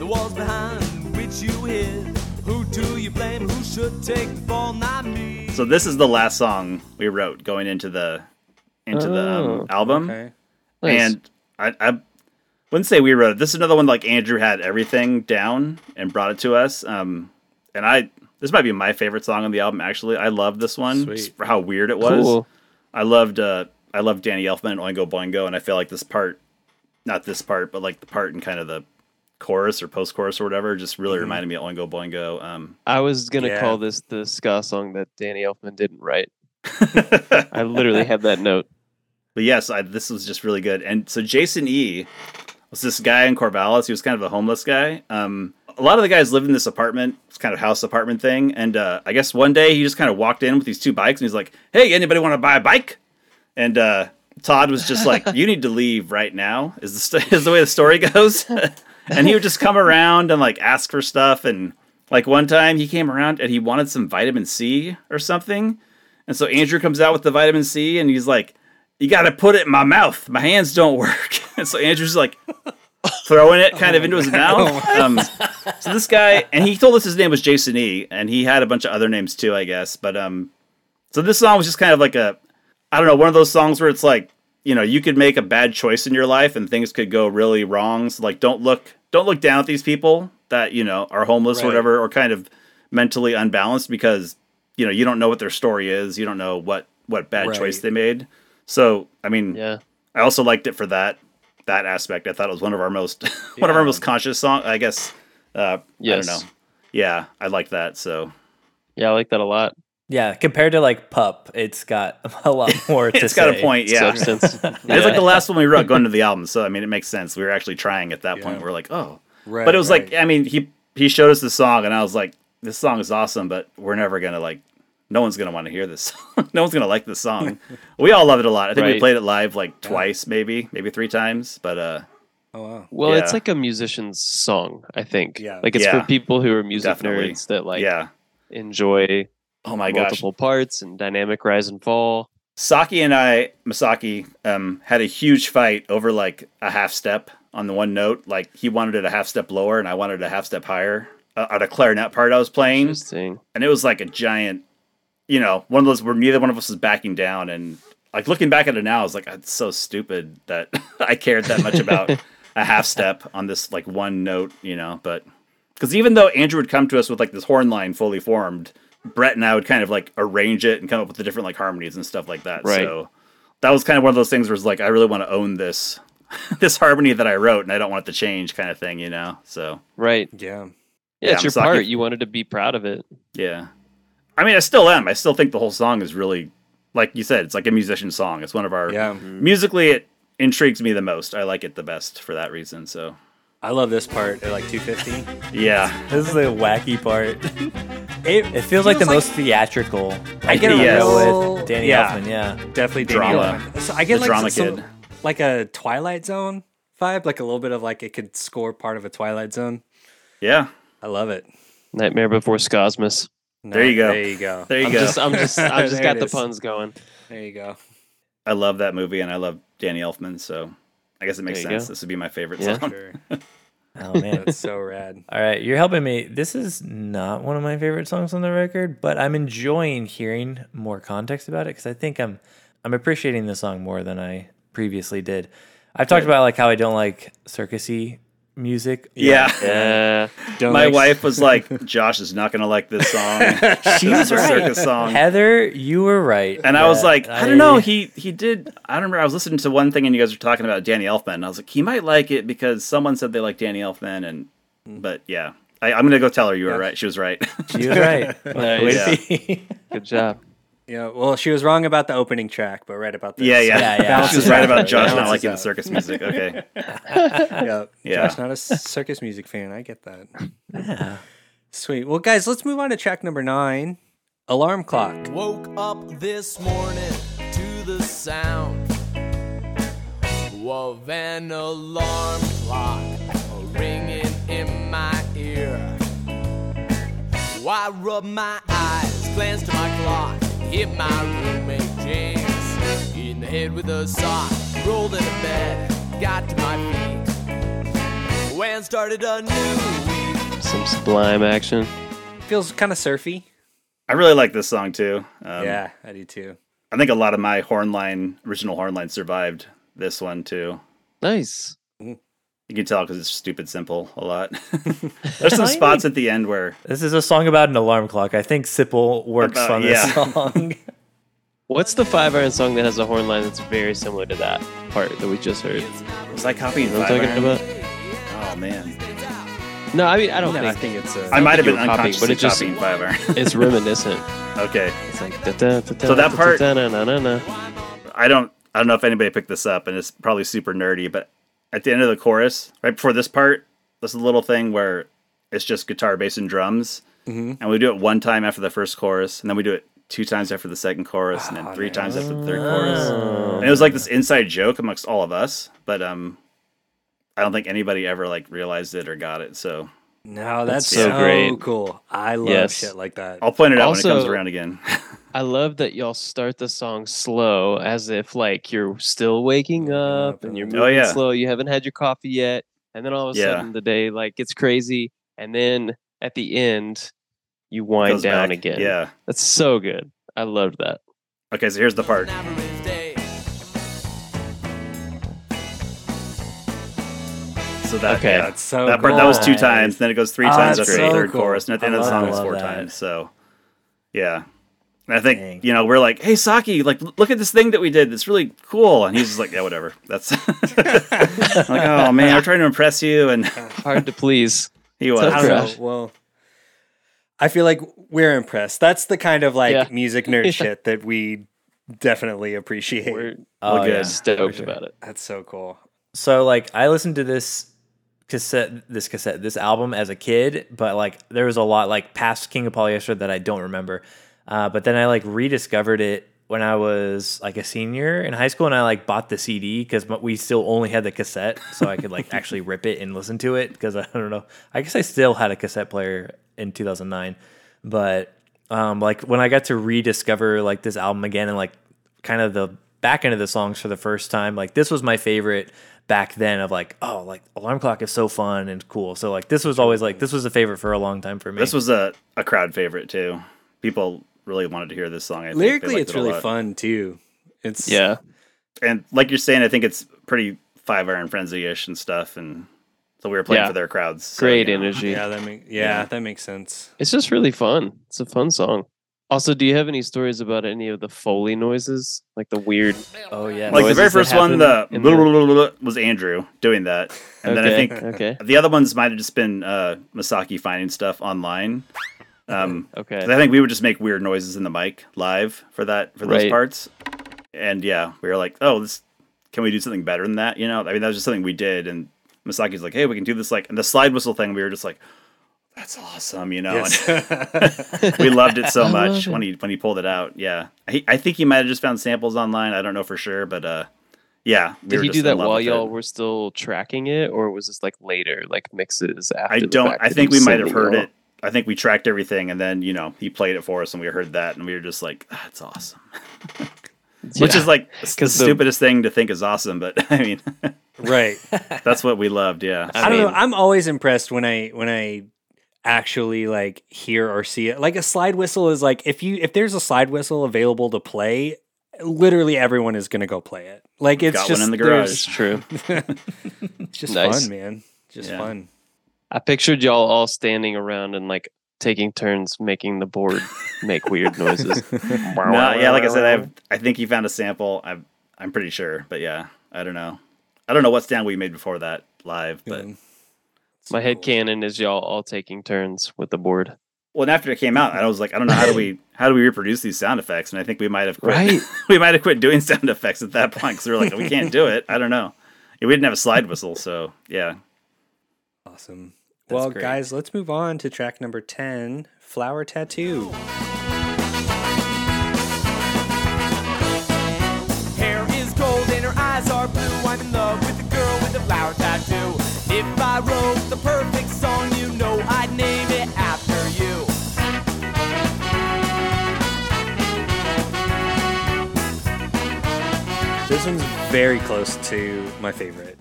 the walls behind which you hid. Who do you blame? Who should take the fall? Not me. So this is the last song we wrote going into the into the um, Oh, album, Okay. Nice. and I, I wouldn't say we wrote it. This is another one like Andrew had everything down and brought it to us. Um, and I this might be my favorite song on the album. Actually, I love this one just for how weird it was. cool. I loved uh I loved Danny Elfman and Oingo Boingo, and I feel like this part, not this part, but like the part in kind of the chorus or post chorus or whatever, just really reminded me of Oingo Boingo. Um, I was gonna Yeah. call this the ska song that Danny Elfman didn't write. I literally had that note. but yes, I, this was just really good. And so Jason E was this guy in Corvallis. He was kind of a homeless guy. Um, a lot of the guys lived in this apartment, this kind of house apartment thing. And uh, I guess one day he just kind of walked in with these two bikes, and he's like, "Hey, anybody want to buy a bike?" And uh, Todd was just like, "You need to leave right now." Is the st- is the way the story goes? and he would just come around and like ask for stuff. And like one time he came around and he wanted some vitamin C or something. And so Andrew comes out with the vitamin C and he's like, "You got to put it in my mouth. My hands don't work." and so Andrew's like throwing it Oh kind of into his mouth. Um, so this guy, and he told us his name was Jason E, and he had a bunch of other names too, I guess. But um, so this song was just kind of like a, I don't know, one of those songs where it's like, you know, you could make a bad choice in your life and things could go really wrong. So like, don't look, don't look down at these people that you know are homeless or Right. whatever, or kind of mentally unbalanced because you know you don't know what their story is, you don't know what what bad choice Right. they made. So I mean, Yeah. I also liked it for that. that aspect. I thought it was one of our most one of our most conscious song. I guess. Uh, Yes. I don't know. Yeah, I like that. So Yeah, I like that a lot. Yeah, compared to like Pup, it's got a lot more. to it's got a say. point. Yeah, Substance. It's like Yeah. the last one we wrote going to the album. So I mean, it makes sense. We were actually trying at that point. We're like, oh, Right, but it was like, right. I mean, he he showed us the song, and I was like, this song is awesome, but we're never gonna like. No one's gonna want to hear this. song. no one's gonna like this song. we all love it a lot. I think we Right. played it live like twice, maybe, maybe three times. But uh, Oh wow. Well, it's Yeah. like a musician's song, I think. Yeah. Like it's Yeah. for people who are music Definitely. nerds that like yeah. enjoy Oh my gosh. multiple parts and dynamic rise and fall. Saki and I, Masaki, um, had a huge fight over like a half step on the one note. Like he wanted it a half step lower, and I wanted it a half step higher uh, on a clarinet part I was playing. Interesting. and it was like a giant, you know, one of those where neither one of us was backing down. And like looking back at it now, I was like, it's so stupid that I cared that much about a half step on this like one note, you know. But because even though Andrew would come to us with like this horn line fully formed, Brett and I would kind of like arrange it and come up with the different like harmonies and stuff like that. Right. So that was kind of one of those things where it's like, I really want to own this. this harmony that I wrote, and I don't want it to change, kind of thing, you know. So Right. Yeah. Yeah, Yeah, it's your Masaki- part. You wanted to be proud of it. Yeah. I mean, I still am. I still think the whole song is really, like you said, it's like a musician song. It's one of our. Yeah. Musically, it intrigues me the most. I like it the best for that reason. So, I love this part at like 250. yeah. This is the wacky part. It, It feels like the feels most theatrical. I get a with real- Danny Yeah. Elfman. Yeah, definitely Danny Drama. Elfman. So I get The like drama some- kid. like a Twilight Zone vibe, like a little bit of like it could score part of a Twilight Zone. Yeah. I love it. Nightmare Before Scosmos. No, There you go. There you go. There you I'm go. just uh, I'm just I've There just got it the is. puns going. There you go. I love that movie and I love Danny Elfman. So, I guess it makes There you sense. go. This would be my favorite Yeah. song. Sure. Oh man. That's so rad. All right, you're helping me. This is not one of my favorite songs on the record, but I'm enjoying hearing more context about it because I think I'm I'm appreciating the song more than I previously did. I've talked about like how I don't like circusy music. Yeah. Yeah. Don't My like- wife was like, Josh is not going to like this song. She This was is a right. circus song. Heather, you were right. And I was that like, I don't know. He he did. I don't remember. I was listening to one thing, and you guys were talking about Danny Elfman. And I was like, he might like it because someone said they like Danny Elfman, and Hmm. but yeah, I, I'm gonna go tell her you were right. She was right. she was right. Nice. Yeah. Good job. Yeah. Well, she was wrong about the opening track, but right about this. yeah, yeah, Yeah, yeah. She was right about Balances Josh out. not liking the circus music. Okay, yeah. Yeah. Josh, not a s- circus music fan. I get that. Yeah. Sweet. Well, guys, let's move on to track number nine Alarm Clock. Woke up this morning to the sound of an alarm clock ringing in my ear. I rubbed my eyes, glanced at my clock, hit my roommate James in the head with a sock, rolled into bed, got to my feet, and started a new week. Some sublime action. Feels kind of surfy. I really like this song too. Um, yeah, I do too. I think a lot of my horn line original horn line survived this one too. Nice. You can tell because it's stupid simple a lot. There's some spots at the end where This is a song about an alarm clock. I think Sipple works About- on this yeah. song. What's the five iron song that has a horn line that's very similar to that part that we just heard? was I copying? You know what I'm Five talking Iron? about? Oh man, No, I mean I don't No, think, I think it's a. I might have you been were copying, but unconsciously it just- copying Five Iron. it's reminiscent. okay. It's like so So that part- That's I don't I don't know if anybody picked this up, and it's probably super nerdy, but at the end of the chorus, right before this part, there's a little thing where it's just guitar, bass, and drums, Mm-hmm. and we do it one time after the first chorus, and then we do it two times after the second chorus, and then Ah, three times after the third chorus. Oh. And it was like this inside joke amongst all of us, but um, I don't think anybody ever like realized it or got it. So No, that's, so so, great. cool. I love Yes. shit like that. I'll point it out Also- when it comes around again. I love that y'all start the song slow as if like you're still waking up and you're moving Oh, yeah. slow. You haven't had your coffee yet, and then all of a Yeah. sudden the day like gets crazy, and then at the end you wind Goes down back. again. Yeah. that's so good. I loved that. Okay, so here's the part. An average day. So that Okay. yeah, That's so that part that was two Nice. times. Then it goes three Oh, times that's after the so third cool. chorus, and at the I end of the love song that. it's I four love that. times. So, yeah, And I think Dang. you know we're like, hey Saki, like l- look at this thing that we did. That's really cool. And he's just like, yeah, whatever. That's I'm like, oh man, we're trying to impress you, and Hard to please. he was. I Tough don't know. Crush. Well, I feel like we're impressed. That's the kind of like Yeah. music nerd shit that we definitely appreciate. We're Oh, good. yeah. stoked about it. That's so cool. So like I listened to this cassette this cassette this album as a kid, but like there was a lot like past King of Polyester that I don't remember. Uh, but then I like rediscovered it when I was like a senior in high school, and I like bought the CD because we still only had the cassette, so I could like actually rip it and listen to it. Because I don't know, I guess I still had a cassette player in 2009, but um, like when I got to rediscover like this album again and like kind of the back end of the songs for the first time. Like this was my favorite back then of like, oh, like alarm clock is so fun and cool. So like this was always like this was a favorite for a long time for me. This was a, a crowd favorite too. People really wanted to hear this song. I think. They Lyrically, liked it's it a really lot. fun too. It's Yeah. And like you're saying, I think it's pretty Five Iron Frenzy ish and stuff. And so we were playing Yeah. for their crowds. So, Great you know. energy. yeah, that make, yeah, that makes sense. It's just really fun. It's a fun song. Also, do you have any stories about any of the foley noises? Like the weird oh yeah. Like the Noises very that first one, the happen in the- was Andrew doing that, and then I Okay, think okay. the other ones might have just been uh, Masaki finding stuff online. Um, Okay. 'cause I think we would just make weird noises in the mic live for that for those Right. parts, and yeah, we were like, oh, this can we do something better than that? You know, I mean, that was just something we did, and Masaki's like, hey, we can do this like and the slide whistle thing. We were just like, that's awesome, you know. and- we loved it so much when he when he pulled it out. Yeah, he, I think he might have just found samples online. I don't know for sure, but uh, yeah. we Did were he just do in that love while with y'all it. were still tracking it, or was this like later, like mixes after? I the don't. fact I that think he we might sent have heard y'all? it. I think we tracked everything, and then you know he played it for us, and we heard that, and we were just like, "Ah, "That's awesome," which Yeah. is like the 'Cause the- stupidest thing to think is awesome, but I mean, Right. that's what we loved. Yeah. I, don't know. mean- I'm always impressed when I when I actually like hear or see it. Like a slide whistle is like if you if there's a slide whistle available to play, literally everyone is gonna go play it. Like it's Got one just in the there's- It's true. it's just Nice. fun, man. Just Yeah. fun. I pictured y'all all standing around and like taking turns making the board make weird noises. No, yeah, like I said, I've, I think he found a sample. I'm I'm pretty sure, but yeah, I don't know. I don't know what sound we made before that live, but Yeah. My head cannon is y'all all taking turns with the board. Well, and after it came out, I was like, I don't know how do we how do we reproduce these sound effects? And I think we might have quit. Right. we might have quit doing sound effects at that point because we were like, we can't do it. I don't know. Yeah, We didn't have a slide whistle, so yeah. Awesome. well, great. guys, let's move on to track number 10, Flower Tattoo. Hair is gold and her eyes are blue. I'm in love with a girl with a flower tattoo. If I wrote the perfect song, you know I'd name it after you. This one's very close to my favorite.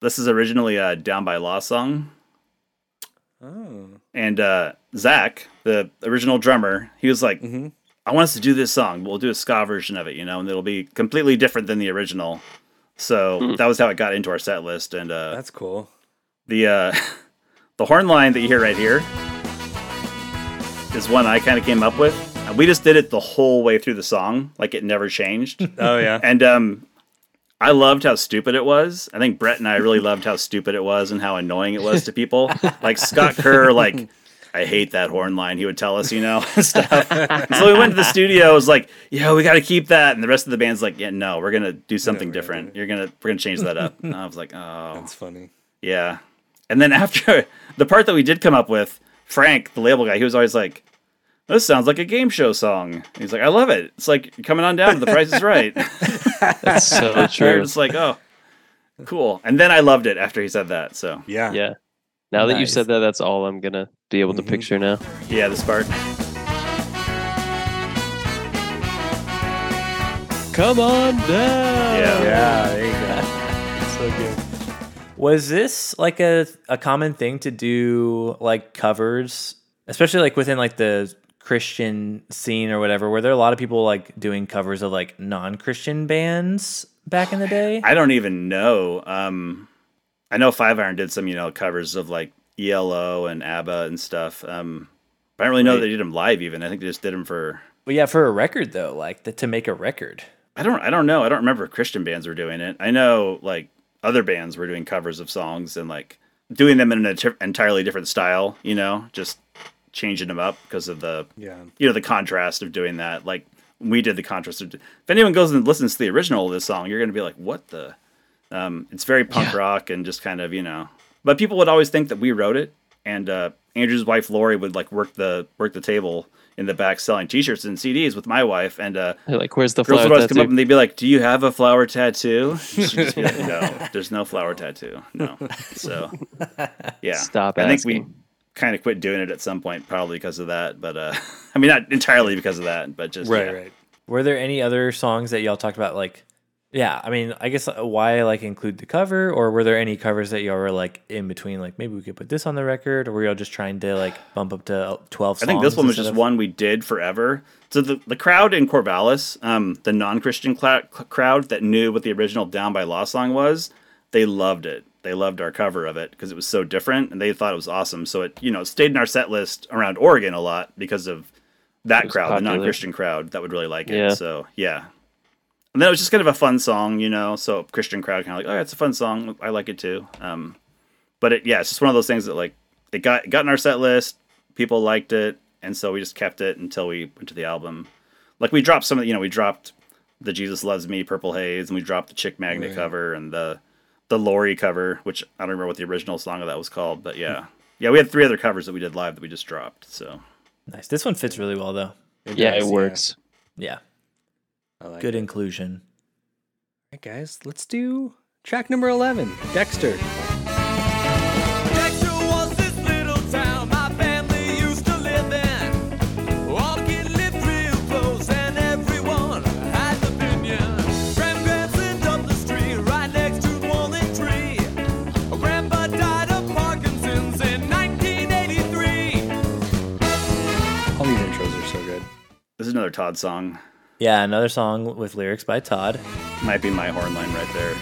This is originally a Down by Law song. Oh. And uh Zach, the original drummer, he was like, I want us to do this song. We'll do a ska version of it, you know, and it'll be completely different than the original. So that was how it got into our set list and uh That's cool. the uh, the horn line that you hear right here is one I kind of came up with. And we just did it the whole way through the song, like it never changed. Oh, yeah. and um, I loved how stupid it was. I think Brett and I really loved how stupid it was and how annoying it was to people. Like Scott Kerr, like. I hate that horn line. He would tell us, you know, and stuff. And so we went to the studio. I was like, "Yeah, we got to keep that." And the rest of the band's like, "Yeah, no, we're gonna do something different. You're gonna we're gonna change that up." And I was like, "Oh, That's funny. yeah. And then after the part that we did come up with, Frank, the label guy, he was always like, this sounds like a game show song. And he's like, I love it. It's like coming on down to the price is right. That's so We're true. just like, oh, cool. And then I loved it after he said that. So, Yeah. Yeah. Now that you Nice. said that, that's all I'm gonna be able Mm-hmm. to picture now. yeah, this part. Come on down. Yeah. Yeah, there you go. So good. Was this like a a common thing to do like covers, especially like within like the Christian scene or whatever? Were there a lot of people like doing covers of like non-Christian bands back in the day? Oh, I don't even know. Um, I know Five Iron did some, you know, covers of like E ELO and ABBA and stuff. Um, but I don't really know that they did them live even. I think they just did them for But yeah, for a record though, like the, to make a record. I don't I don't know. I don't remember if Christian bands were doing it. I know like other bands were doing covers of songs and like doing them in an enti- entirely different style, you know, just changing them up because of the Yeah. you know the contrast of doing that. Like we did the contrast of if anyone goes and listens to the original of this song, you're going to be like what the um, it's very punk rock and just kind of, you know. But people would always think that we wrote it and uh, Andrew's wife Lori would like work the work the table in the back selling t-shirts and CDs with my wife and uh They're Like, where's the Girls flower would always come tattoo? up and they'd be like, "Do you have a flower tattoo?" She'd just be like, no, there's no flower tattoo. No. So, yeah, Stop I think we asking. kind of quit doing it at some point, probably because of that. But uh, I mean, not entirely because of that, but just yeah. right. Were there any other songs that y'all talked about? Like, yeah, I mean, I guess uh, why like include the cover, or were there any covers that y'all were like in between? Like, maybe we could put this on the record, or were y'all just trying to like bump up to uh, twelve? I think this songs one was instead just of- one we did forever. So the, the crowd in Corvallis, um, the non-Christian cla- c- crowd that knew what the original Down by Law song was, they loved it. They loved our cover of it because it was so different, and they thought it was awesome. So it, you know, it stayed in our set list around Oregon a lot because of that crowd, the popular. non-Christian crowd that would really like it. Yeah. So yeah, and then it was just kind of a fun song, you know. So Christian crowd kind of like, oh, it's a fun song. I like it too. Um, but it, yeah, it's just one of those things that like it got it got in our set list. People liked it, and so we just kept it until we went to the album. Like we dropped some of the- you know we dropped the Jesus Loves Me Purple Haze, and we dropped the Chick Magnet cover and the the Lori cover, which I don't remember what the original song of that was called, but yeah, yeah, we had three other covers that we did live that we just dropped. So Nice. This one fits really well though. yeah, does, it yeah. works. Yeah, I like good it. inclusion. All right, guys, let's do track number 11, Dexter. Dexter was this little town my family used to live in. Walking lived real close, and everyone had an opinion. Grandparents lived up the street, right next to one and tree. Grandpa died of Parkinson's in 1983. All these intros are so good. this is another Todd song. Yeah, another song with lyrics by Todd. Might be my horn line right there.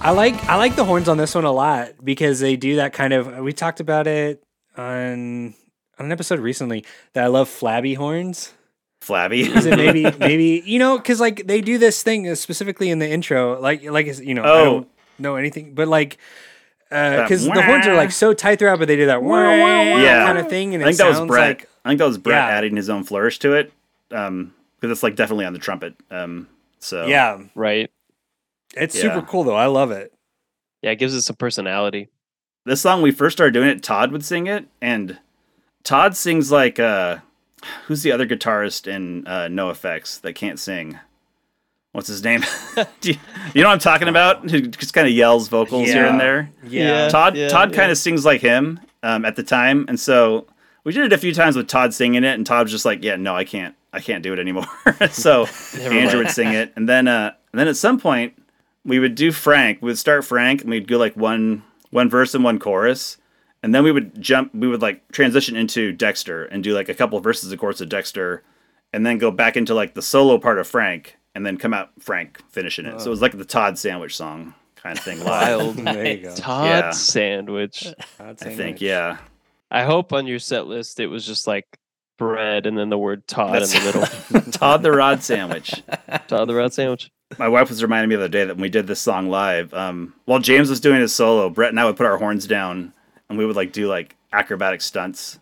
I like I like the horns on this one a lot because they do that kind of we talked about it on on an episode recently that I love flabby horns. Flabby. Is it maybe maybe you know cuz like they do this thing uh, specifically in the intro like like it's, you know I Oh. don't know anything but like That because the horns are like so tight throughout but they do that wah, wah, wah Yeah. kind of thing and I think it that sounds was Brett. like I think that was Brett Yeah. adding his own flourish to it, because it's like definitely on the trumpet. Um, so yeah Right. it's Yeah. super cool though I love it Yeah, it gives it some personality. this song we first started doing it. Todd would sing it, and Todd sings like uh, who's the other guitarist in uh, No Effects that can't sing? What's his name? Do you, you know what I'm talking about? Who just kind of yells vocals here and Yeah. there. yeah, Yeah. Todd Todd kind of sings like him um, at the time, and so we did it a few times with Todd singing it, and Todd's just like, "Yeah, no, I can't, I can't do it anymore." so Andrew would sing it, and then uh, and then at some point we would do Frank. We'd start Frank, and we'd go like one one verse and one chorus, and then we would jump. We would like transition into Dexter and do like a couple verses of course of Dexter, and then go back into like the solo part of Frank, and then come out Frank finishing it. So it was like the Todd sandwich song kind of thing. Live, there you go Todd Yeah. sandwich. Todd I Sandwich. think. Yeah. I hope on your set list it was just like bread and then the word Todd in the middle. Todd the Rod sandwich. Todd the Rod sandwich. My wife was reminding me the other day that when we did this song live, um, while James was doing his solo, Brett and I would put our horns down and we would like do like acrobatic stunts.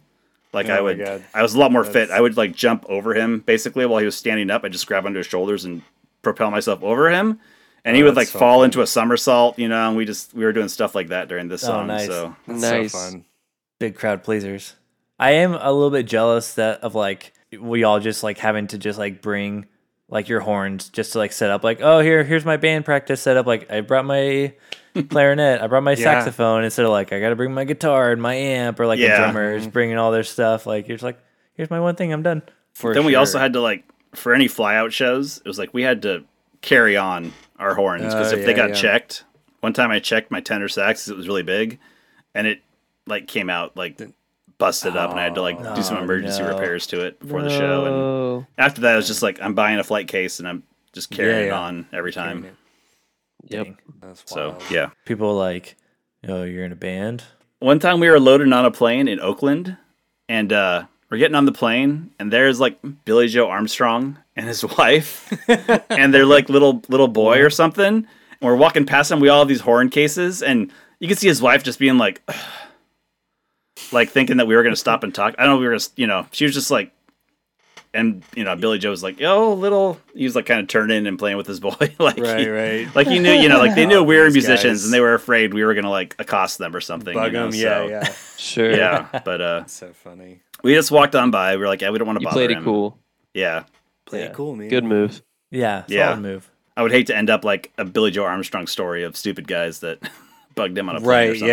Like I Oh my would, God. I was a lot more fit. I would like jump over him basically while he was standing up. I just grab onto his shoulders and propel myself over him, and he would like Oh, that's so fall fun. into a somersault. You know, and we just we were doing stuff like that during this Oh, song. nice. So That's Nice. so fun big crowd pleasers. I am a little bit jealous that of like we all just like having to just like bring like your horns just to like set up like oh here here's my band practice set up like I brought my clarinet I brought my saxophone instead of like I got to bring my guitar and my amp or like the Yeah. Mm-hmm. drummers bringing all their stuff like you're just like here's my one thing I'm done for then we sure. also had to like for any flyout shows, it was like we had to carry on our horns because Oh, if they yeah, got yeah. checked, one time I checked my tenor sax, 'cause it was really big, and it like came out like busted up, and I had to like do some Oh, emergency no. repairs to it before the show. And Oh, after that, I was just like, I'm buying a flight case, and I'm just yeah. carrying it on every time. Yep. That's So wild. yeah. people like oh you're in a band One time we were loaded on a plane in Oakland, and uh, We're getting on the plane, and there's like Billy Joe Armstrong and his wife, and their like little little boy or something. And we're walking past him. We all have these horn cases, and you can see his wife just being like, like thinking that we were gonna stop and talk. I don't know. We were gonna, you know, she was just like, and you know, Billy Joe was like, "Yo, little," he was like kind of turning and playing with his boy, like he- right. Oh, like he knew, you know, like they knew we were these musicians guys. and they were afraid we were gonna like accost them or something. Bug you know, him, so- yeah, yeah. Sure. yeah. But uh, so funny. we just walked on by. We were like, yeah, we don't want to You bother played him. it cool. Yeah, Play it cool, man. Good move. Yeah, solid Yeah. move. I would hate to end up like a Billy Joe Armstrong story of stupid guys that bugged him on a plane or Right, something.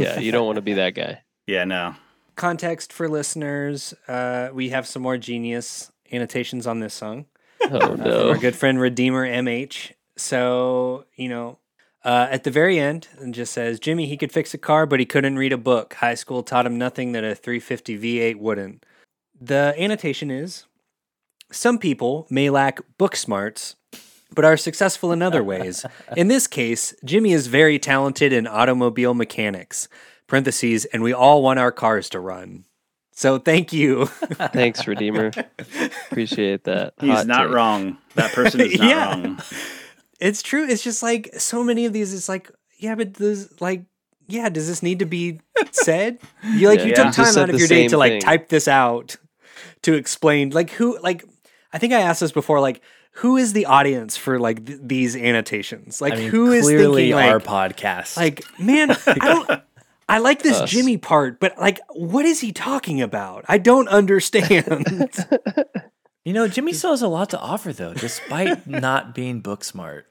yeah, yeah. Yeah, you don't want to be that guy. yeah. No, Context for listeners, uh, we have some more genius annotations on this song. Oh from no. our good friend Redeemer MH. So, you know, uh, at the very end, it just says Jimmy, he could fix a car, but he couldn't read a book. High school taught him nothing that a 350 V8 wouldn't. The annotation is some people may lack book smarts, but are successful in other ways. In this case, Jimmy is very talented in automobile mechanics. Parentheses, and we all want our cars to run. So thank you. Thanks, Redeemer. Appreciate that. he's Hot not take. wrong. That person is not Yeah. wrong. It's true. It's just like so many of these. It's like, yeah, but this, like, yeah, does this need to be said? You like, Yeah, you yeah. took Just time said out of the your day same to like thing. type this out to explain, like, who, like, I think I asked this before, like, who is the audience for like th- these annotations? Like, I mean, who is clearly thinking like, our podcast? like, man, I don't. I like this Us. Jimmy part, but like, what is he talking about? I don't understand. you know, Jimmy still has a lot to offer though, despite not being book smart.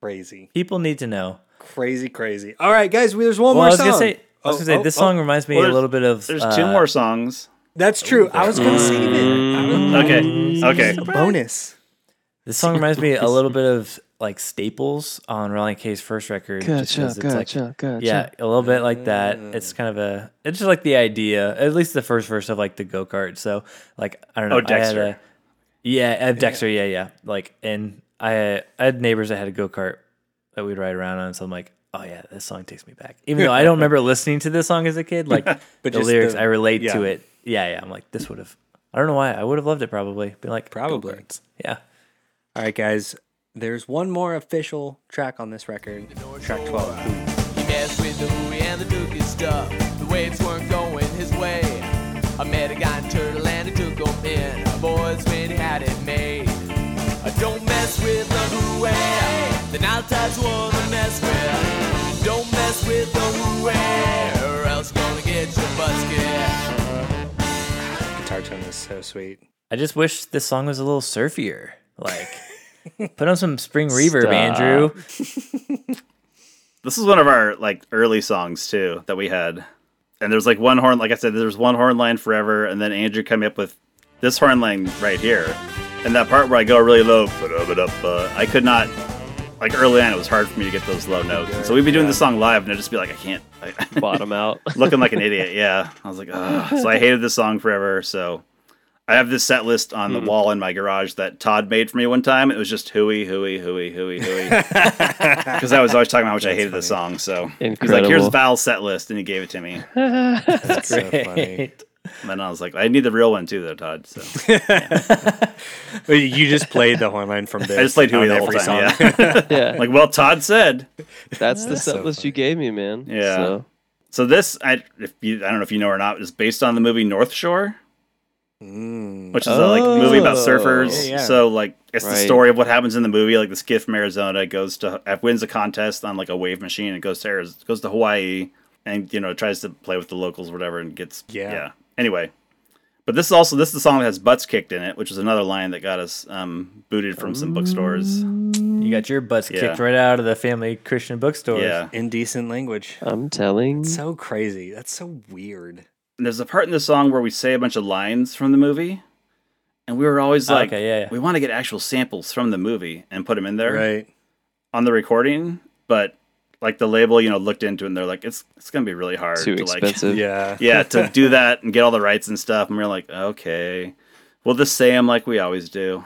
crazy, People need to know. crazy, crazy. All right, guys, we- there's one Well, I more was song. gonna say, I was Oh, gonna say oh, this oh. song reminds me Well, a there's- little bit of. There's uh, two more songs. That's true. I was going to save it. I was- Okay, okay. A bonus. This song reminds me a little bit of like Staples on Ronnie K's first record. just 'cause it's like- Yeah, a little bit like that. It's kind of a. It's just like the idea, at least the first verse of like the go kart. So like I don't know. Oh, I had Dexter. a- yeah, uh, Dexter. Yeah, yeah. Like and I I had neighbors that had a go kart that we'd ride around on. So I'm like, oh yeah, this song takes me back. Even though I don't remember listening to this song as a kid, like the just lyrics, the- I relate to yeah. it. Yeah, yeah. I'm like, this would have. I don't know why. I would have loved it probably. Been like Probably. go-karts. Yeah. All right, guys. There's one more official track on this record. Track 12. He messed with the Louis and the Dookie stuff. The waves weren't going his way. I met a guy in Turtle and he took him in. A boys when he had it made. I don't mess with the Louis. The Nile Tides want to mess with. Don't mess with the Louis. Or else gonna get your butt kicked. Guitar tone is so sweet. I just wish this song was a little surfier. Like, put on some spring reverb, Stop. Andrew. This is one of our like early songs too that we had. And there's like one horn, like I said, there's one horn line forever, and then Andrew coming up with this horn line right here, and that part where I go really low, ba-da-ba-da-ba, I could not. Like early on, it was hard for me to get those low notes, and so we'd be doing this song live, and I'd just be like, I can't, I, Bottom out. looking like an idiot. Yeah, I was like, Ugh. so I hated this song forever. So I have this set list on Hmm. the wall in my garage that Todd made for me one time. It was just hooey, hooey, hooey, hooey, hooey, because I was always talking about how much I hated this song. So he's like, here's Incredible. Val's set list, and he gave it to me. and That's so funny. then I was like, I need the real one too, though, Todd. So You just played the horn line from this. I just played on hooey the whole every time. song. Yeah, Yeah, like well, Todd said. that's the set list you gave me, man. Yeah. So, So this, I if you, I don't know if you know or not, is based on the movie North Shore, which is a like Oh. movie about surfers. Mm. Yeah, yeah. So like it's the Right. story of what happens in the movie. Like this kid from Arizona goes to wins a contest on like a wave machine and goes to Ariz- goes to Hawaii and you know tries to play with the locals or whatever and gets Yeah. yeah. Anyway, but this is also this is the song that has butts kicked in it, which is another line that got us um, booted from some bookstores. You got your butts Yeah. kicked right out of the family Christian bookstores. Yeah. Indecent language. I'm telling. So crazy. That's so weird. And there's a part in the song where we say a bunch of lines from the movie, and we were always Oh, like, okay, yeah, yeah. we want to get actual samples from the movie and put them in there Right. on the recording, but like the label, you know, looked into it and they're like, it's it's gonna be really hard Too to expensive. Yeah. like, yeah, to do that and get all the rights and stuff. And we are like, okay, we'll just say them like we always do.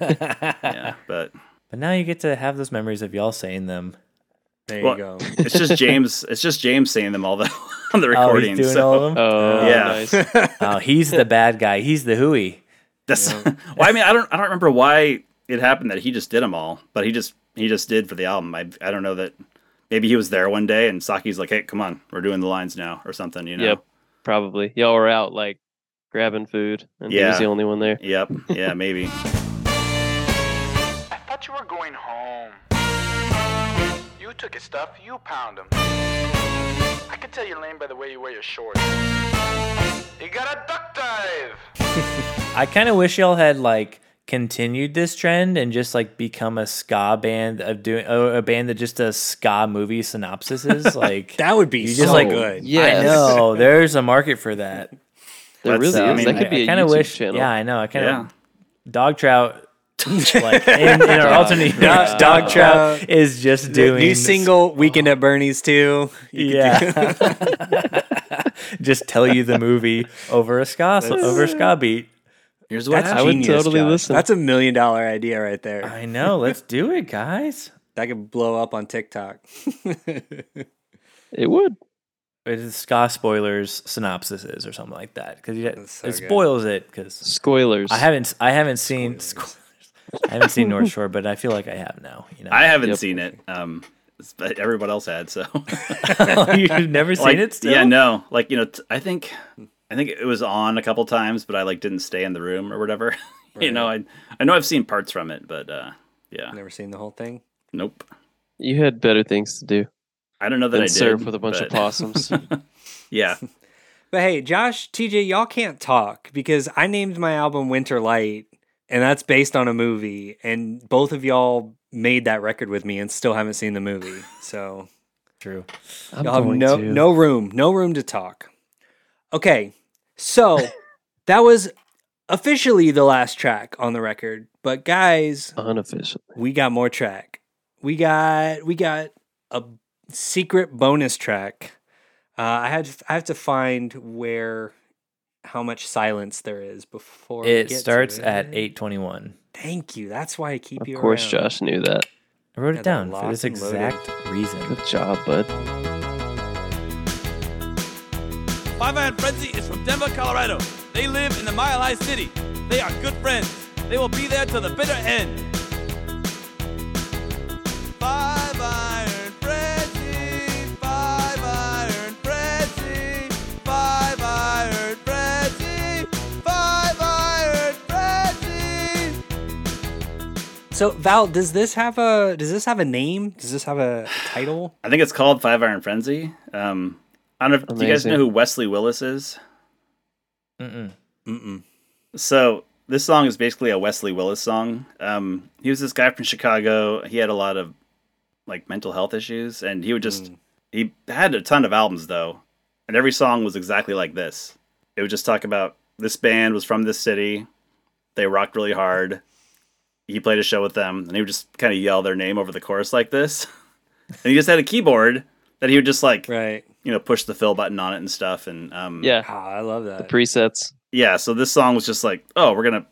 yeah, but But now you get to have those memories of y'all saying them. There Well- you go. it's just James. It's just James saying them all though. on the Oh, recording. he's doing so all of them. Oh, Yeah. nice. Oh, he's the bad guy. He's the hooey. that's well, I mean, I don't, I don't remember why it happened that he just did them all, but he just, he just did for the album. I, I don't know that. Maybe he was there one day and Saki's like, "Hey, come on, we're doing the lines now" or something. You know. Yep, probably. Y'all were out like grabbing food, and he Yeah. was the only one there. Yep. Yeah, maybe. I thought you were going home. You took his stuff, you pound him. I could tell you're lame by the way you wear your shorts. You got a duck dive! I kind of wish y'all had like continued this trend and just like become a ska band of doing a, a band that just does ska movie synopsises. Like That would be You so just, like, good. I know there's a market for that. there really That's- I is. mean, that could I- be I a kinda YouTube wish, channel. Yeah, I know. I kind of Yeah. dog trout. like in, in our alternate universe, dog trout is just The doing new single "Weekend at Bernie's" too. Yeah, just tell you the movie over a ska over a ska beat. Here's what I would totally Josh. listen. That's a million dollar idea right there. I know. Let's do it, guys. that could blow up on TikTok. it would. It is ska spoilers synopsises or something like that because so it good. spoils it because Spoilers. I haven't I haven't seen I haven't seen North Shore, but I feel like I have now. You know, I haven't Yep. seen it. Um, but everyone else had. So Oh, you've never seen Like, it still. Yeah, no. Like you know, t- I think, I think it was on a couple times, but I like didn't stay in the room or whatever. you know, I I know I've seen parts from it, but uh, yeah, Never seen the whole thing. nope. you had better things to do I don't know that than I did. surf with a bunch of but- possums. Yeah, But hey, Josh, TJ, y'all can't talk because I named my album Winter Light, and that's based on a movie, and both of y'all made that record with me and still haven't seen the movie. So True. I'm y'all have going no to. no room, no room to talk. Okay. So that was officially the last track on the record. But guys, Unofficial. we got more track. We got we got a secret bonus track. Uh, I had I have to find where how much silence there is before we It get to starts at eight twenty one. Thank you. That's why I keep Of you. course, around. Josh knew that. I wrote Yeah, it they're down for locked this and loaded. exact reason. Good job, bud. Mm. Five Iron Frenzy is from Denver, Colorado. They live in the Mile High City. They are good friends. They will be there till the bitter end. Five Iron Frenzy, Five Iron Frenzy, Five Iron Frenzy, Five Iron Frenzy. So Val, does this have a does this have a name? Does this have a title? I think it's called Five Iron Frenzy. Um, I don't know. If, do you guys Amazing. know who Wesley Willis is? Mm-mm. So this song is basically a Wesley Willis song. Um, he was this guy from Chicago. He had a lot of like mental health issues, and he would just he had a ton of albums though, and every song was exactly like this. It would just talk about this band was from this city, they rocked really hard. He played a show with them, and he would just kind of yell their name over the chorus like this. and he just had a keyboard that he would just like Right. you know push the fill button on it and stuff, and um, Yeah, Ah, I love that. presets. yeah, so this song was just like, oh, we're gonna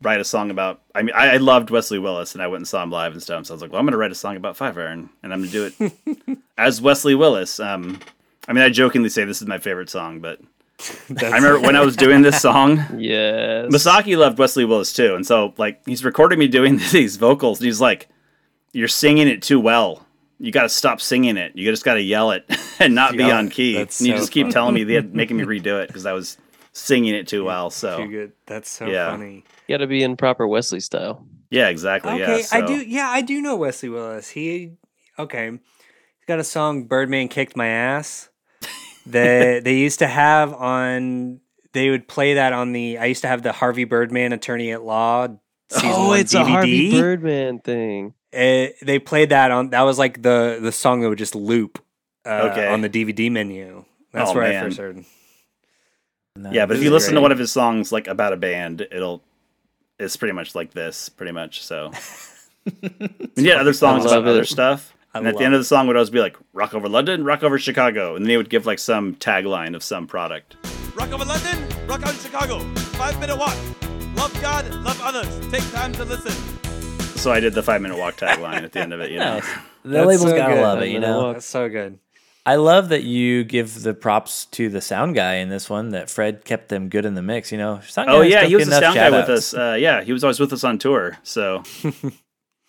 write a song about. I mean, I, I loved Wesley Willis, and I went and saw him live and stuff. So I was like, well, I'm gonna write a song about Five Iron, and I'm gonna do it as Wesley Willis. Um, I mean, I jokingly say this is my favorite song, but I remember when I was doing this song, Yes. Masaki loved Wesley Willis too, and so like he's recording me doing these vocals, and he's like, "You're singing it too well. You got to stop singing it. You just got to yell it and not be Yeah, on key." And that's you so just keep funny. telling me, they had, making me redo it because I was singing it too well. So Too good. That's so Yeah. funny. Got to be in proper Wesley style. Yeah, exactly. Okay, yeah, so. I do. Yeah, I do know Wesley Willis. He okay. He's got a song "Birdman Kicked My Ass" that they used to have on. They would play that on the. I used to have the Harvey Birdman Attorney at Law. Season Oh, one it's DVD. a Harvey Birdman thing. It- they played that on. That was like the the song that would just loop uh, Okay. on the DVD menu. That's Oh, where man. I first heard. Yeah, but if This you is listen to great. one of his songs like about a band, it'll it's pretty much like this, pretty much. So And he had other songs love about other it. stuff. and at love the end of the song would always be like rock over London, rock over Chicago, and then he would give like some tagline of some product. Rock over London, rock out Chicago. Five minute walk. Love God, love others. Take time to listen. So I did the five minute walk tagline at the end of it, you know. The That's label's so gotta good. love I'm it, you gonna know. walk. That's so good. I love that you give the props to the sound guy in this one. That Fred kept them good in the mix. You know, sound Oh guys yeah, don't he was get the enough sound guy with shout-outs. us. Uh, yeah, he was always with us on tour. So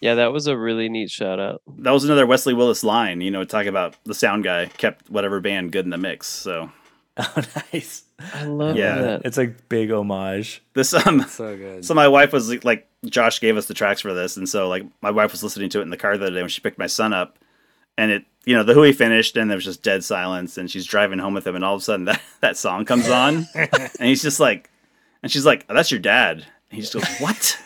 Yeah, that was a really neat shout out. that was another Wesley Willis line. You know, talking about the sound guy kept whatever band good in the mix. So Oh, nice. I love Yeah. that. It's a big homage. this um, So good. so my wife was like, Josh gave us the tracks for this, and so like my wife was listening to it in the car the other day when she picked my son up, and it you know the Hui finished, and there was just dead silence, and she's driving home with him, and all of a sudden that that song comes on, and he's just like, and she's like, oh, that's your dad, and he just goes, what?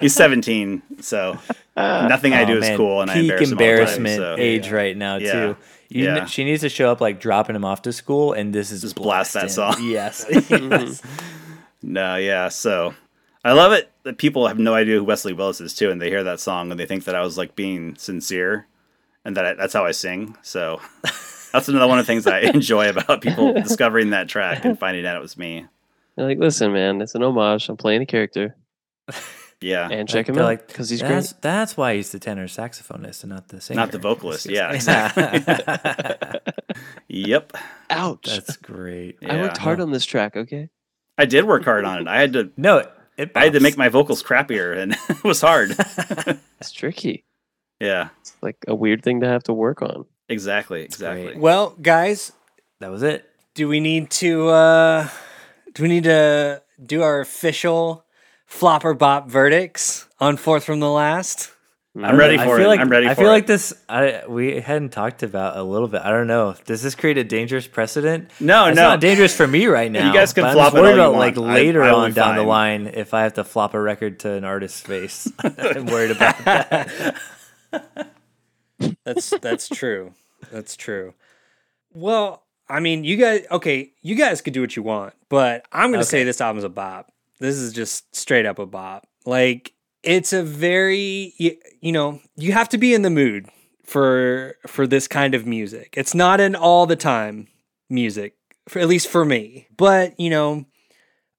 He's 17, so nothing I Oh, do is man, cool, and I peak embarrass embarrassment him all the time. So. age right now Yeah. too. You kn- Yeah. she needs to show up like dropping him off to school, and this is Just blast that blasting. song. Yes. Yes. No, yeah. So I love it that people have no idea who Wesley Willis is too, and they hear that song and they think that I was like being sincere, and that I, that's how I sing. So that's another one of the things I enjoy about people discovering that track and finding out it was me. They're like, listen, man, it's an homage. I'm playing a character, Yeah, and check him They're out like, because he's great. that's, That's why he's the tenor saxophonist and not the singer. not the vocalist. Yeah, exactly. Yeah. yep. Ouch! That's great. I worked Yeah. hard on this track. Okay, I did work hard on it. I had to. No, it I had to bops. make my vocals crappier, and it was hard. it's tricky. Yeah, It's like a weird thing to have to work on. exactly, exactly. Well, guys, That was it. do we need to uh do we need to do our official flopper bop verdicts on fourth from the last? I'm ready I for feel it. like I'm ready I for feel it. like this. I we hadn't talked about a little bit. I don't know. Does this create a dangerous precedent? No, it's no. not dangerous for me right now. guys can but flop I'm it just worried all you about like want. I- later I will on be down the fine. line if I have to flop a record to an artist's face. I'm worried about that. That's that's true. That's true. Well, I mean, you guys okay, you guys could do what you want, but I'm going to say this album's a bop. This is just straight up a bop. Like it's a very you, you know, you have to be in the mood for for this kind of music. It's not an all the time music, for, at least for me. But, you know,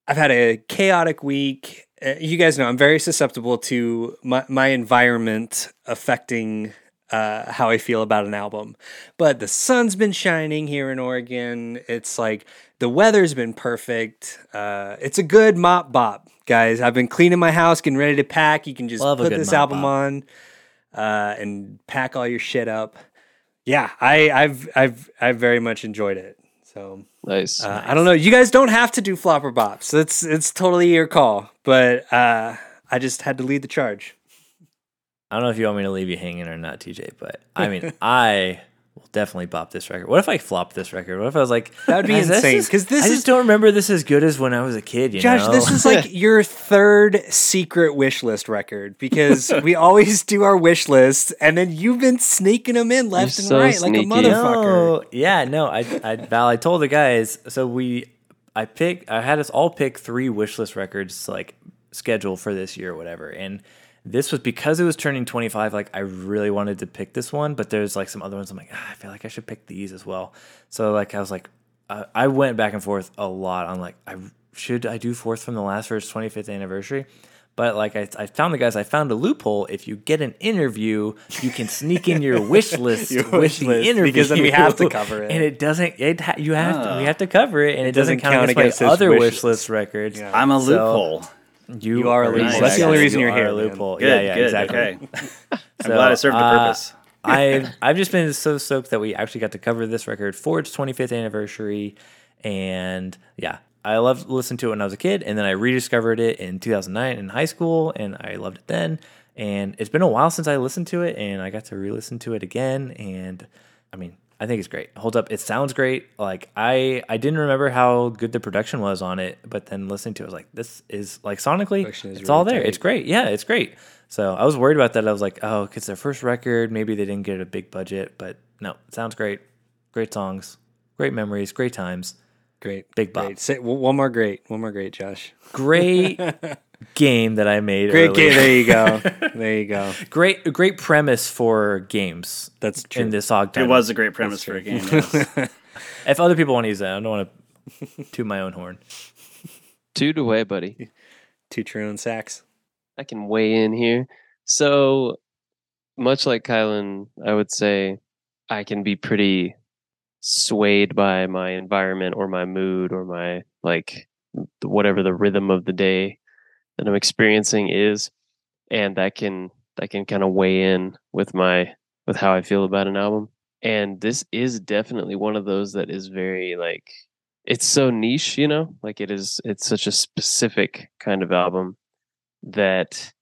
I've had a chaotic week. Uh, you guys know I'm very susceptible to my, my environment affecting uh, how I feel about an album. But the sun's been shining here in Oregon. It's like the weather's been perfect. Uh, it's a good mop bop, guys. I've been cleaning my house, getting ready to pack. You can just Love a put good this mop album bop. on uh, and pack all your shit up. Yeah, I, I've I've I've very much enjoyed it. So Nice. uh, I don't know. You guys don't have to do flopper bops. That's it's totally your call. But uh, I just had to lead the charge. I don't know if you want me to leave you hanging or not, TJ, but I mean, I will definitely bop this record. What if I flop this record? What if I was like, That'd be "Man, this insane, is- 'cause this I is- just don't remember this as good as when I was a kid. You Josh, know? this is like your third secret wish list record because we always do our wish lists, and then you've been sneaking them in left You're and so right sneaky. like a motherfucker. No, yeah, no. I, I, Val, I told the guys. So we, I pick. I had us all pick three wish list records to like schedule for this year or whatever. And this was because it was turning twenty five. Like I really wanted to pick this one, but there's like some other ones. I'm like, "Ah, I feel like I should pick these as well. So like I was like, I, I went back and forth a lot on like I should I do fourth from the last verse twenty fifth anniversary. But like I, I found the guys, I found a loophole. If you get an interview, you can sneak in your wish list Your with wish the list, interview because then we have to cover it. and it doesn't. It ha- you have to, Ah. we have to cover it, and it, doesn't, doesn't count count against, my against his other wish wish, list. list, records. I'm a So- loophole. You are a loophole. That's the only reason You you're are here, A man. loophole. Good, yeah, yeah, good. exactly. Okay. I'm glad I served a uh, purpose. I've I've just been so stoked that we actually got to cover this record for its 25th anniversary, and yeah, I loved listening to it when I was a kid, and then I rediscovered it in 2009 in high school, and I loved it then. And it's been a while since I listened to it, and I got to re-listen to it again, and I mean, I think it's great. It Holds up. It sounds great. Like I I didn't remember how good the production was on it, but then listening to it I was like this is like sonically it's Production is all really there. tight. It's great. Yeah, it's great. So I was worried about that. I was like, oh, 'cause it's their first record. Maybe they didn't get a big budget, but no, it sounds great. Great songs, great memories, great times, Great, Big bop. Great. Say, w- one more great, one more great, Josh. great game that I made. Great earlier. game. There you go. There you go. Great, great premise for games. That's in true. this song. It was a great premise for a game. yes. If other people want to use that, I don't want to toot my own horn. Toot away, buddy. Two Trillion sacks. I can weigh in here. So much like Kylan, I would say I can be pretty swayed by my environment or my mood or my like whatever the rhythm of the day that I'm experiencing is, and that can that can kind of weigh in with my with how I feel about an album. And this is definitely one of those that is very like it's so niche, you know, like it is it's such a specific kind of album that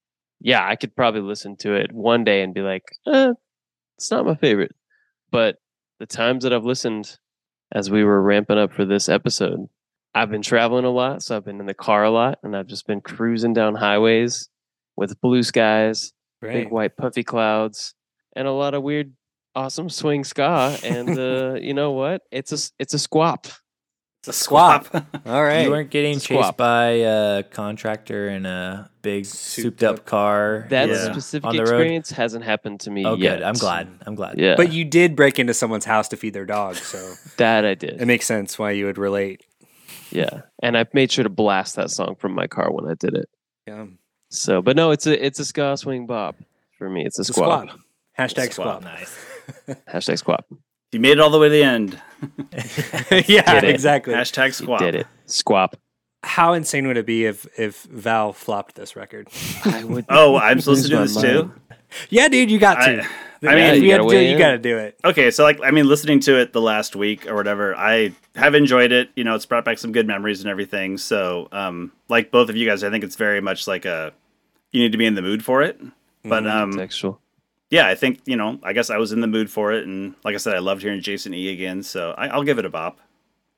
yeah, I could probably listen to it one day and be like, eh, it's not my favorite. But the times that I've listened as we were ramping up for this episode, I've been traveling a lot, so I've been in the car a lot and I've just been cruising down highways with blue skies, big white puffy clouds, and a lot of weird awesome swing ska and uh, you know what? It's a it's a squap. It's a squap. All right. You weren't getting chased Squab. by a contractor in a big souped, up car. That or Yeah. specific on the road. experience hasn't happened to me Oh, yet. good. I'm glad. I'm glad. Yeah, But you did break into someone's house to feed their dog, so that I did. it makes sense why you would relate. Yeah, and I made sure to blast that song from my car when I did it. Yeah. So, but no, it's a it's a ska swing bop for me. It's a It's a squab. squab. Hashtag Squab. squab. Hashtag squab. You made it all the way to the end. yeah, Did it. exactly. Hashtag You squab. did it. Squab. How insane would it be if if Val flopped this record? I would. Oh, I'm supposed to Lose do my this mind. too. yeah, dude, you got I, to. I Yeah, mean, if you you had to gotta do weigh it, you in. got to do it. okay so like i mean listening to it the last week or whatever i have enjoyed it you know it's brought back some good memories and everything so um like both of you guys i think it's very much like a you need to be in the mood for it Mm-hmm. but um Sexual. yeah i think you know i guess i was in the mood for it and like i said i loved hearing jason e again so I, i'll give it a bop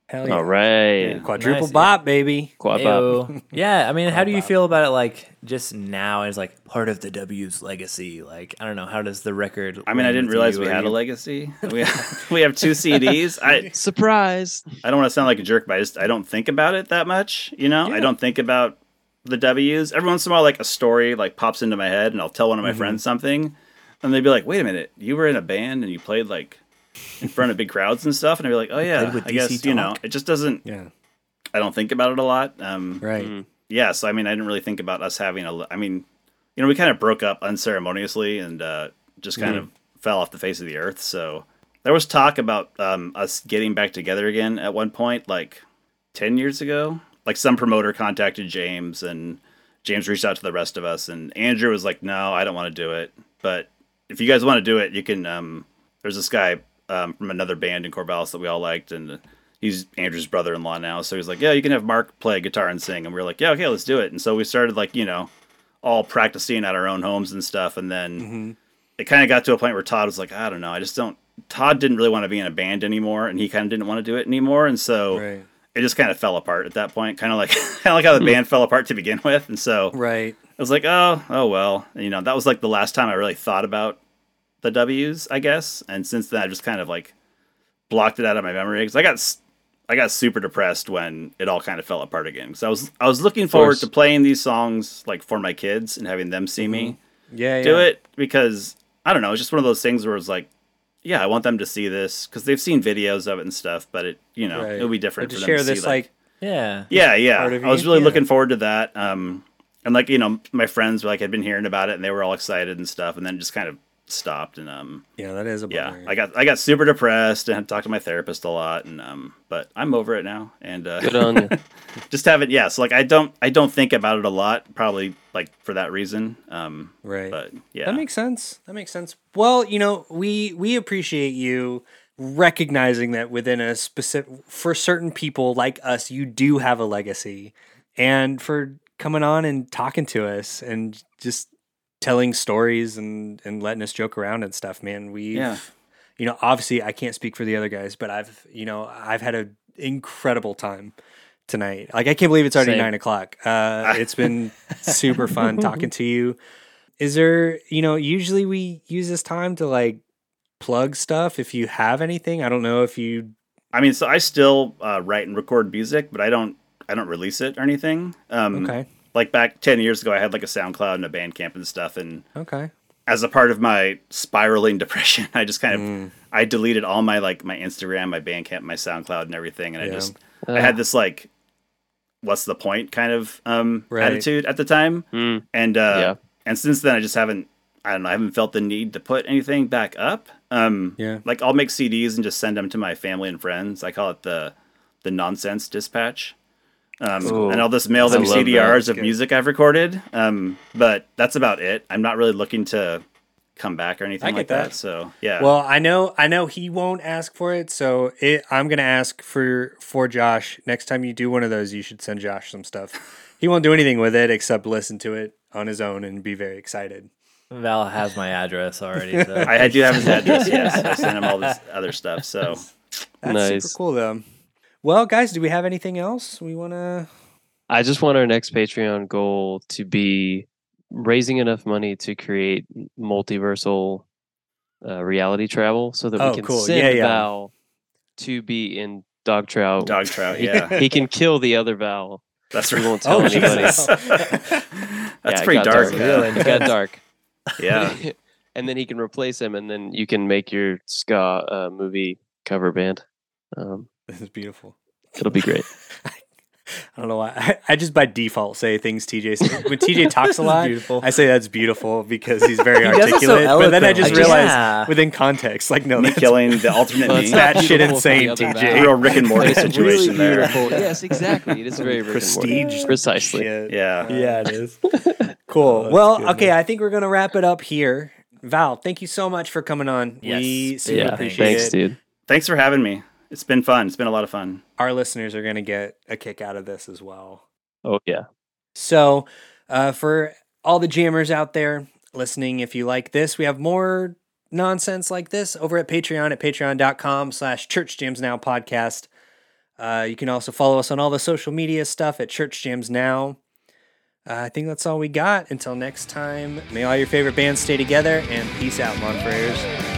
Hell yeah. All right. Quadruple Nice, yeah. bop, baby. Squab bop. Ayo. yeah, I mean, how do you feel about it? Like just now, as like part of the W's legacy. Like I don't know, how does the record? i mean i land didn't with realize you? we Are had a you- legacy we, we have two cds i Surprise. I don't want to sound like a jerk, but I just I don't think about it that much. You know, I don't think about the W's. Every once in a while, like a story like pops into my head, and I'll tell one Mm-hmm. of my friends something, and they'd be like, "Wait a minute, you were in a band and you played like in front of big crowds and stuff," and I'd be like, "Oh yeah, played with I guess DC you know." Talk." It just doesn't. Yeah. I don't think about it a lot. Um, Right. Yeah, so I mean, I didn't really think about us having a. l- I mean, you know, we kind of broke up unceremoniously and uh, just kind of fell off the face of the earth. So there was talk about um, us getting back together again at one point, like ten years ago. Like some promoter contacted James, and James reached out to the rest of us, and Andrew was like, "No, I don't want to do it." But if you guys want to do it, you can. Um, there's this guy um, from another band in Corvallis that we all liked, and he's Andrew's brother-in-law now. So he's like, "Yeah, you can have Mark play guitar and sing," and we were like, "Yeah, okay, let's do it." And so we started like you know, all practicing at our own homes and stuff, and then it kind of got to a point where Todd was like, "I don't know, I just don't." Todd didn't really want to be in a band anymore, and he kind of didn't want to do it anymore, and so Right. it just kind of fell apart at that point, kind of like kind of like how the band fell apart to begin with, and so Hmm. Right. I was like, oh, oh well. And, you know, that was like the last time I really thought about the W's, I guess. And since then, I just kind of like blocked it out of my memory because I got s- I got super depressed when it all kind of fell apart again. Because I was I was looking forward course. to playing these songs like for my kids and having them see me Yeah. do Mm-hmm. yeah. it because I don't know. It's just one of those things where it's like, yeah, I want them to see this because they've seen videos of it and stuff. But it, you know, Right. it'll be But different to for them share to this see, like Yeah. yeah, yeah. part of I was you? really Yeah. looking forward to that. Um, and like you know, my friends like had been hearing about it, and they were all excited and stuff, and then it just kind of stopped. And um, Yeah, that is a yeah, bummer. I got I got super depressed and had talked to my therapist a lot, and um, but I'm over it now, and uh, Good on you. just haven't. Yeah, so like I don't I don't think about it a lot, probably like for that reason. Um, Right. but yeah, That makes sense. That makes sense. Well, you know, we we appreciate you recognizing that within a specific for certain people like us, you do have a legacy, and for coming on and talking to us and just telling stories and and letting us joke around and stuff, man. We Yeah. you know, obviously I can't speak for the other guys, but I've you know I've had an incredible time tonight. Like I can't believe it's already Same. nine o'clock. Uh, it's been super fun talking to you is there you know usually we use this time to like plug stuff if you have anything i don't know if you I mean, so I still uh, write and record music, but I don't I don't release it or anything. Um, okay Like back ten years ago, I had like a SoundCloud and a Bandcamp and stuff, and okay as a part of my spiraling depression, I just kind of Mm. I deleted all my like my Instagram, my Bandcamp, my SoundCloud, and everything, and I Yeah. just I Uh, had this like, what's the point kind of um, Right. attitude at the time, Mm. and uh, Yeah. and since then I just haven't I don't know I haven't felt the need to put anything back up. Um, Yeah. Like I'll make CDs and just send them to my family and friends. I call it the the nonsense dispatch. Um, Ooh, and I'll just mail them I love CDRs of Good. music I've recorded. Um, but that's about it. I'm not really looking to come back or anything get like that. that. So yeah. Well, I know I know he won't ask for it, so it, I'm gonna ask for for Josh next time you do one of those. You should send Josh some stuff. He won't do anything with it except listen to it on his own and be very excited. Val has my address already. So. I, I do have his address. Yes, I sent him all this other stuff. So That's Nice. super cool though. Well, guys, do we have anything else we want to? I just want our next Patreon goal to be raising enough money to create multiversal uh, reality travel so that Oh, we can cool. send Yeah, yeah. Val to be in Dog Trout. dog trout. Yeah, He can kill the other Val. that's We right. won't tell Oh, anybody. Jesus. That's Yeah, it got pretty dark. Really Yeah. It got dark. yeah. and then he can replace him, and then you can make your ska uh, movie cover band. Um, This is beautiful. it'll be great. I don't know why. I, I just by default say things TJ says. When TJ talks a lot, beautiful. I say that's beautiful because he's very does it so articulate. but then I eloquently. just realized Yeah. within context, like no, Me that's killing the alternate Well, me. it's that not shit beautiful for the insane, other TJ. Val. Real Rick and But Morty it's situation really there. beautiful. Yes, exactly. It is very Rick and Morty. prestige. Precisely. shit. Uh, Yeah. yeah, it is. Cool. well, okay, I think we're gonna wrap it up here. Val, thank you so much for coming on. we Yes. super Yeah, appreciate Thanks, it. dude. Thanks for having me. It's been fun. It's been a lot of fun. Our listeners are gonna get a kick out of this as well. Oh yeah. So, uh, for all the jammers out there listening, if you like this, we have more nonsense like this over at Patreon at patreon.com slash Church Jams Now podcast. Uh, you can also follow us on all the social media stuff at Church Jams Now. Uh, I think that's all we got. Until next time, may all your favorite bands stay together and peace out, Monfreyers.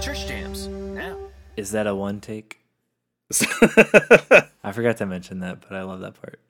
Church jams now. Is that a one take? I forgot to mention that, but I love that part.